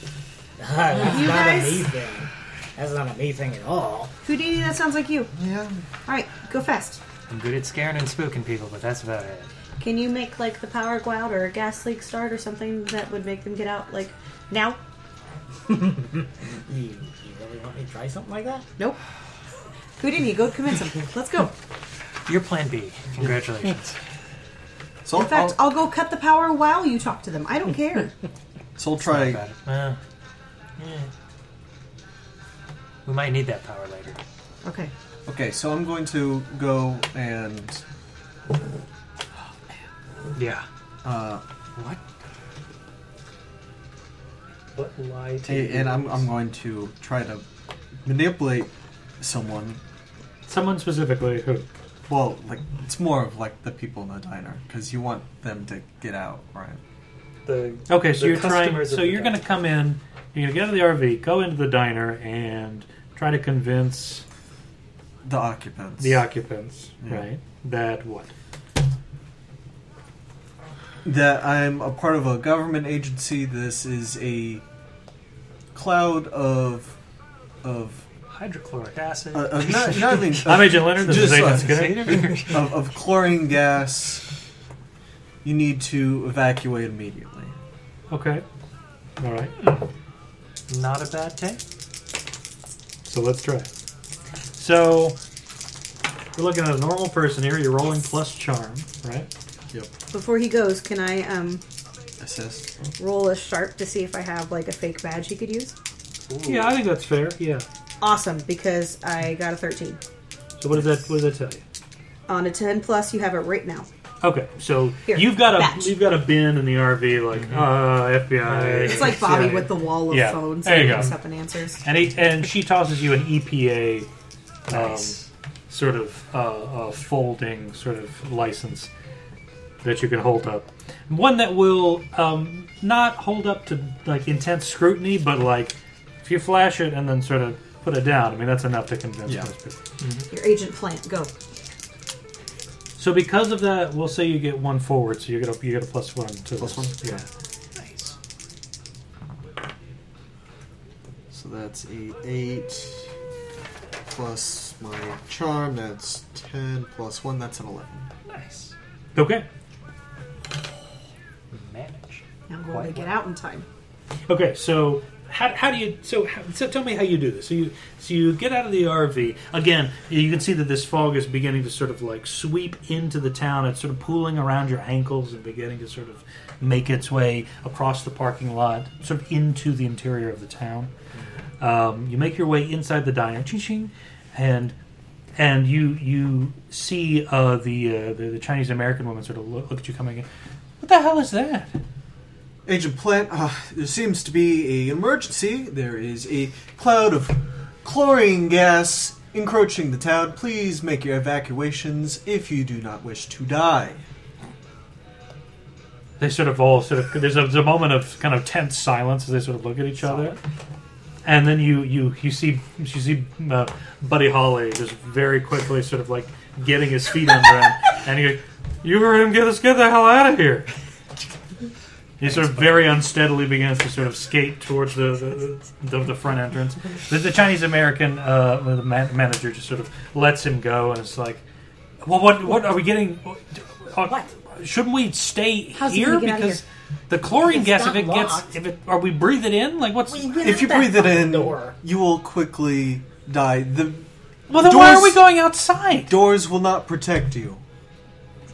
S5: That's
S2: You
S5: not
S2: guys-
S5: a me thing. That's not a me thing at all.
S2: Houdini. That sounds like you.
S4: Yeah.
S2: All right, go fast.
S11: I'm good at scaring and spooking people, but that's about it.
S2: Can you make like the power go out or a gas leak start or something that would make them get out like now?
S5: You, you really want me to try something like that?
S2: Nope. Houdini, go convince them. Let's go.
S11: Your plan B. Congratulations.
S4: So
S2: In fact,
S4: I'll,
S2: I'll go cut the power while you talk to them. I don't care.
S4: so I'll try.
S11: About it. Well, yeah. We might need that power later.
S2: Okay.
S4: Okay, so I'm going to go and
S11: Yeah.
S4: uh,
S11: What?
S1: What lie to
S4: a-
S1: you
S4: and I'm,
S1: is-
S4: I'm going to try to manipulate someone
S6: Someone specifically who?
S4: Well, like it's more of like the people in the diner because you want them to get out, right?
S1: The
S6: Okay, so
S1: the
S6: you're trying.
S1: customers of
S6: So
S1: the
S6: you're going to come in. You're going to get out of the RV, go into the diner, and try to convince
S4: The occupants.
S6: the occupants,
S4: Yeah.
S6: right? That what?
S4: that I'm a part of a government agency. This is a cloud of of
S1: hydrochloric acid.
S4: uh, of not, not even, of,
S6: I'm Agent Leonard. This is
S4: just, uh,
S6: Agent Skinner.
S4: of, of chlorine gas. You need to evacuate immediately.
S6: Okay. All right.
S1: Not a bad take.
S6: So let's try. it. So we're looking at a normal person here. You're rolling plus charm, right?
S2: Before he goes, can I um,
S4: Assist.
S2: roll a sharp to see if I have like a fake badge he could use?
S6: Yeah, I think that's fair. Yeah.
S2: Awesome, because I got a 13.
S6: So what does that what does that tell you?
S2: On a 10 plus, you have it right now.
S6: Okay, so
S2: Here,
S6: you've got a
S2: batch.
S6: you've got a bin in the RV, like uh, FBI.
S2: It's like Bobby
S6: CIA.
S2: with the wall of
S6: Yeah,
S2: phones.
S6: there
S2: he
S6: you go.
S2: looks up and answers.
S6: and he, and she tosses you an EPA um,
S1: Nice.
S6: sort of uh, uh, folding sort of license that you can hold up. One that will um, not hold up to like intense scrutiny, but like if you flash it and then sort of put it down, I mean that's enough to convince
S4: Yeah.
S6: most people.
S2: Your agent plant, go.
S6: So because of that, we'll say you get one forward, so you get a you get a plus one to
S4: Plus
S6: this.
S4: one?
S6: Yeah.
S4: So that's a eight plus my charm. That's ten plus one. That's an eleven.
S1: Nice.
S6: Okay.
S1: Manage.
S2: I'm
S1: Quite
S2: going to get out in time.
S6: Okay, so how, how do you so, how, so tell me how you do this? So you so you get out of the RV again. You can see that this fog is beginning to sort of like sweep into the town. It's sort of pooling around your ankles and beginning to sort of make its way across the parking lot, sort of into the interior of the town. Um, you make your way inside the diner, ching, and and you you see uh, the, uh, the the Chinese American woman sort of look, look at you coming in. What the hell is that?
S4: Agent Plant, uh, there seems to be an emergency. There is a cloud of chlorine gas encroaching the town. Please make your evacuations if you do not wish to die.
S6: They sort of all sort of there's a, there's a moment of kind of tense silence as they sort of look at each other, and then you you you see you see uh, Buddy Holly just very quickly sort of like getting his feet under him, and you you heard him get us get the hell out of here. He sort of very unsteadily begins to sort of skate towards the the, the, the front entrance. The, the Chinese American uh, the man, manager just sort of lets him go, and it's like, well, what what are we getting? What? Shouldn't we stay
S2: How's he
S6: here
S2: gonna get out of
S6: because the chlorine
S5: It's
S6: gas if
S5: not
S6: it
S5: locked.
S6: gets if it are we breathe it in like what's
S4: If you breathe it in,
S5: door.
S4: you will quickly die. The
S6: well then why are
S4: doors-
S6: we going outside
S4: doors will not protect you.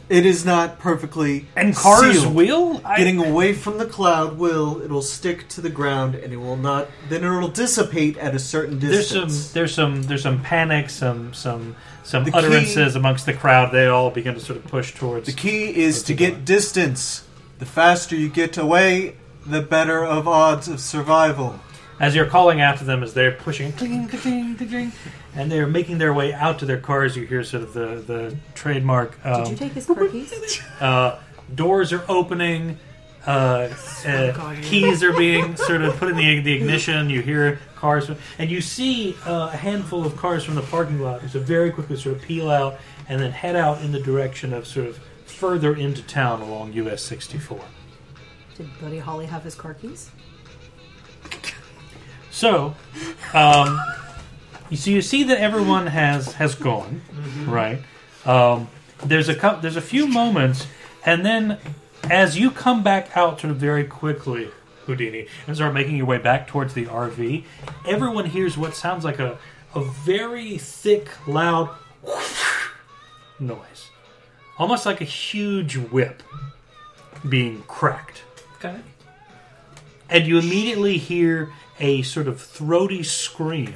S4: It is not perfectly
S6: and cars
S4: sealed.
S6: will I-
S4: Getting away from the cloud will it'll stick to the ground and it will not. Then it'll dissipate at a certain
S6: there's
S4: distance.
S6: some there's some there's some panic some some some
S4: The key-
S6: utterances amongst the crowd they all begin to sort of push towards
S4: The key is
S6: What's
S4: to
S6: he
S4: get
S6: doing?
S4: distance. The faster you get away, the better of odds of survival.
S6: as you're calling after them as they're pushing ding, ding, ding, ding, and they're making their way out to their cars you hear sort of the the trademark um,
S2: Did you take his car keys?
S6: Uh, doors are opening. Uh, uh, keys are being sort of put in the, the ignition. You hear cars, and you see uh, a handful of cars from the parking lot. So very quickly sort of peel out and then head out in the direction of sort of further into town along US 64.
S2: Did Buddy Holly have his car keys?
S6: So, um, you- so you see that everyone has has gone, right? Um, there's a cou- there's a few moments, and then as you come back out, sort of very quickly, Houdini, and start making your way back towards the RV, everyone hears what sounds like a a very thick, loud noise, almost like a huge whip being cracked
S1: Okay.
S6: and you immediately hear a sort of throaty scream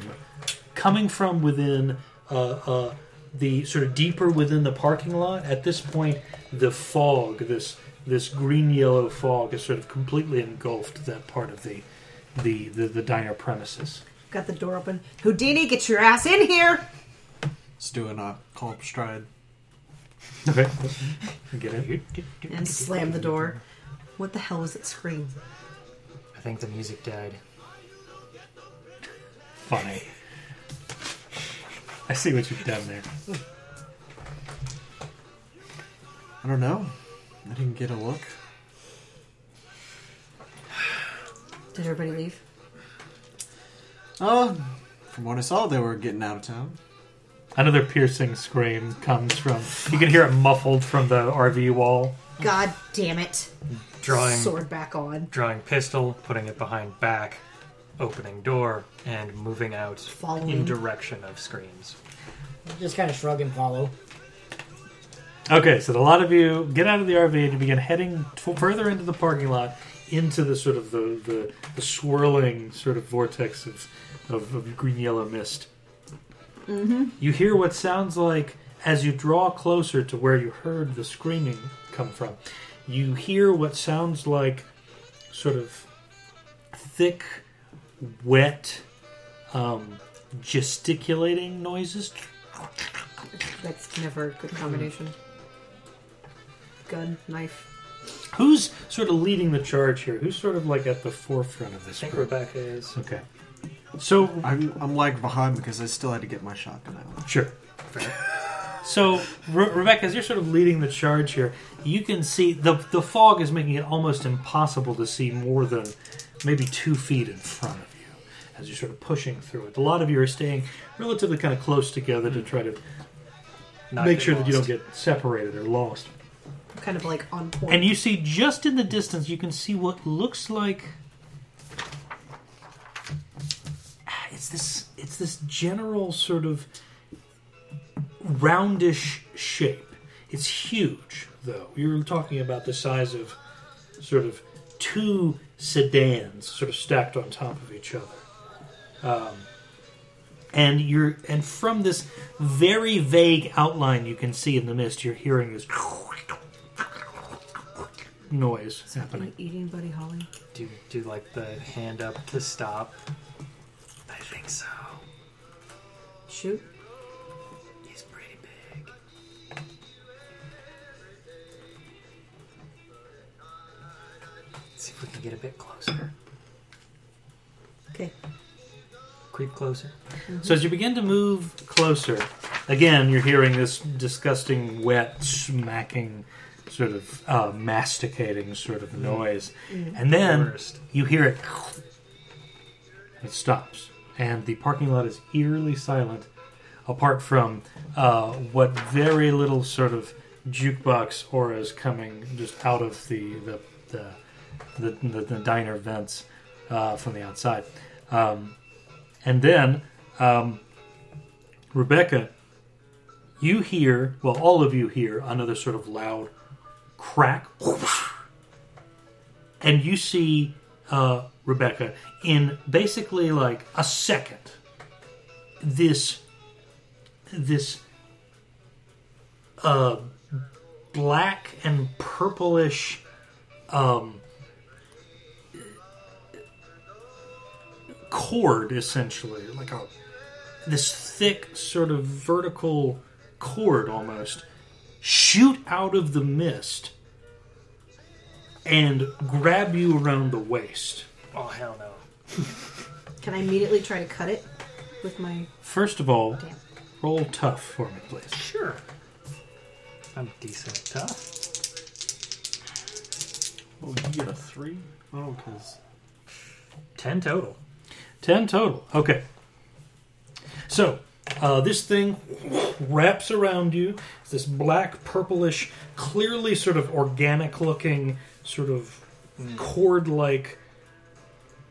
S6: coming from within uh, uh, the sort of deeper within the parking lot. At this point, the fog, this this green yellow fog, has sort of completely engulfed that part of the the the, the diner premises.
S2: Got the door open. Houdini, get your ass in here!
S4: It's doing a uh, call up stride.
S6: Okay. Get it.
S2: and slam the door. What the hell was that scream?
S11: I think the music died.
S6: Funny. I see what you've done there.
S4: I don't know. I didn't get a look.
S2: Did everybody leave?
S4: Oh, from what I saw, they were getting out of town.
S6: Another piercing scream comes from. You can hear it muffled from the RV wall.
S2: God damn it!
S11: Drawing-
S2: sword back on,
S11: Drawing pistol, putting it behind back, opening door, and moving out
S2: Following.
S11: in direction of screams.
S5: Just kind of shrug and follow.
S6: Okay, so a lot of you get out of the RV and you begin heading t- further into the parking lot, into the sort of the, the, the swirling sort of vortex of, of, of green yellow mist.
S2: Mm-hmm.
S6: You hear what sounds like, as you draw closer to where you heard the screaming come from, you hear what sounds like sort of thick, wet, um, gesticulating noises. Mm-hmm.
S2: That's never a good combination. Gun, knife.
S6: Who's sort of leading the charge here? Who's sort of like at the forefront of
S1: I
S6: this?
S1: think
S6: group?
S1: Rebecca is.
S6: Okay. So
S4: I'm, I'm lagged behind because I still had to get my shotgun out.
S6: Sure. So, Re- Rebecca, as you're sort of leading the charge here, you can see the the fog is making it almost impossible to see more than maybe two feet in front of you as you're sort of pushing through it. A lot of you are staying relatively kind of close together to try to
S11: Not
S6: make
S11: get
S6: sure that you don't
S11: lost.
S6: get separated or lost.
S2: Kind of like on point.
S6: And you see just in the distance, you can see what looks like Ah, it's this it's this general sort of roundish shape. It's huge, though. You're talking about the size of sort of two sedans, sort of stacked on top of each other. Um, and you're and from this very vague outline you can see in the mist, you're hearing this noise happening.
S2: Eating Buddy Holly.
S11: Do do like the hand up to stop? I think so.
S2: Shoot.
S11: He's pretty big. Let's see if we can get a bit closer.
S2: Okay.
S11: Creep closer.
S6: So as you begin to move closer, again you're hearing this disgusting, wet, smacking, sort of uh, masticating sort of noise,
S11: Mm.
S6: and then
S11: Worst.
S6: you hear it. It stops, and the parking lot is eerily silent, apart from uh, what very little sort of jukebox auras coming just out of the the the, the, the, the diner vents uh, from the outside. Um, and then, um, Rebecca, you hear, well, all of you hear another sort of loud crack. And you see uh, Rebecca in basically like a second. This, this uh, black and purplish um, cord essentially like a this thick sort of vertical cord almost shoot out of the mist and grab you around the waist
S11: Oh hell no.
S2: Can I immediately try to cut it with my?
S6: first of all
S2: Damn.
S6: roll tough for me please
S11: Sure. I'm decent tough.
S4: Oh, you get a three? Oh, because.
S11: Ten total.
S6: 10 total. Okay. So, uh, this thing wraps around you. It's this black, purplish, clearly sort of organic looking, sort of cord like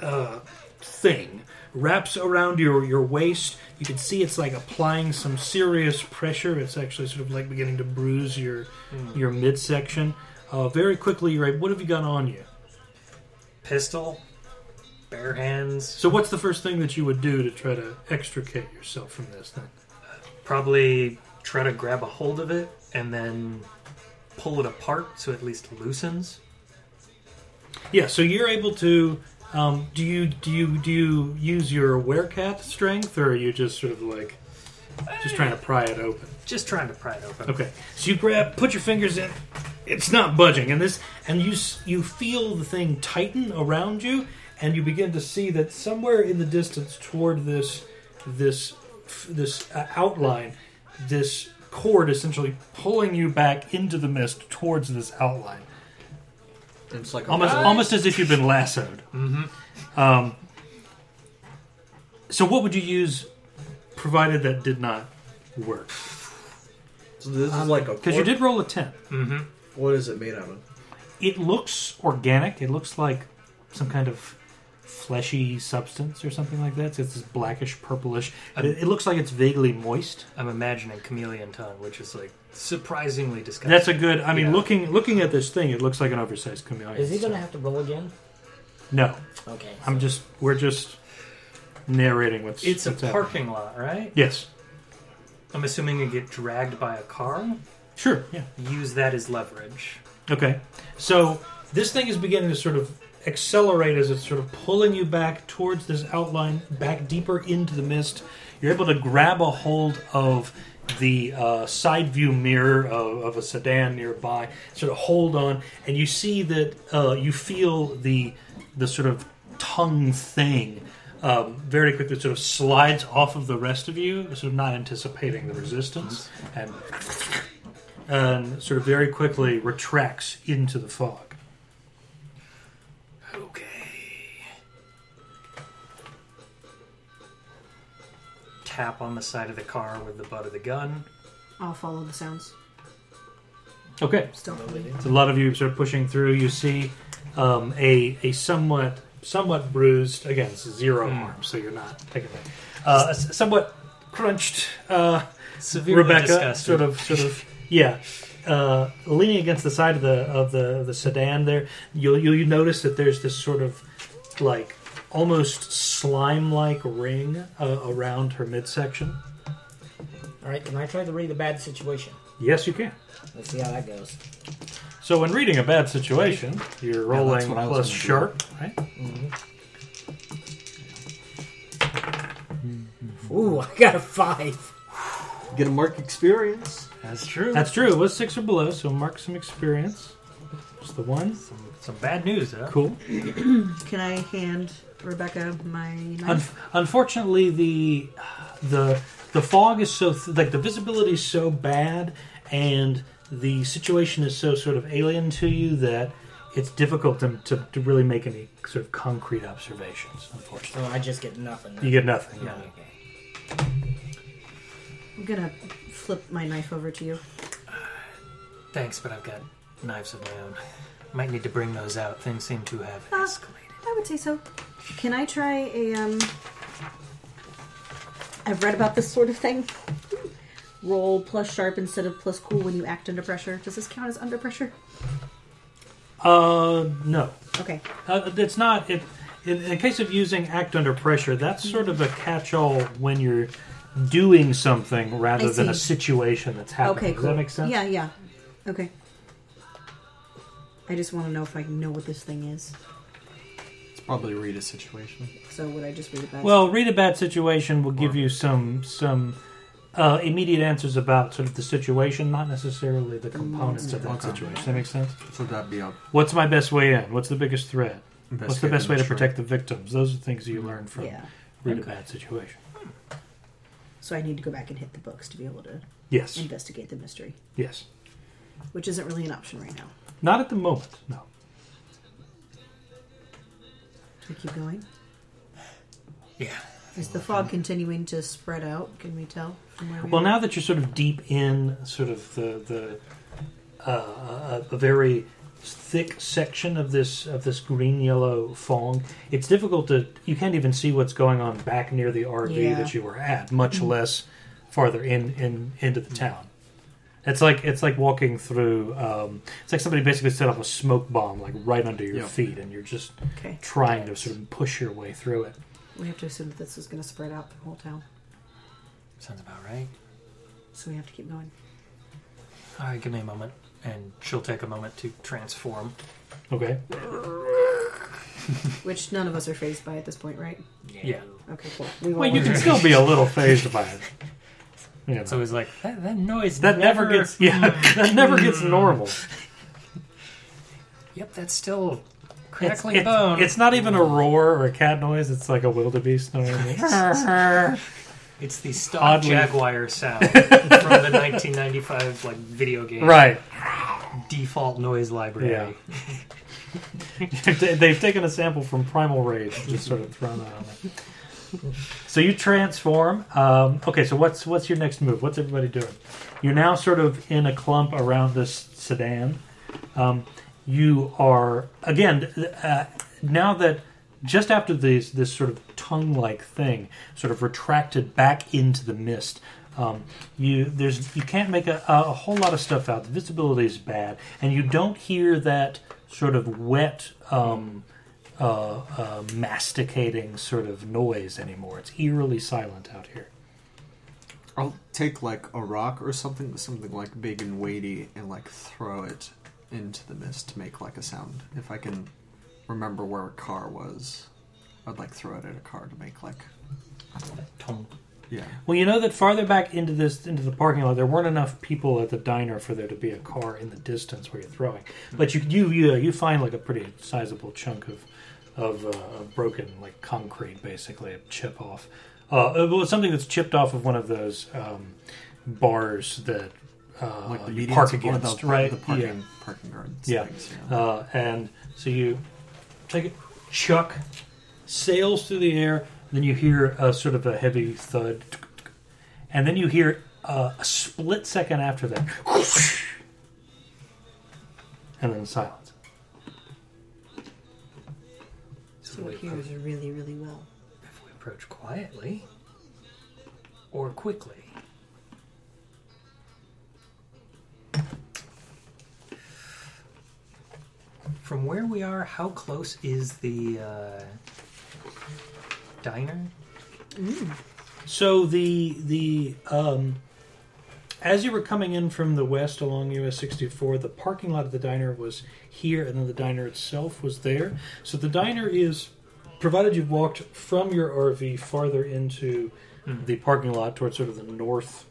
S6: uh, thing. Wraps around your, your waist. You can see it's like applying some serious pressure. It's actually sort of like beginning to bruise your your midsection. Uh, very quickly, you're able. What have you got on you?
S11: Pistol. Bare hands.
S6: So, what's the first thing that you would do to try to extricate yourself from this thing?
S11: Probably try to grab a hold of it and then pull it apart so it at least loosens.
S6: Yeah, so you're able to. Um, do you do you do you use your werecat strength, or are you just sort of like Just trying to pry it open.
S1: Just trying to pry it open.
S6: Okay. So you grab, put your fingers in. It's not budging, and this, and you s- you feel the thing tighten around you, and you begin to see that somewhere in the distance, toward this this f- this uh, outline, this cord essentially pulling you back into the mist towards this outline,
S4: It's like a
S6: almost
S4: wall.
S6: almost as if you've been lassoed. Mm-hmm. Um, so what would you use, provided that did not work?
S4: So this is like a
S6: Because you did roll a 10.
S4: Mm-hmm. What is it made out of?
S6: It looks organic. It looks like some kind of fleshy substance or something like that. So it's this blackish, purplish. It, it looks like it's vaguely moist.
S1: I'm imagining chameleon tongue, which is like surprisingly disgusting.
S6: That's a good. I mean,
S1: Yeah.
S6: looking looking at this thing, it looks like an oversized chameleon.
S5: Is he
S6: so-
S5: gonna have to roll again?
S6: No.
S5: Okay.
S6: I'm just. We're just narrating what's.
S1: It's a
S6: what's happening.
S1: parking lot, right?
S6: Yes.
S1: I'm assuming you get dragged by a car.
S6: Sure. Yeah.
S1: Use that as leverage.
S6: Okay. So this thing is beginning to sort of accelerate as it's sort of pulling you back towards this outline, back deeper into the mist. You're able to grab a hold of the uh, side view mirror of, of a sedan nearby, sort of hold on, and you see that uh, you feel the the sort of tongue thing um, very quickly sort of slides off of the rest of you, sort of not anticipating the resistance, and and sort of very quickly retracts into the fog.
S1: Tap on the side of the car with the butt of the gun.
S2: I'll follow the sounds.
S6: Okay.
S2: Stealthily.
S6: So a lot of you sort of pushing through. You see um, a a somewhat somewhat bruised again. It's zero harm, so you're not taking that. Uh, a s- somewhat crunched uh,
S1: Severely
S6: Rebecca,
S1: disgusted.
S6: sort of, sort of, yeah, uh, leaning against the side of the of the the sedan. There, you'll you'll notice that there's this sort of like almost slime like ring uh, around her midsection.
S5: All right. Can I try to read a bad situation?
S6: Yes, you can.
S5: Let's see how that goes.
S6: So when reading a bad situation, you're
S5: Yeah,
S6: rolling
S5: that's what I was gonna
S6: plus
S5: do.
S6: sharp, right?
S5: Ooh, I got a five.
S4: Get a mark experience.
S1: That's true.
S6: That's true. It was six or below, so mark some experience. Just the one. Some,
S1: some bad news, huh?
S6: Cool.
S2: Can I hand Rebecca my
S6: Unf
S2: knife?
S6: unfortunately, the the the fog is so th- like the visibility is so bad, and the situation is so sort of alien to you that it's difficult to, to, to really make any sort of concrete observations. Unfortunately,
S5: So Oh, I just get nothing.
S6: you get nothing.
S5: Yeah.
S6: Yeah.
S2: I'm gonna flip my knife over to you.
S11: Thanks, but I've got knives of my own. Might need to bring those out. Things seem to have.
S2: Uh, I would say so. Can I try a um? I've read about this sort of thing. Roll plus sharp instead of plus cool when you act under pressure. Does this count as under pressure?
S6: Uh, no.
S2: Okay.
S6: Uh, it's not. It, in, in case of using act under pressure, that's sort of a catch-all when you're doing something rather
S2: I
S6: than a
S2: see.
S6: situation that's happening.
S2: Okay,
S6: Does
S2: cool.
S6: that make sense?
S2: Yeah, yeah. Okay. I just want to know if I know what this thing is.
S4: It's probably read a situation.
S2: So would I just read about?
S6: Well, read a bad situation will give you some some uh, immediate answers about sort of the situation, not necessarily the components of that
S4: Okay.
S6: situation. Does that make sense?
S4: So that'd be a
S6: What's my best way in? What's the biggest threat? What's the
S4: Investigate
S6: best way
S4: and
S6: to
S4: destroy.
S6: protect the victims? Those are things you learn from
S2: Yeah.
S6: read a bad situation.
S2: So I need to go back and hit the books to be able to
S6: Yes.
S2: investigate the mystery,
S6: Yes.
S2: which isn't really an option right now.
S6: Not at the moment. No.
S2: Can we keep going?
S11: Yeah.
S2: Is the fog continuing to spread out? Can we tell from where we
S6: Well,
S2: are?
S6: now that you're sort of deep in sort of the the uh, a, a very thick section of this of this green yellow fog, it's difficult to you can't even see what's going on back near the RV
S2: Yeah.
S6: that you were at, much less farther in, in into the town. It's like it's like walking through. Um, it's like somebody basically set up a smoke bomb like right under your
S4: Yeah.
S6: feet, and you're just
S2: Okay.
S6: trying to sort of push your way through it.
S2: We have to assume that this is going to spread out the whole town,
S11: Sounds about right.
S2: so we have to keep going.
S11: All right, give me a moment, and she'll take a moment to transform.
S6: Okay.
S2: Which none of us are phased by at this point, right?
S11: Yeah.
S2: Okay, cool. We
S6: Well,
S2: won't
S6: you
S2: worry.
S6: can still be a little phased by it. Yeah.
S11: So it's like that, that noise
S6: That never gets- yeah, that never gets normal.
S11: yep, that's still
S6: It's,
S11: crackling
S6: it's-
S11: bone.
S6: it's not even a roar or a cat noise. It's like a wildebeest noise.
S11: It's the stock
S6: Oddly-
S11: Jaguar sound from the 1995 like video game.
S6: Right.
S11: Default noise library.
S6: They- They've taken a sample from Primal Rage, and just sort of thrown that on there. So you transform. Um, okay, so what's what's your next move? What's everybody doing? You're now sort of in a clump around this sedan. Um, you are again uh, now that just after these this sort of tongue-like thing sort of retracted back into the mist. Um, you there's you can't make a, a whole lot of stuff out. The visibility is bad, and you don't hear that sort of wet. Um, uh, uh, masticating sort of noise anymore. It's eerily silent out here.
S4: I'll take like a rock or something, something like big and weighty, and like throw it into the mist to make like a sound. If I can remember where a car was, I'd like throw it at a car to make like. Yeah.
S6: Well, you know that farther back into this into the parking lot, there weren't enough people at the diner for there to be a car in the distance where you're throwing. But you you you, you find like a pretty sizable chunk of of, uh, of broken like concrete, basically a chip off. Uh, it was something that's chipped off of one of those um, bars that uh,
S4: Like the
S6: you
S4: medians
S6: park
S4: or the-
S6: against,
S4: the
S6: right?
S4: parking-
S6: yeah.
S4: parking gardens
S6: Yeah.
S4: things,
S6: Uh, and so you take it, chuck, sails through the air. Then you hear a sort of a heavy thud, and then you hear uh, a split second after that, and then silence.
S2: So it hears really, really well.
S11: If we approach quietly or quickly. From where we are, how close is the uh, diner?
S6: So the the um, as you were coming in from the west along US 64, the parking lot of the diner was here, and then the diner itself was there. So the diner is provided you've walked from your RV farther into the parking lot towards sort of the north.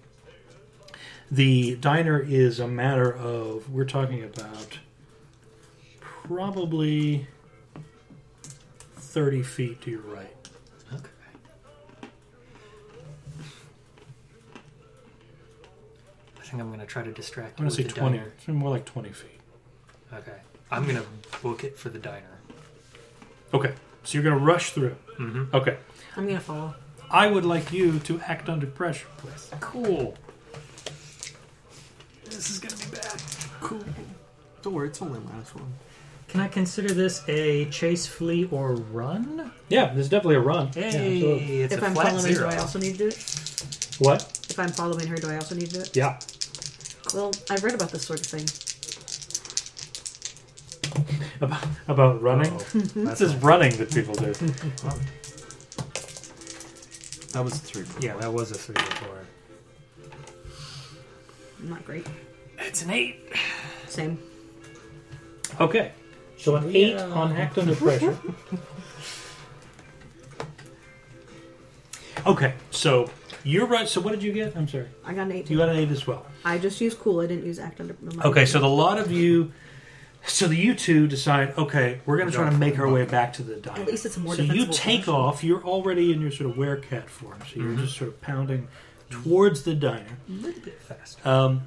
S6: The diner is a matter of we're talking about probably thirty feet to your right.
S11: Okay. I think I'm going to try to distract
S6: I'm
S11: you
S6: gonna
S11: with
S6: say
S11: the
S6: twenty.
S11: diner.
S6: It's more like twenty feet.
S11: Okay. I'm going to book it for the diner.
S6: Okay, Mm-hmm. so you're going to rush through.
S11: Mhm.
S6: Okay,
S2: I'm gonna follow.
S6: I would like you to act under pressure, please.
S11: Cool. This is going to be bad.
S4: Cool. Don't worry, it's only minus one.
S11: Can I consider this a chase, flee, or run?
S6: Yeah, there's definitely a run. Yeah,
S11: Hey,
S6: absolutely.
S11: it's
S2: if
S11: a
S2: I'm
S11: flat
S2: following,
S11: zero.
S2: do I also need to do it?
S6: what?
S2: If I'm following her, do I also need to do it?
S6: Yeah.
S2: Well, I've read about this sort of thing.
S6: About about running. this is running that people do.
S4: That was three. For
S11: Yeah, that was a three before.
S2: I'm not great.
S11: It's an eight.
S2: Same.
S6: Okay, so an eight on act under pressure. okay, so you're right. So what did you get? I'm sorry.
S2: I got an 18.
S6: You got an eight as well.
S2: I just used cool. I didn't use act under. no, my-
S6: Okay, so the lot of you, so the you two decide. Okay, we're going to try to make our way back to the diner.
S2: At least it's a more
S6: So you
S2: defensible
S6: take
S2: position. Mm-hmm.
S6: off. You're already in your sort of werecat form, so you're just sort of pounding towards the diner.
S11: A little bit faster.
S6: Um,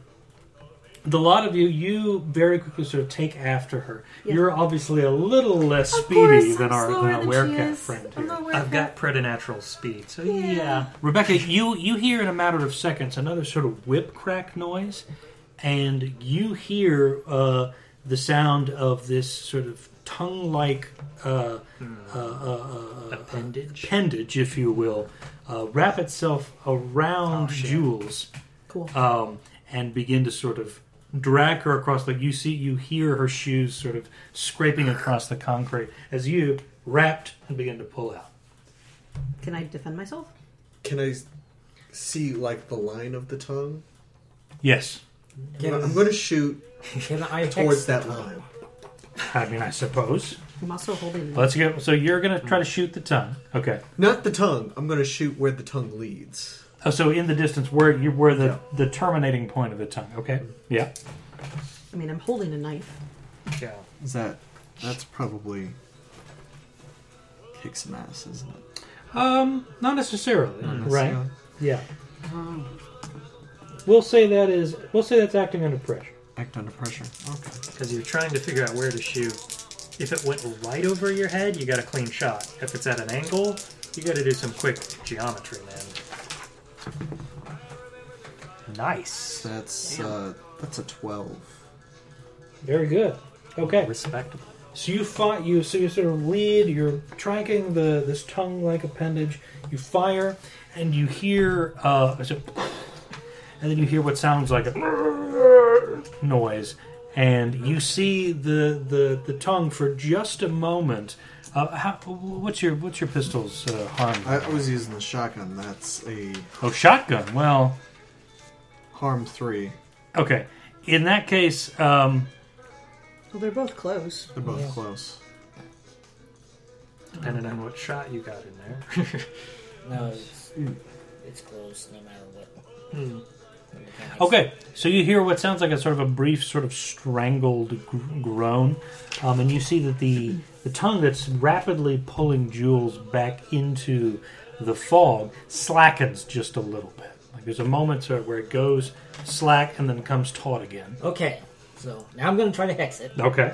S6: the lot of you, you very quickly sort of take after her.
S2: Yeah.
S6: You're obviously a little less
S2: Of
S6: speedy
S2: course, I'm
S6: than our, than
S2: slower than
S6: our
S2: she
S6: werecat
S2: is.
S6: friend
S2: I'm
S6: here.
S2: not
S11: I've
S2: werecat.
S11: got preternatural speed, so
S2: Yeah.
S11: yeah.
S6: Rebecca, you you hear in a matter of seconds another sort of whip crack noise, and you hear uh, the sound of this sort of tongue like uh, uh, uh, uh,
S11: Appendage.
S6: appendage, if you will, uh, wrap itself around
S11: Oh, shit.
S6: Jules
S2: Cool.
S6: um, and begin to sort of drag her across. Like you see, you hear her shoes sort of scraping across the concrete as you wrapped and begin to pull out.
S2: Can I defend myself?
S9: Can I s- see like the line of the tongue?
S6: Yes,
S9: I'm gonna- I'm going to shoot
S5: Can I
S9: towards
S5: hex
S9: that
S5: the
S9: line.
S6: I mean, I suppose.
S2: I'm also holding.
S6: Let's go. So you're gonna try to shoot the tongue. Okay.
S9: Not the tongue. I'm going to shoot where the tongue leads.
S6: Oh, so in the distance, where you where the the terminating point of the tongue? Okay. Yeah.
S2: I mean, I'm holding a knife.
S1: Yeah.
S4: Is that that's probably kick some ass, isn't it?
S6: Um, not necessarily.
S4: Not
S6: Right.
S4: necessarily.
S6: Yeah. We'll say that is we'll say that's acting under pressure.
S4: Act under pressure. Okay.
S1: Because you're trying to figure out where to shoot. If it went right over your head, you got a clean shot. If it's at an angle, you got to do some quick geometry, man. Nice.
S4: That's uh, that's a twelve.
S6: Very good. Okay.
S1: Respectable.
S6: So you fight you so you sort of lead, you're tracking the this tongue like appendage, you fire, and you hear uh is it- and then you hear what sounds like a noise, and you see the the, the tongue for just a moment. Uh, how, what's your what's your pistol's uh, harm?
S4: I, I was using the shotgun. That's a
S6: oh, shotgun. Well,
S4: harm three.
S6: okay. In that case, um,
S2: Well, they're both close.
S4: They're both
S5: Yeah.
S4: close.
S1: Depending on what shot you got in there.
S5: No, it's, it's close no matter what.
S11: Hmm.
S6: Okay, so you hear what sounds like a sort of a brief, sort of strangled gr- groan, um, and you see that the the tongue that's rapidly pulling Jules back into the fog slackens just a little bit. Like there's a moment sort of where it goes slack and then comes taut again.
S5: Okay, so now I'm gonna try to hex it.
S6: Okay.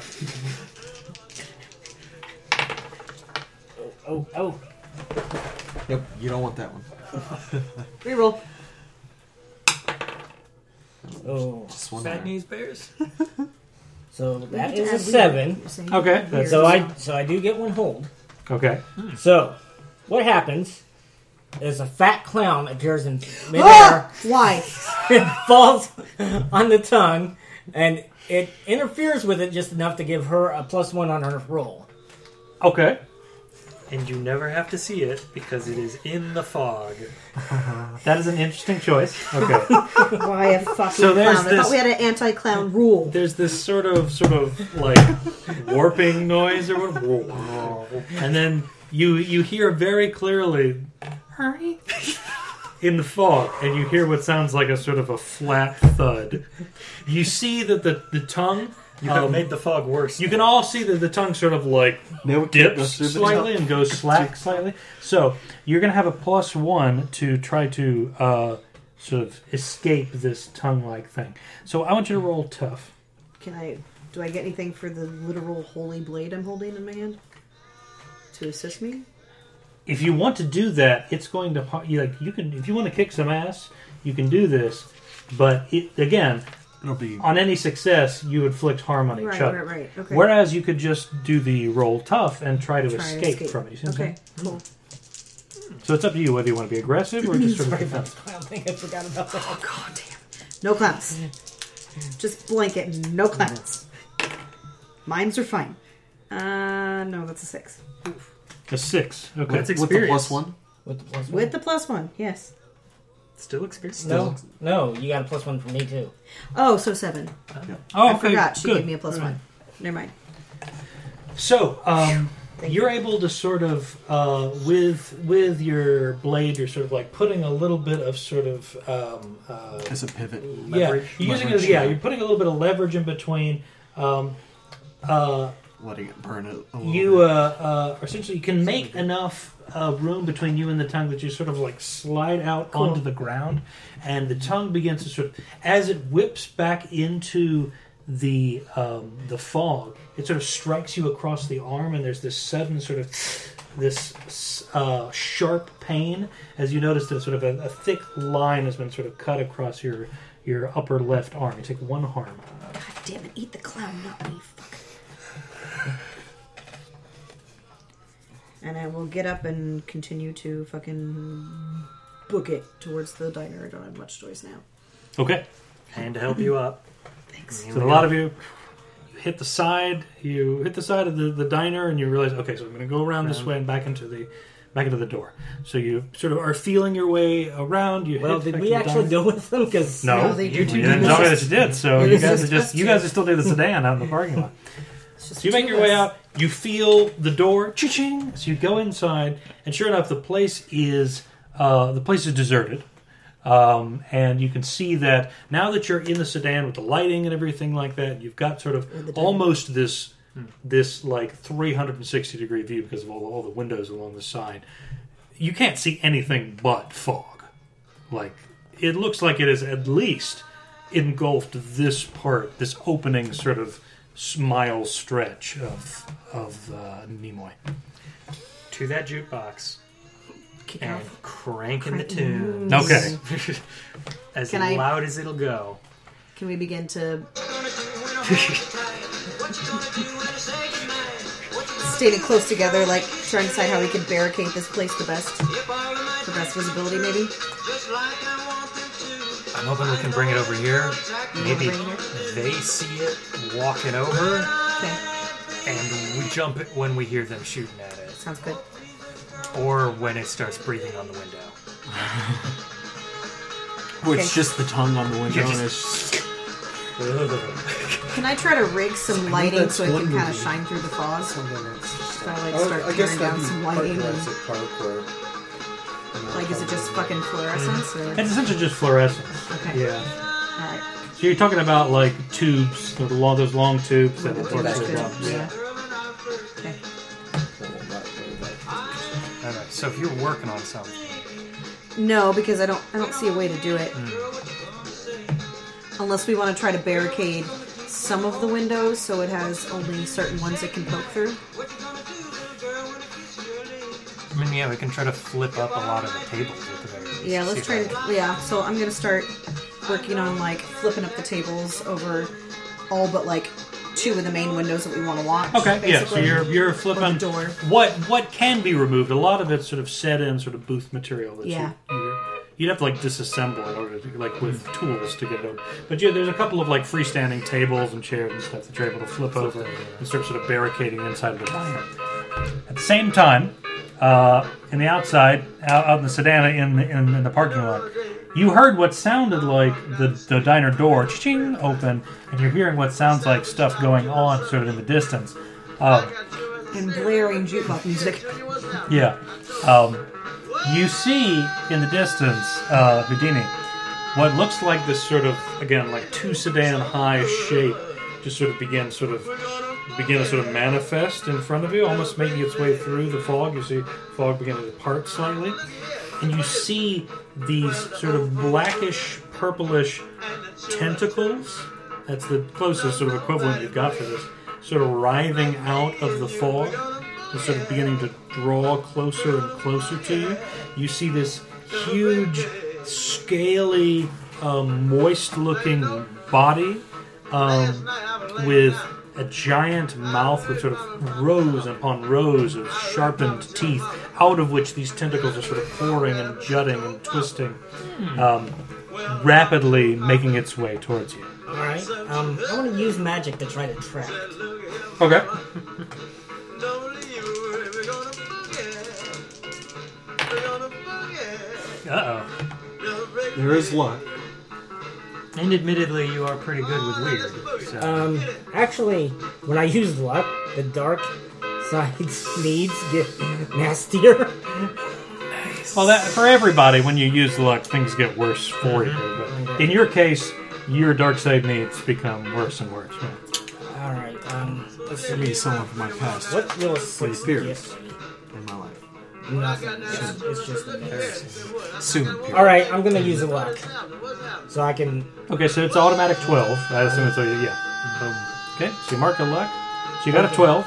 S5: Oh, oh, oh.
S4: Yep. You don't want that one.
S2: Reroll.
S5: oh.
S4: Just one.
S11: Bad
S4: there.
S11: news bears.
S5: So that
S2: need to
S5: is a
S2: add weird.
S5: seven.
S2: You're saying
S6: Okay,
S2: weird
S6: that's-
S5: So I
S2: now.
S5: so I do get one hold.
S6: Okay.
S5: So what happens is a fat clown appears in midair
S2: Ah! Why?
S5: and falls on the tongue, and it interferes with it just enough to give her a plus one on her roll.
S6: Okay.
S1: and you never have to see it because it is in the fog.
S6: That is an interesting choice. Okay.
S2: Why a fucking
S6: So there's
S2: clown? I
S6: this-
S2: thought we had an anti-clown rule.
S6: There's this sort of sort of like warping noise or what, and then you you hear very clearly
S8: Hurry.
S6: in the fog and you hear what sounds like a sort of a flat thud. You see that the, the tongue.
S1: You have
S6: um,
S1: Oh, made the fog worse.
S6: you can all see that the tongue sort of like
S4: Now it
S6: dips
S4: goes through the
S6: slightly
S4: top.
S6: and goes slack slightly. So you're going to have a plus one to try to uh, sort of escape this tongue like thing. So I want you to roll tough.
S2: Can I? Do I get anything for the literal holy blade I'm holding in my hand to assist me?
S6: If you want to do that, it's going to har- you like you can if you want to kick some ass, you can do this. But it, again,
S4: It'll be
S6: on any success, you inflict harm on each
S2: Right,
S6: other.
S2: right, right. Okay.
S6: Whereas you could just do the roll tough and try to
S2: Try and
S6: escape,
S2: escape.
S6: from it. You see what I'm
S2: Okay. Cool.
S6: saying? So it's up to you whether you want to be aggressive or just sort of
S5: Sorry about
S6: defensive.
S5: the clown thing. I forgot about that. Oh god
S2: No clowns. Just blanket. No clowns. Mimes are fine. Uh, no, that's a six.
S6: A six. Okay.
S1: That's
S4: with the
S1: experience.
S4: plus one.
S5: With the plus one.
S2: With the plus one, yes.
S1: Still experience.
S5: No, no, you got a plus one from me too.
S2: Oh, so seven.
S6: oh,
S2: I forgot. She
S6: good.
S2: gave me a plus one. Never mind.
S6: So um, you're able to sort of uh, with with your blade, you're sort of like putting a little bit of sort of um, uh,
S4: As a pivot.
S1: Leverage.
S6: yeah, you're using it
S4: Leverage,
S6: as yeah,
S4: yeah.
S6: you're putting a little bit of leverage in between. Um, uh,
S4: Letting it burn it a little
S6: you uh,
S4: bit.
S6: uh, essentially you can make enough uh, room between you and the tongue that you sort of like slide out onto the ground, and the tongue begins to sort of as it whips back into the um, the fog. It sort of strikes you across the arm, and there's this sudden sort of this uh, sharp pain as you notice that sort of a, a thick line has been sort of cut across your your upper left arm. You take one harm.
S2: God damn it! Eat the clown, not me. Fuck. And I will get up and continue to fucking book it towards the diner. I don't have much choice now.
S6: Okay.
S1: And to help you up.
S2: Thanks.
S1: Here
S6: So
S1: we
S6: a
S1: go.
S6: lot of you hit the side. You hit the side of the, the diner, and you realize, okay, so I'm going to go around this way and back into the back into the door. So you sort of are feeling your way around. You
S5: Well,
S6: hit
S5: did
S6: back
S5: we
S6: into the
S5: actually go
S6: diner.
S5: with them? Because
S6: No,
S2: No, they
S6: you
S2: didn't.
S6: two didn't tell me that you did. So
S5: It
S6: you
S5: was
S6: guys are
S5: just
S6: just you guys are still doing the sedan out in the parking lot.
S2: It's just
S6: So you make
S2: two
S6: your
S2: of
S6: way
S2: us.
S6: out. You feel the door ching. So you go inside, and sure enough, the place is uh, the place is deserted. Um, and you can see that now that you're in the sedan with the lighting and everything like that, you've got sort
S2: the
S6: of
S2: dining.
S6: almost this this like 360 degree view because of all, all the windows along the side. You can't see anything but fog. Like it looks like it is at least engulfed this part, this opening sort of smile stretch of of uh, Nimoy.
S1: to that jukebox
S2: Kick
S1: and
S2: off.
S1: cranking the
S2: Crank-
S1: tunes.
S6: Okay.
S1: as
S2: Can I-
S1: loud as it'll go.
S2: Can we begin to stated close together, like trying to decide how we could barricade this place the best, the best visibility, maybe.
S11: I'm hoping we can bring it over here. Maybe
S2: bring it
S11: they see it walking over,
S2: Okay,
S11: and we jump it when we hear them shooting at it,
S2: sounds good.
S11: or when it starts breathing on the window.
S4: Oh,
S2: Okay.
S4: it's just the tongue on the window,
S11: Yeah,
S4: and it's just,
S2: Can I try to rig some lighting
S9: that's
S2: so it
S9: one
S2: can kind of
S9: movie.
S2: shine through the fog? So
S9: Something that's just-
S2: I like
S9: Oh,
S2: start
S9: I guess
S2: tearing
S9: that'd
S2: down
S9: be
S2: some
S9: part
S2: lighting. and-
S9: Jurassic Park where- and
S2: Like, is it just fucking fluorescence? Or?
S6: It's essentially just fluorescence.
S2: Okay.
S6: Yeah.
S2: All right.
S6: So you're talking about like tubes, the long, those long tubes that are
S2: That's good.
S6: fluorescent.
S2: Yeah. Okay.
S11: All right. So if you're working on something,
S2: No, because I don't. I don't see a way to do it. Unless we want to try to barricade some of the windows so it has only certain ones it can poke through.
S11: I mean, yeah, we can try to flip up a lot of the tables at the very least.
S2: Yeah,
S11: See
S2: let's
S11: if
S2: try
S11: that-
S2: to. Yeah, so I'm gonna start working on like flipping up the tables over all but like two of the main windows that we want to watch.
S6: Okay, yeah. So
S2: basically.
S6: you're you're
S2: Or
S6: flipping
S2: the door.
S6: What what can be removed? A lot of it's sort of set in sort of booth material. That
S2: Yeah.
S6: You, you're, you'd have to like disassemble in order to like with tools to get it over. But yeah, there's a couple of like freestanding tables and chairs and stuff that you're able to flip, over and start sort of barricading inside of the diner. At the same time, uh, in the outside, out, out in the sedan, in the, in, in the parking lot, you heard what sounded like the, the diner door ching open, and you're hearing what sounds like stuff going on sort of in the distance. Um,
S2: And blaring jukebox music.
S6: yeah. Um, you see in the distance, uh, Houdini, what looks like this sort of, again, like two sedan high shape just sort of begin sort of begin to sort of manifest in front of you, almost making its way through the fog. You see fog begin to depart slightly. And you see these sort of blackish, purplish tentacles. That's the closest sort of equivalent you've got for this. Sort of writhing out of the fog and sort of beginning to draw closer and closer to you. You see this huge, scaly, um, moist looking body um, with a giant mouth with sort of rows upon rows of sharpened teeth, out of which these tentacles are sort of pouring and jutting and twisting, um, rapidly making its way towards you.
S5: Alright, um, I want to use magic to try to track. it.
S6: Okay.
S11: Uh oh.
S4: there is luck.
S11: And admittedly, you are pretty good with weird. So.
S5: Um, actually, when I use luck, the dark side needs get nastier.
S6: Well, that for everybody, when you use luck, things get worse for you. But in your case, your dark side needs become worse and worse. Right?
S5: Alright, um,
S4: That's to me someone from my past
S5: what will six
S4: From your
S5: give me?
S4: in my life.
S5: Nothing. It's just, it's just a mess.
S4: Soon. Period.
S5: Alright, I'm gonna use luck. So I can
S6: Okay, so it's automatic twelve. I assume it's like yeah. Okay, so you mark a luck. So you got a twelve.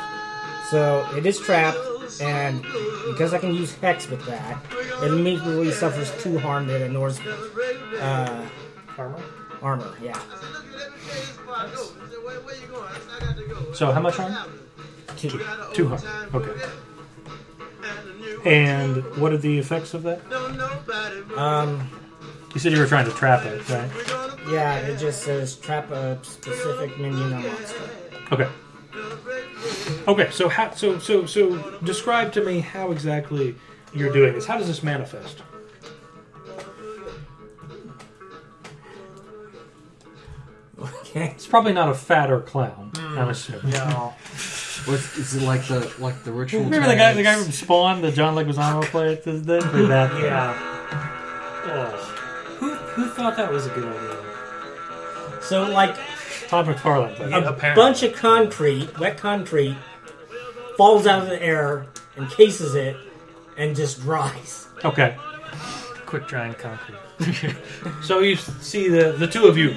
S5: So it is trapped, and because I can use hex with that, it immediately suffers two harm to the Norse uh,
S1: Armor?
S5: armor. Yeah,
S6: So how much harm?
S5: two.
S6: Two harm. Okay. And Uh, what are the effects of that?
S5: Um,
S6: You said you were trying to trap it, right?
S5: yeah, it just says trap a specific minion or monster.
S6: Okay. Okay. So how? So so so describe to me how exactly you're doing this. How does this manifest?
S5: Okay.
S6: It's probably not a fatter clown. I'm assuming.
S1: No.
S9: What's, is it like the like the ritual?
S6: Remember the guy, the guy from Spawn, the John Leguizamo player? Did that?
S1: Yeah. Oh.
S11: Who
S1: Who thought that was a good idea?
S5: So, like,
S6: Todd McFarlane.
S5: a
S6: but-
S5: bunch of concrete, wet concrete, falls out of the air, encases it, and just dries.
S6: Okay.
S11: Quick drying concrete.
S6: so you see the, the two of you,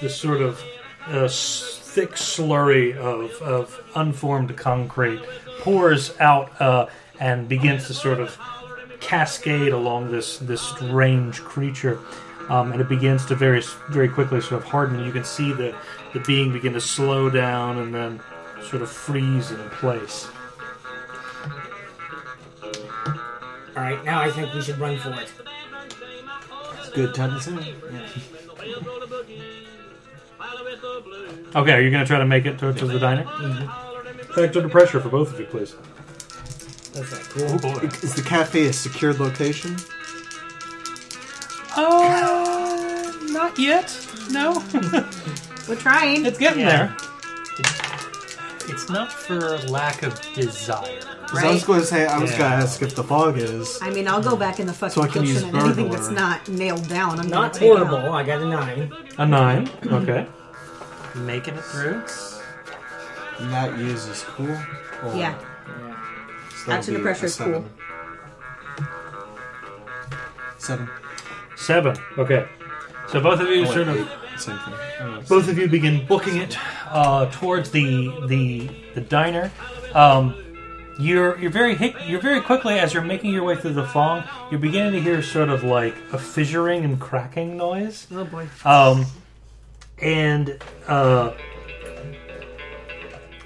S6: this sort of uh, s- thick slurry of, of unformed concrete pours out uh, and begins to sort of cascade along this, this strange creature. Um, and it begins to very s- very quickly sort of harden. You can see the, the being begin to slow down and then sort of freeze in place.
S5: All right, now I think we should run for it.
S4: Good time to sing.
S6: Okay, are you going to try to make it to, to the diner? Factor the Mm-hmm. pressure for both of you, please.
S5: That's right.
S4: Ooh, Is the cafe a secured location?
S6: Uh, not yet. No.
S2: We're trying.
S6: It's getting there.
S11: It's not for lack of desire.
S4: 'Cause I was
S2: Right.
S4: going to say, I was
S11: Yeah.
S4: going to ask if the fog is.
S2: I mean, I'll go back in the fucking
S4: So I can use
S2: kitchen and anything
S4: burglar.
S2: that's not nailed down, I'm
S5: Not
S2: gonna take
S5: horrible.
S2: Out.
S5: I got a nine.
S6: A nine. Okay.
S11: Making it through.
S4: Not used as cool. Or
S2: Yeah.
S4: So that
S2: After
S4: would
S2: the
S4: be
S2: pressure
S4: a
S2: is cool.
S4: Seven. Seven.
S6: Seven. Okay. So both of you
S4: Oh, wait,
S6: sort of
S4: eight. Same thing. Oh, it's-
S6: both of you begin booking it uh, towards the the the diner. Um, you're you're very hic- you're very quickly as you're making your way through the fog. You're beginning to hear sort of like a fissuring and cracking noise.
S2: Oh boy.
S6: Um, and uh,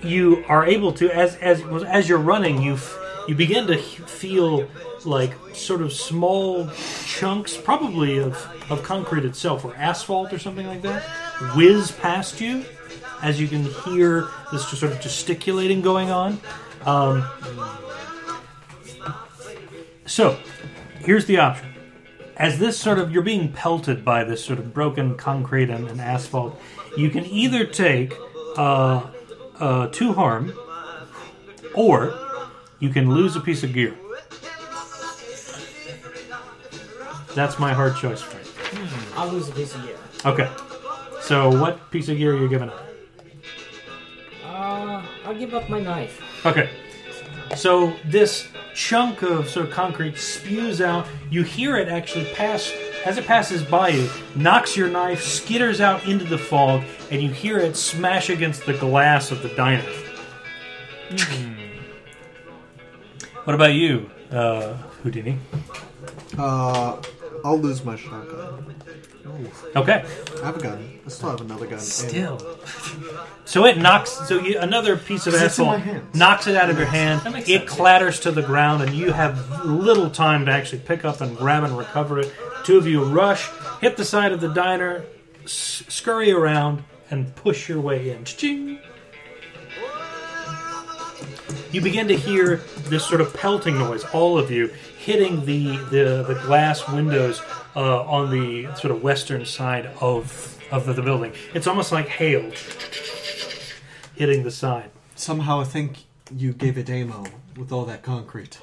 S6: you are able to as as as you're running, you f- you begin to he- feel like sort of small chunks, probably of of concrete itself or asphalt or something like that, whiz past you. As you can hear this just sort of gesticulating going on. Um, so, here's the option as this sort of you're being pelted by this sort of broken concrete and, and asphalt, you can either take uh, uh, two harm, or you can lose a piece of gear. That's my hard choice for you.
S5: I'll lose a piece of gear.
S6: Okay, so what piece of gear are you giving up?
S5: Uh, I'll give up my knife.
S6: Okay. So this chunk of sort of concrete spews out. You hear it actually pass as it passes by you, knocks your knife, skitters out into the fog, and you hear it smash against the glass of the diner. What about you, uh, Houdini?
S4: Uh, I'll lose my shotgun.
S6: Okay.
S4: I have a gun. I still have another gun. and-
S11: Still.
S6: So it knocks. So you, another piece of
S4: Because it's in
S6: asphalt
S4: my hands.
S6: knocks it out of your hand.
S11: That makes
S6: It
S11: sense.
S6: clatters to the ground, and you have little time to actually pick up and grab and recover it. Two of you rush, hit the side of the diner, s- scurry around, and push your way in. Ching. You begin to hear this sort of pelting noise. All of you hitting the the, the glass windows uh, on the sort of western side of of the, the building. It's almost like hail hitting the side.
S4: Somehow I think you gave a demo with all that concrete.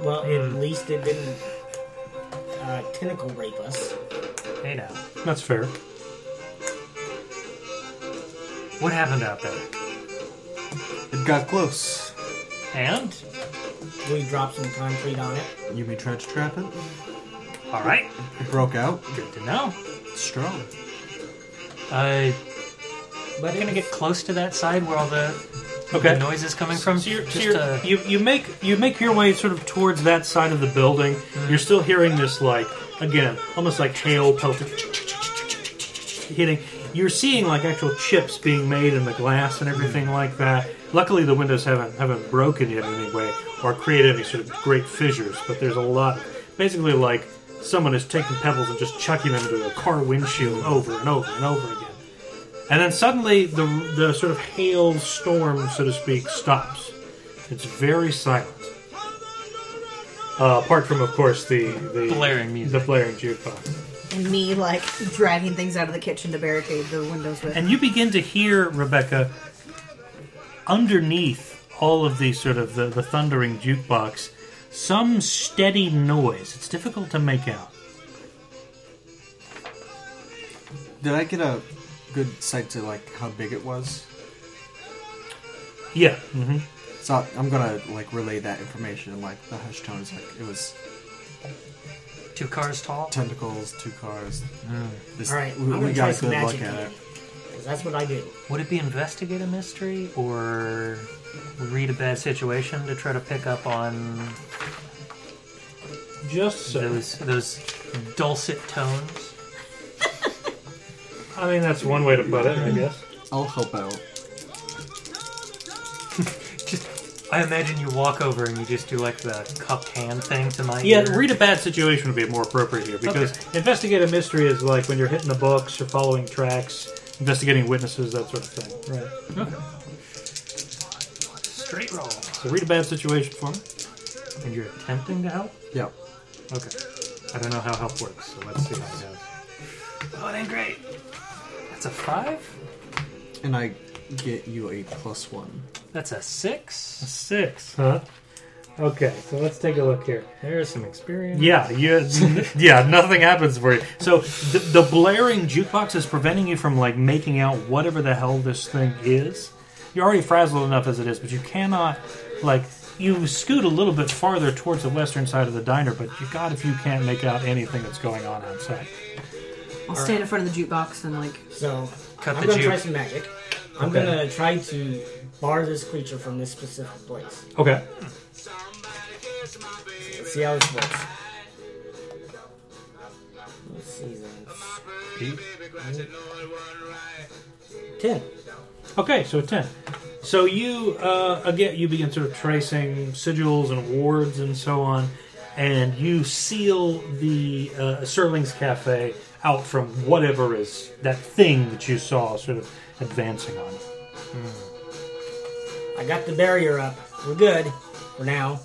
S5: Well, at least it didn't uh, tentacle rape us.
S11: Hey now.
S6: That's fair.
S11: What happened out there?
S4: It got close.
S11: And?
S5: We dropped some concrete on it.
S4: You may try to trap it.
S11: Alright.
S4: It broke out.
S11: Good to know.
S4: It's strong.
S11: Uh,
S5: But
S11: I'm
S5: it
S11: gonna get
S5: was,
S11: close to that side where all the,
S6: Okay.
S11: the noise is coming from.
S6: So you're, so
S11: Just uh,
S6: you're-
S11: to-
S6: you you make you make your way sort of towards that side of the building. You're still hearing this like again, almost like hail pelting, hitting. You're seeing like actual chips being made in the glass and everything like that. Luckily, the windows haven't haven't broken yet in any way or created any sort of great fissures. But there's a lot, basically like someone is taking pebbles and just chucking them into a car windshield over and over and over again. And then suddenly, the, the sort of hail storm, so to speak, stops. It's very silent. Uh, apart from, of course, the, the
S11: Blaring music.
S6: the blaring jukebox.
S2: And me like dragging things out of the kitchen to barricade the windows with.
S6: And you begin to hear Rebecca underneath all of the sort of the, the thundering jukebox, some steady noise. It's difficult to make out.
S4: Did I get a good sight to like how big it was?
S6: Yeah. Mm-hmm.
S4: So I'm gonna like relay that information in like the hush tones. Like it was
S11: Two cars tall.
S4: tentacles, two cars. This,
S5: All right,
S4: we,
S5: I'm
S4: we
S5: gonna
S4: got
S5: try
S4: a
S5: some
S4: good
S5: magic.
S4: look at it.
S5: Because that's what I do.
S11: Would it be investigate a mystery or read a bad situation to try to pick up on
S6: Just so.
S11: those those dulcet tones?
S6: I mean, that's one way to put it, I guess.
S4: I'll help out.
S11: Just, I imagine you walk over and you just do like the cupped hand thing to my
S6: Yeah,
S11: ear.
S6: read a bad situation would be more appropriate here because investigate a mystery is like when you're hitting the books or following tracks, investigating witnesses, that sort of thing. Right.
S11: straight roll.
S6: So read a bad situation for me.
S11: And you're attempting to help?
S4: Yeah.
S6: Okay. I don't know how help works, so let's see how it goes.
S11: Oh, it ain't great. That's a five?
S4: And I get you a plus one.
S11: That's a six?
S6: Six, huh? Okay, so let's take a look here.
S11: There's some experience.
S6: Yeah, you, yeah, nothing happens for you. So the, the blaring jukebox is preventing you from like making out whatever the hell this thing is. You're already frazzled enough as it is, but you cannot like you scoot a little bit farther towards the western side of the diner, but you god if you can't make out anything that's going on outside.
S2: I'll stand in front of the jukebox and like
S5: So
S11: Cut
S5: I'm
S11: the
S5: gonna
S11: juke.
S5: try some magic. I'm
S6: Okay.
S5: gonna try to bar this creature from this specific place.
S6: Okay.
S5: Let's see how this works. Let's see then. Ten.
S6: Okay, so a ten. So you uh, again, you begin sort of tracing sigils and wards and so on, and you seal the uh, Serling's Cafe out from whatever is that thing that you saw sort of advancing on. it.
S5: I got the barrier up. We're good for now.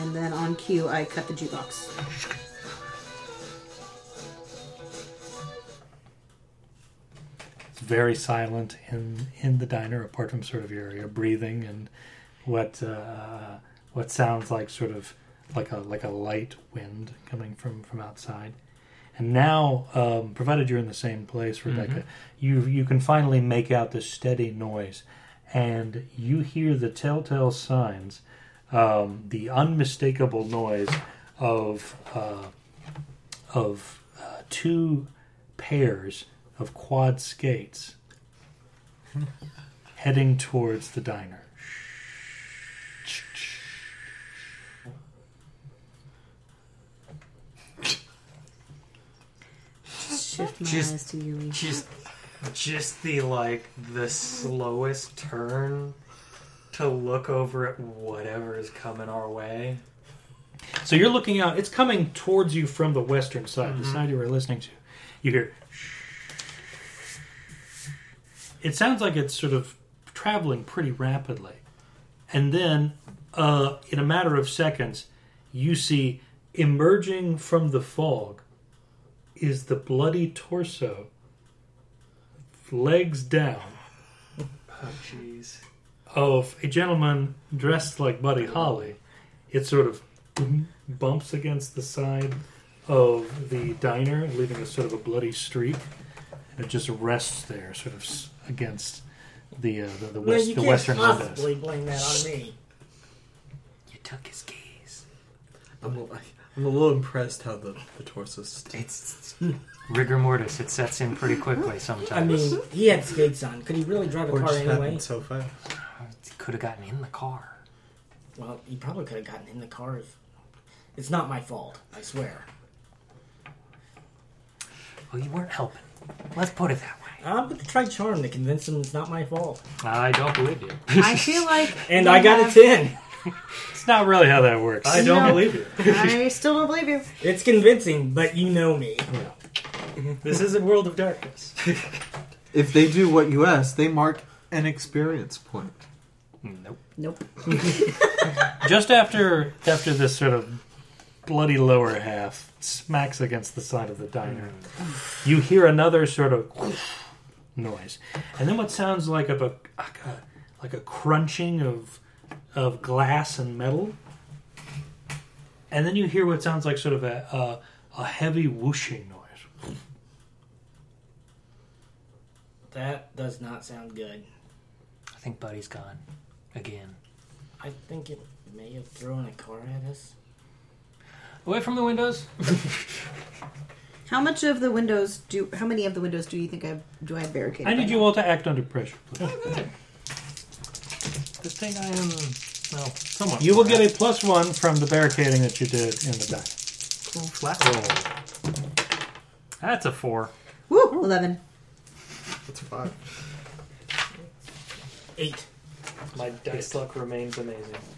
S2: and then on cue I cut the jukebox.
S6: It's very silent in in the diner, apart from sort of your, your breathing and what uh, what sounds like sort of like a like a light wind coming from from outside. And now, um, provided you're in the same place, Rebecca, you you can finally make out this steady noise, and you hear the telltale signs, um, the unmistakable noise of uh, of uh, two pairs of quad skates heading towards the diner.
S2: Shift my
S11: Just-
S2: eyes to Yui.
S11: Just, just the like the slowest turn to look over at whatever is coming our way.
S6: So you're looking out. It's coming towards you from the western side, the side you were listening to. You hear. It sounds like it's sort of traveling pretty rapidly, and then uh, in a matter of seconds, you see emerging from the fog is the bloody torso, legs down,
S11: Oh, jeez.
S6: of a gentleman dressed like Buddy Holly. It sort of boom, bumps against the side of the diner, leaving a sort of a bloody streak, and it just rests there, sort of s- against the uh, the, the,
S5: Man, you
S6: west, the
S5: can't
S6: western windows.
S5: possibly blame that on me.
S11: You took his keys.
S4: I'm, a- I'm a little impressed how the, the torso st-
S11: It's rigor mortis. It sets in pretty quickly sometimes.
S5: I mean, he had skates on. Could he really drive a
S4: or
S5: car
S4: just
S5: anyway?
S4: happened so fast.
S11: could have gotten in the car.
S5: Well, he probably could have gotten in the car. If... It's not my fault. I swear.
S11: Well, you weren't helping. Let's put it that way.
S5: I'm gonna try charm to convince him it's not my fault.
S11: I don't believe you.
S2: I feel like
S5: And
S2: we
S5: I got a
S2: have-
S5: ten.
S6: It's not really how that works.
S11: I don't
S2: No.
S11: believe you.
S2: I still don't believe you.
S5: It's convincing, but you know me.
S11: This isn't World of Darkness.
S4: If they do what you ask, they mark an experience point.
S11: nope.
S2: Nope.
S6: Just after after this sort of bloody lower half smacks against the side of the diner, you hear another sort of noise, and then what sounds like of a like a, like a crunching of of glass and metal, and then you hear what sounds like sort of a a heavy whooshing noise.
S5: That does not sound good.
S1: I think Buddy's gone. Again.
S5: I think it may have thrown a car at us.
S1: Away from the windows.
S2: How much of the windows do? How many of the windows do you think I do I have barricaded?
S6: I need
S2: by
S6: you all to act under pressure. please.
S1: Oh, This thing I am well, somewhat.
S6: You will get a plus one from the barricading that you did in the back.
S1: flat roll. That's a four.
S2: now? Woo, eleven.
S4: That's five.
S5: Eight.
S1: My dice luck remains amazing.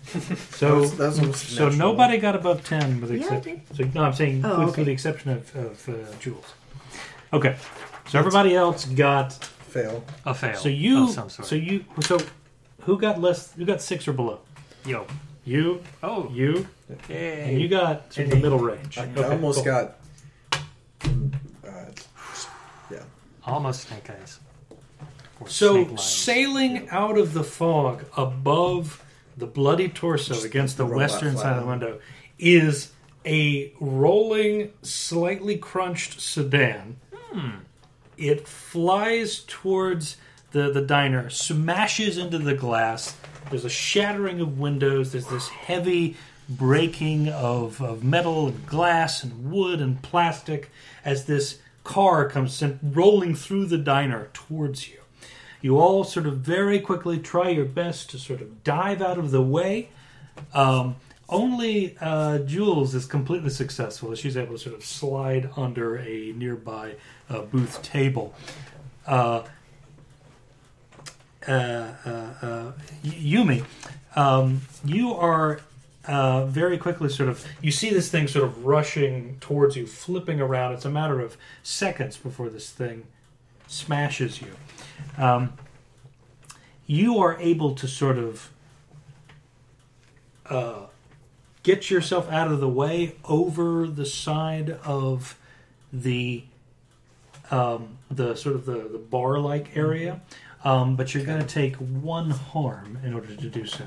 S6: So,
S4: That's- that's almost
S6: so
S4: natural.
S6: nobody got above ten with the
S2: Yeah, I
S6: exception. So no, I'm saying
S2: Oh,
S6: with,
S2: okay.
S6: with the exception of, of uh, Jules. Okay, so everybody else got.
S9: Fail.
S1: A fail.
S6: So you.
S1: of Oh, some sort.
S6: So you. So who got less? Who got six or below?
S1: yo.
S6: You,
S1: Oh.
S6: you, and you got sort of the
S1: Hey.
S6: middle range.
S9: I
S6: Okay,
S9: almost
S6: cool.
S9: got. Uh,
S1: Almost snake eyes. Or snake
S6: So
S1: lines.
S6: sailing out of the fog above the bloody torso against the
S9: roll
S6: western
S9: that
S6: side of the
S9: flag.
S6: window is a rolling, slightly crunched sedan.
S9: Hmm.
S6: It flies towards the, the diner, smashes into the glass. There's a shattering of windows. There's this heavy breaking of, of metal and glass and wood and plastic as this car comes sent rolling through the diner towards you. You all sort of very quickly try your best to sort of dive out of the way. Um, only uh, Jules is completely successful. She's able to sort of slide under a nearby uh, booth table. Uh, uh, uh, uh, Yumi, um, you are uh, very quickly sort of you see this thing sort of rushing towards you, flipping around. It's a matter of seconds before this thing smashes you. Um, you are able to sort of uh, get yourself out of the way over the side of the um, the sort of the, the bar like area, um, but you're going to take one harm in order to do so.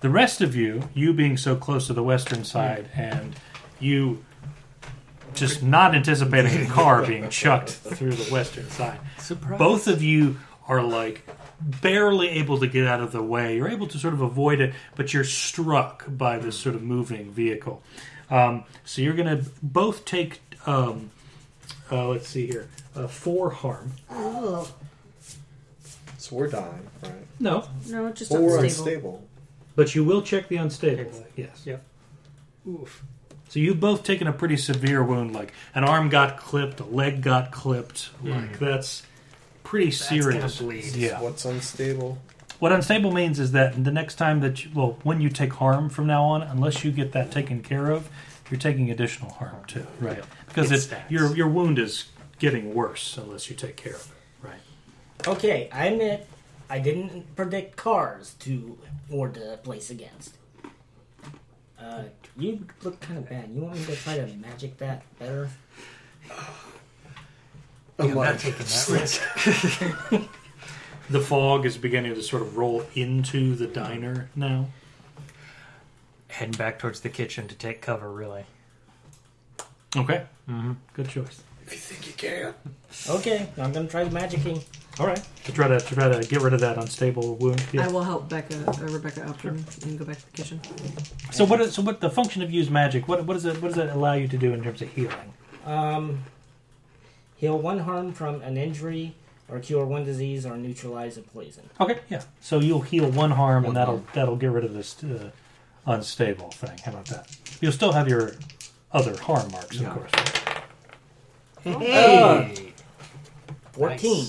S6: The rest of you, you being so close to the western side, and you just not anticipating a car being chucked through the western side,
S1: Surprise.
S6: both of you are like barely able to get out of the way. You're able to sort of avoid it, but you're struck by this sort of moving vehicle. Um, so you're going to both take, um, uh, let's see here, uh, four harm.
S2: Ugh.
S9: so we're dying, right?
S6: No,
S2: No, it's just
S9: Or we're
S2: unstable.
S9: unstable.
S6: but you will check the unstable. Yes.
S1: Yep. Oof.
S6: So you've both taken a pretty severe wound. Like an arm got clipped, a leg got clipped. Like that's pretty serious.
S1: Hmm. bleed.
S6: Yeah.
S9: What's unstable?
S6: What unstable means is that the next time that you, well, when you take harm from now on, unless you get that taken care of, you're taking additional harm too, right? Because
S1: It
S6: it's
S1: stacks.
S6: your your wound is getting worse unless you take care of it, right?
S5: Okay, I admit I didn't predict cars to ward the place against. Uh, you look kind of bad. You want me to try to magic that better?
S4: Oh,
S1: I'm not taking that risk.
S6: The fog is beginning to sort of roll into the diner now.
S1: Heading back towards the kitchen to take cover, really.
S6: Okay, mm-hmm. good choice.
S9: If you think you can.
S5: Okay, I'm gonna try the magicking.
S6: All right, to try to, to try to get rid of that unstable wound. Yeah.
S2: I will help Becca, uh, Rebecca up and, and go back to the kitchen.
S6: So what? Is, so what? The function of use magic. What? What does it? What does that allow you to do in terms of healing?
S5: Um, heal one harm from an injury, or cure one disease, or neutralize a poison.
S6: Okay, yeah. So you'll heal one harm,
S4: One
S6: and that'll
S4: harm.
S6: that'll get rid of this uh, unstable thing. How about that? You'll still have your other harm marks, of
S4: Yeah.
S6: course.
S1: Hey.
S5: Fourteen.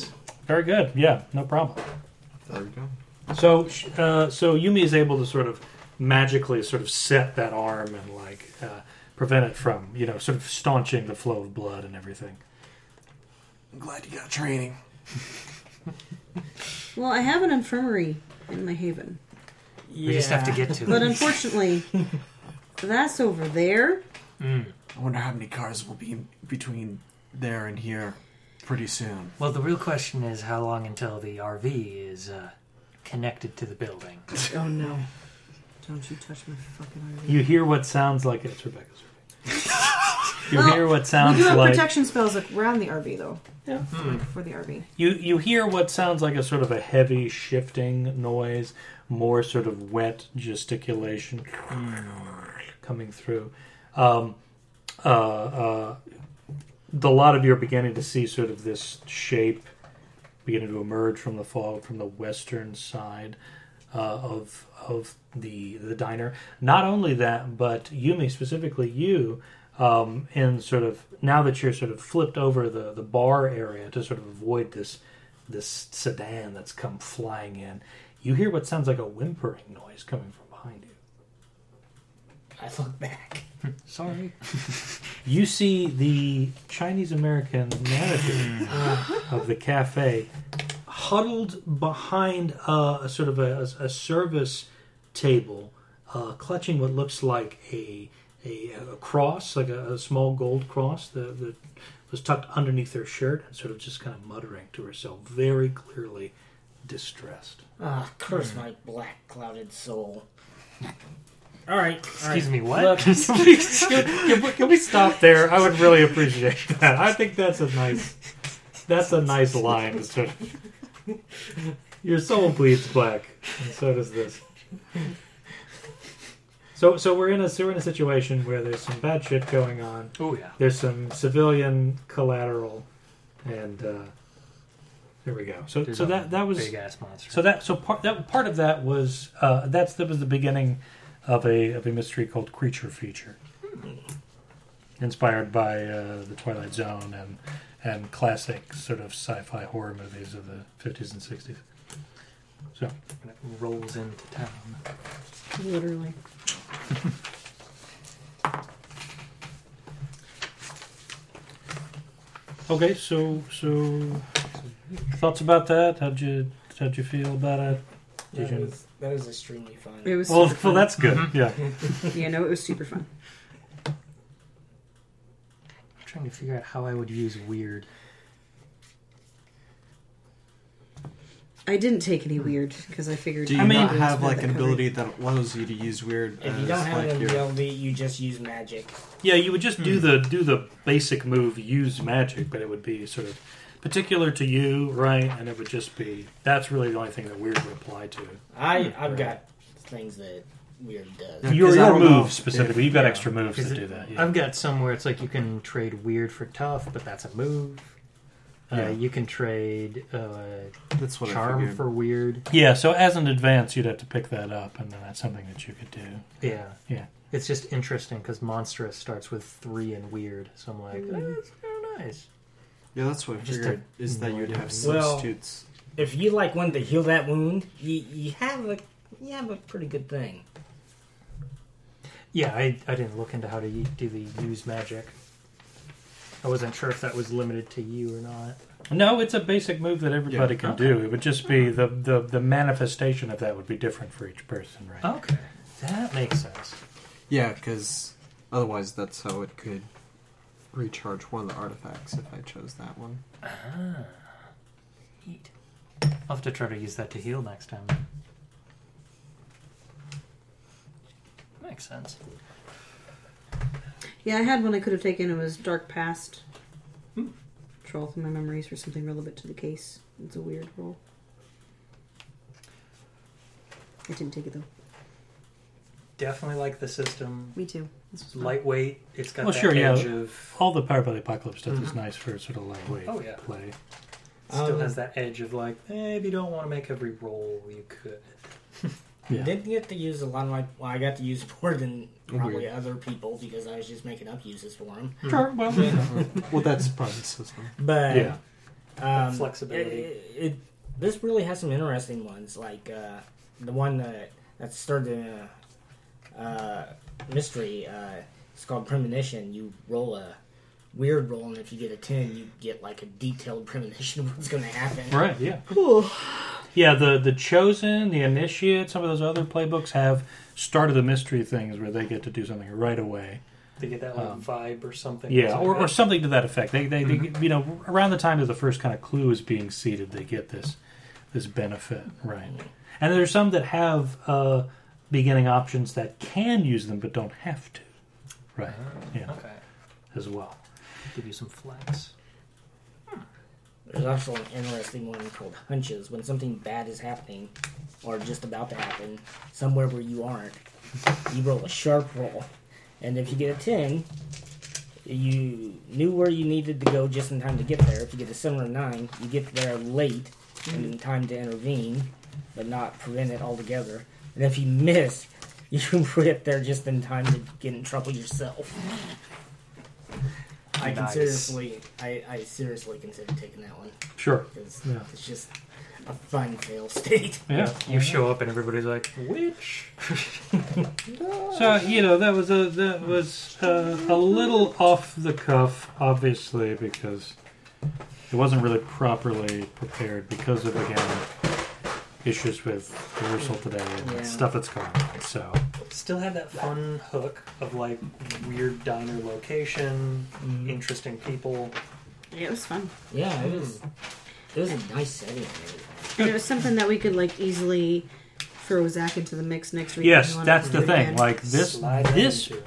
S6: Very good. Yeah, no problem.
S4: There we go.
S6: So sh- uh, so Yumi is able to sort of magically sort of set that arm and like uh, prevent it from you know sort of staunching the flow of blood and everything.
S4: I'm glad you got training.
S2: Well, I have an infirmary in my haven,
S5: Yeah.
S1: We just have to get to
S2: but
S1: it.
S2: unfortunately, that's over there.
S4: I wonder how many cars will be in between there and here pretty soon.
S1: Well, the real question is how long until the RV is uh, connected to the building.
S2: Oh no. Don't you touch my fucking RV.
S6: You hear what sounds like it's Rebecca's. RV. you
S2: Well,
S6: hear what sounds
S2: We do have
S6: like
S2: protection spells around the RV though.
S6: Yeah.
S4: Hmm.
S2: For the RV.
S6: You you hear what sounds like a sort of a heavy shifting noise, more sort of wet gesticulation coming through. Um, uh, uh, the lot of you are beginning to see sort of this shape beginning to emerge from the fog from the western side uh, of of the the diner. Not only that, but Yumi specifically, you um, in sort of now that you're sort of flipped over the the bar area to sort of avoid this this sedan that's come flying in. You hear what sounds like a whimpering noise coming from behind you.
S5: I look back.
S6: Sorry. You see the Chinese American manager of the cafe huddled behind uh, a sort of a, a service table, uh, clutching what looks like a a, a cross, like a, a small gold cross that, that was tucked underneath her shirt, and sort of just kind of muttering to herself, very clearly distressed.
S5: Ah, curse my black clouded soul. All right.
S1: Excuse me, what?
S5: Look,
S6: can, we- can we stop there? I would really appreciate that. I think that's a nice that's a nice line. to Sort of, your soul bleeds black, and so does this. So so we're in a so we're in a situation where there's some bad shit going on.
S1: Oh yeah.
S6: There's some civilian collateral, and uh, there we go. So
S1: There's
S6: so
S1: a
S6: that that was
S1: big ass monster.
S6: so that so part that part of that was uh, that's that was the beginning of a of a mystery called Creature Feature, inspired by uh, the Twilight Zone and and classic sort of sci-fi horror movies of the fifties and sixties. So
S1: And it rolls into town.
S2: Literally.
S6: okay, so so thoughts about that? How'd you how'd you feel about it? Did
S5: that,
S6: you?
S5: was, that was extremely fun.
S2: It was
S6: Well,
S2: super fun.
S6: well, that's good. Yeah.
S2: yeah, no, it was super fun.
S1: I'm trying to figure out how I would use weird.
S2: I didn't take any weird because I figured.
S4: Do you
S6: I mean-
S4: not have like an ability that allows you to use weird? uh,
S5: If you
S4: as,
S1: Uh,
S5: don't have
S4: like,
S5: an
S4: your-
S5: ability, you just use magic.
S6: Yeah, you would just do the do the basic move, use magic, but it would be sort of particular to you, right? And it would just be that's really the only thing that weird would apply to.
S5: I I've got things that weird does.
S4: Yeah,
S6: your
S4: 'cause I
S6: your
S4: don't know.
S6: moves specifically. You've got extra moves
S1: Is
S6: to
S1: it-
S6: do that. Yeah.
S1: I've got somewhere it's like you can trade weird for tough, but that's a move.
S6: Yeah.
S1: Uh, you can trade uh,
S4: That's what I
S1: charm
S4: figured.
S1: for weird.
S6: yeah, so as an advance you'd have to pick that up and then that's something that you could do.
S1: Yeah,
S6: Yeah.
S1: It's just interesting because monstrous starts with three and weird, so I'm like,
S6: Mm.
S1: eh, that's kind of nice.
S4: Yeah, that's what I
S1: Just a-
S4: figured. Is that you'd have
S5: Well-
S4: substitutes?
S5: If you like wanted to heal that wound, you you have a you have a pretty good thing.
S1: Yeah, I, I didn't look into how to y- do the use magic. I wasn't sure if that was limited to you or not.
S6: No, it's a basic move that everybody
S4: Yeah.
S6: can do. It would just be the, the, the manifestation of that would be different for each person, right?
S1: Okay, that makes sense.
S4: Yeah, because otherwise that's how it could recharge one of the artifacts if I chose that one.
S1: I'll have to try to use that to heal next time. Makes sense.
S2: Yeah, I had one I could have taken. It was Dark Past.
S6: Hmm.
S2: Troll through my memories for something relevant to the case. It's a weird roll. I didn't take it though.
S1: Definitely like the system.
S2: Me too. This was fun.
S1: Lightweight. It's got
S6: Well,
S1: that
S6: sure, yeah.
S1: edge of.
S6: All the Power by the Apocalypse stuff is nice for sort of lightweight
S1: Oh, yeah.
S6: play.
S1: Still
S5: Um,
S1: has that edge of like, eh, if you don't want to make every roll, you could.
S6: Yeah.
S5: Didn't get to use a lot of my. Well, I got to use more than probably
S4: Weird.
S5: other people because I was just making up uses for them.
S6: Sure, well,
S4: well, that's part of the system.
S5: But
S6: yeah.
S5: um,
S1: flexibility.
S5: It, it, this really has some interesting ones, like uh, the one that that started a uh, mystery. Uh, it's called premonition. You roll a weird roll, and if you get a ten, you get like a detailed premonition of what's going to happen.
S6: Right, yeah. Cool. Yeah, the the chosen, the initiate, some of those other playbooks have start of the mystery things where they get to do something right away.
S1: They get that like vibe or something.
S6: Um, Yeah, or, or something to that effect. They they,
S1: Mm-hmm.
S6: they you know around the time that the first kind of clue is being seeded, they get this this benefit, right? And there's some that have uh, beginning options that can use them but don't have to. Right. yeah.
S1: Okay.
S6: As well.
S1: Uh-huh. Give you some flex.
S5: There's also an interesting one called hunches. When something bad is happening, or just about to happen, somewhere where you aren't, you roll a sharp roll. And if you get a 10, you knew where you needed to go just in time to get there. If you get a 7 or 9, you get there late and in time to intervene, but not prevent it altogether. And if you miss, you get there just in time to get in trouble yourself. I can
S1: Nice.
S5: seriously, I, I seriously consider taking that one.
S6: Sure.
S5: Because
S6: Yeah.
S5: it's just a fun fail state.
S6: Yeah.
S1: You show up and everybody's like, which?
S6: So you know that was a that was uh, a little off the cuff, obviously, because it wasn't really properly prepared because of again issues with rehearsal today and
S5: Yeah.
S6: stuff that's going on. So
S1: Still had that fun hook of like weird diner location, interesting people.
S12: Yeah, it was fun.
S5: Yeah, it was. It was a nice setting. and everything.
S12: And It was something that we could like easily throw Zach into the mix next week. if
S6: yes,
S12: we wanted
S6: that's
S12: to
S6: the
S12: do it
S6: thing.
S12: again.
S6: Like this
S1: Slide that
S6: this
S1: into.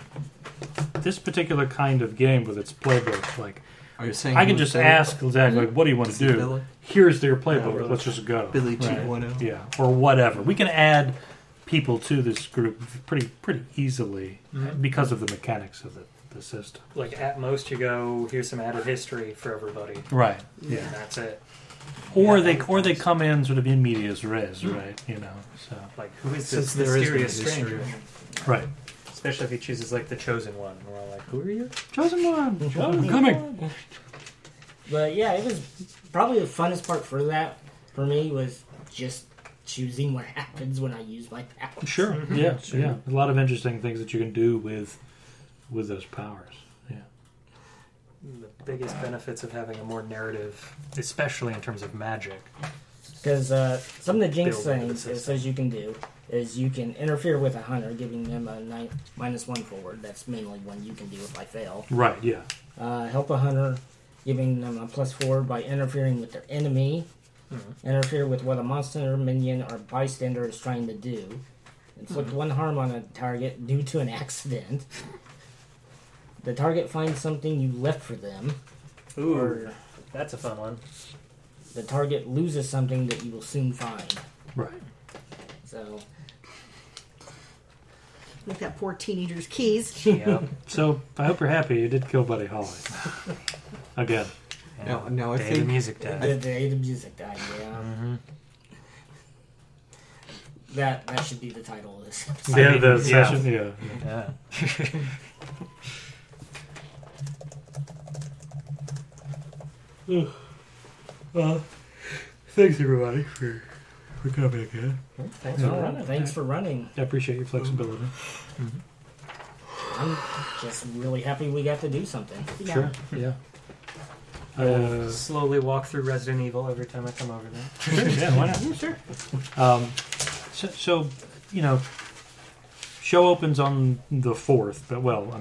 S6: this particular kind of game with its playbook, like
S4: Are you saying
S6: I can
S4: who's
S6: just
S4: there?
S6: ask Zach, like, what do you want to
S4: it
S6: do?
S4: Billy?
S6: Here's their playbook.
S4: Yeah, really.
S6: Let's just go.
S4: Billy oh? 2.0.
S6: Yeah, or whatever. We can add people to this group pretty pretty easily because of the mechanics of the, the system.
S1: Like at most, you go, here's some added history for everybody.
S6: Right. Yeah.
S1: And that's it.
S6: Or
S1: Yeah,
S6: they
S1: that
S6: or they
S1: makes
S6: come in sort of in medias res, right? You know. So
S1: Like, who is
S9: Since
S1: this
S9: there is no
S1: mysterious
S9: history.
S1: stranger?
S6: right.
S1: Especially if he chooses like the chosen one. We're all like, who are you?
S6: Chosen one. Chosen Mm-hmm. coming.
S5: But yeah, it was probably the funnest part for that for me was just choosing what happens when I use my powers.
S6: Mm-hmm. Sure. Yeah. Yeah. A lot of interesting things that you can do with with those powers. Yeah.
S1: The biggest benefits of having a more narrative, especially in terms of magic.
S5: Because uh, some of the jinx
S1: Build into the
S5: things it
S1: system.
S5: says you can do is you can interfere with a hunter, giving them a ni- minus one forward. That's mainly one you can do if I fail.
S6: Right. Yeah.
S5: Uh, help a hunter, giving them a plus four by interfering with their enemy. Interfere with what a monster, minion, or bystander is trying to do. Inflict one harm on a target due to an accident. the target finds something you left for them.
S1: Ooh, that's a fun one.
S5: The target loses something that you will soon find.
S6: Right.
S5: So,
S2: Like that poor teenager's keys.
S1: Yeah.
S6: So I hope you're happy. You did kill Buddy Holly. Again.
S4: No, no, I
S1: Day
S4: think-
S1: the music dad.
S5: the, the, the music died, yeah. That, that should be the title of this. episode.
S6: Yeah,
S1: mean,
S6: the
S1: yeah.
S6: session. Yeah.
S1: Yeah.
S6: Well, thanks everybody for for coming again.
S5: Thanks for
S6: Yeah.
S5: running. Thanks for running.
S6: I appreciate your flexibility.
S5: I'm just really happy we got to do something.
S2: Yeah.
S6: Sure. Yeah.
S1: I'll
S6: Uh,
S1: slowly walk through Resident Evil every time I come over there.
S6: sure. Yeah. Why not? Um, so, so, you know, show opens on the fourth, but well, I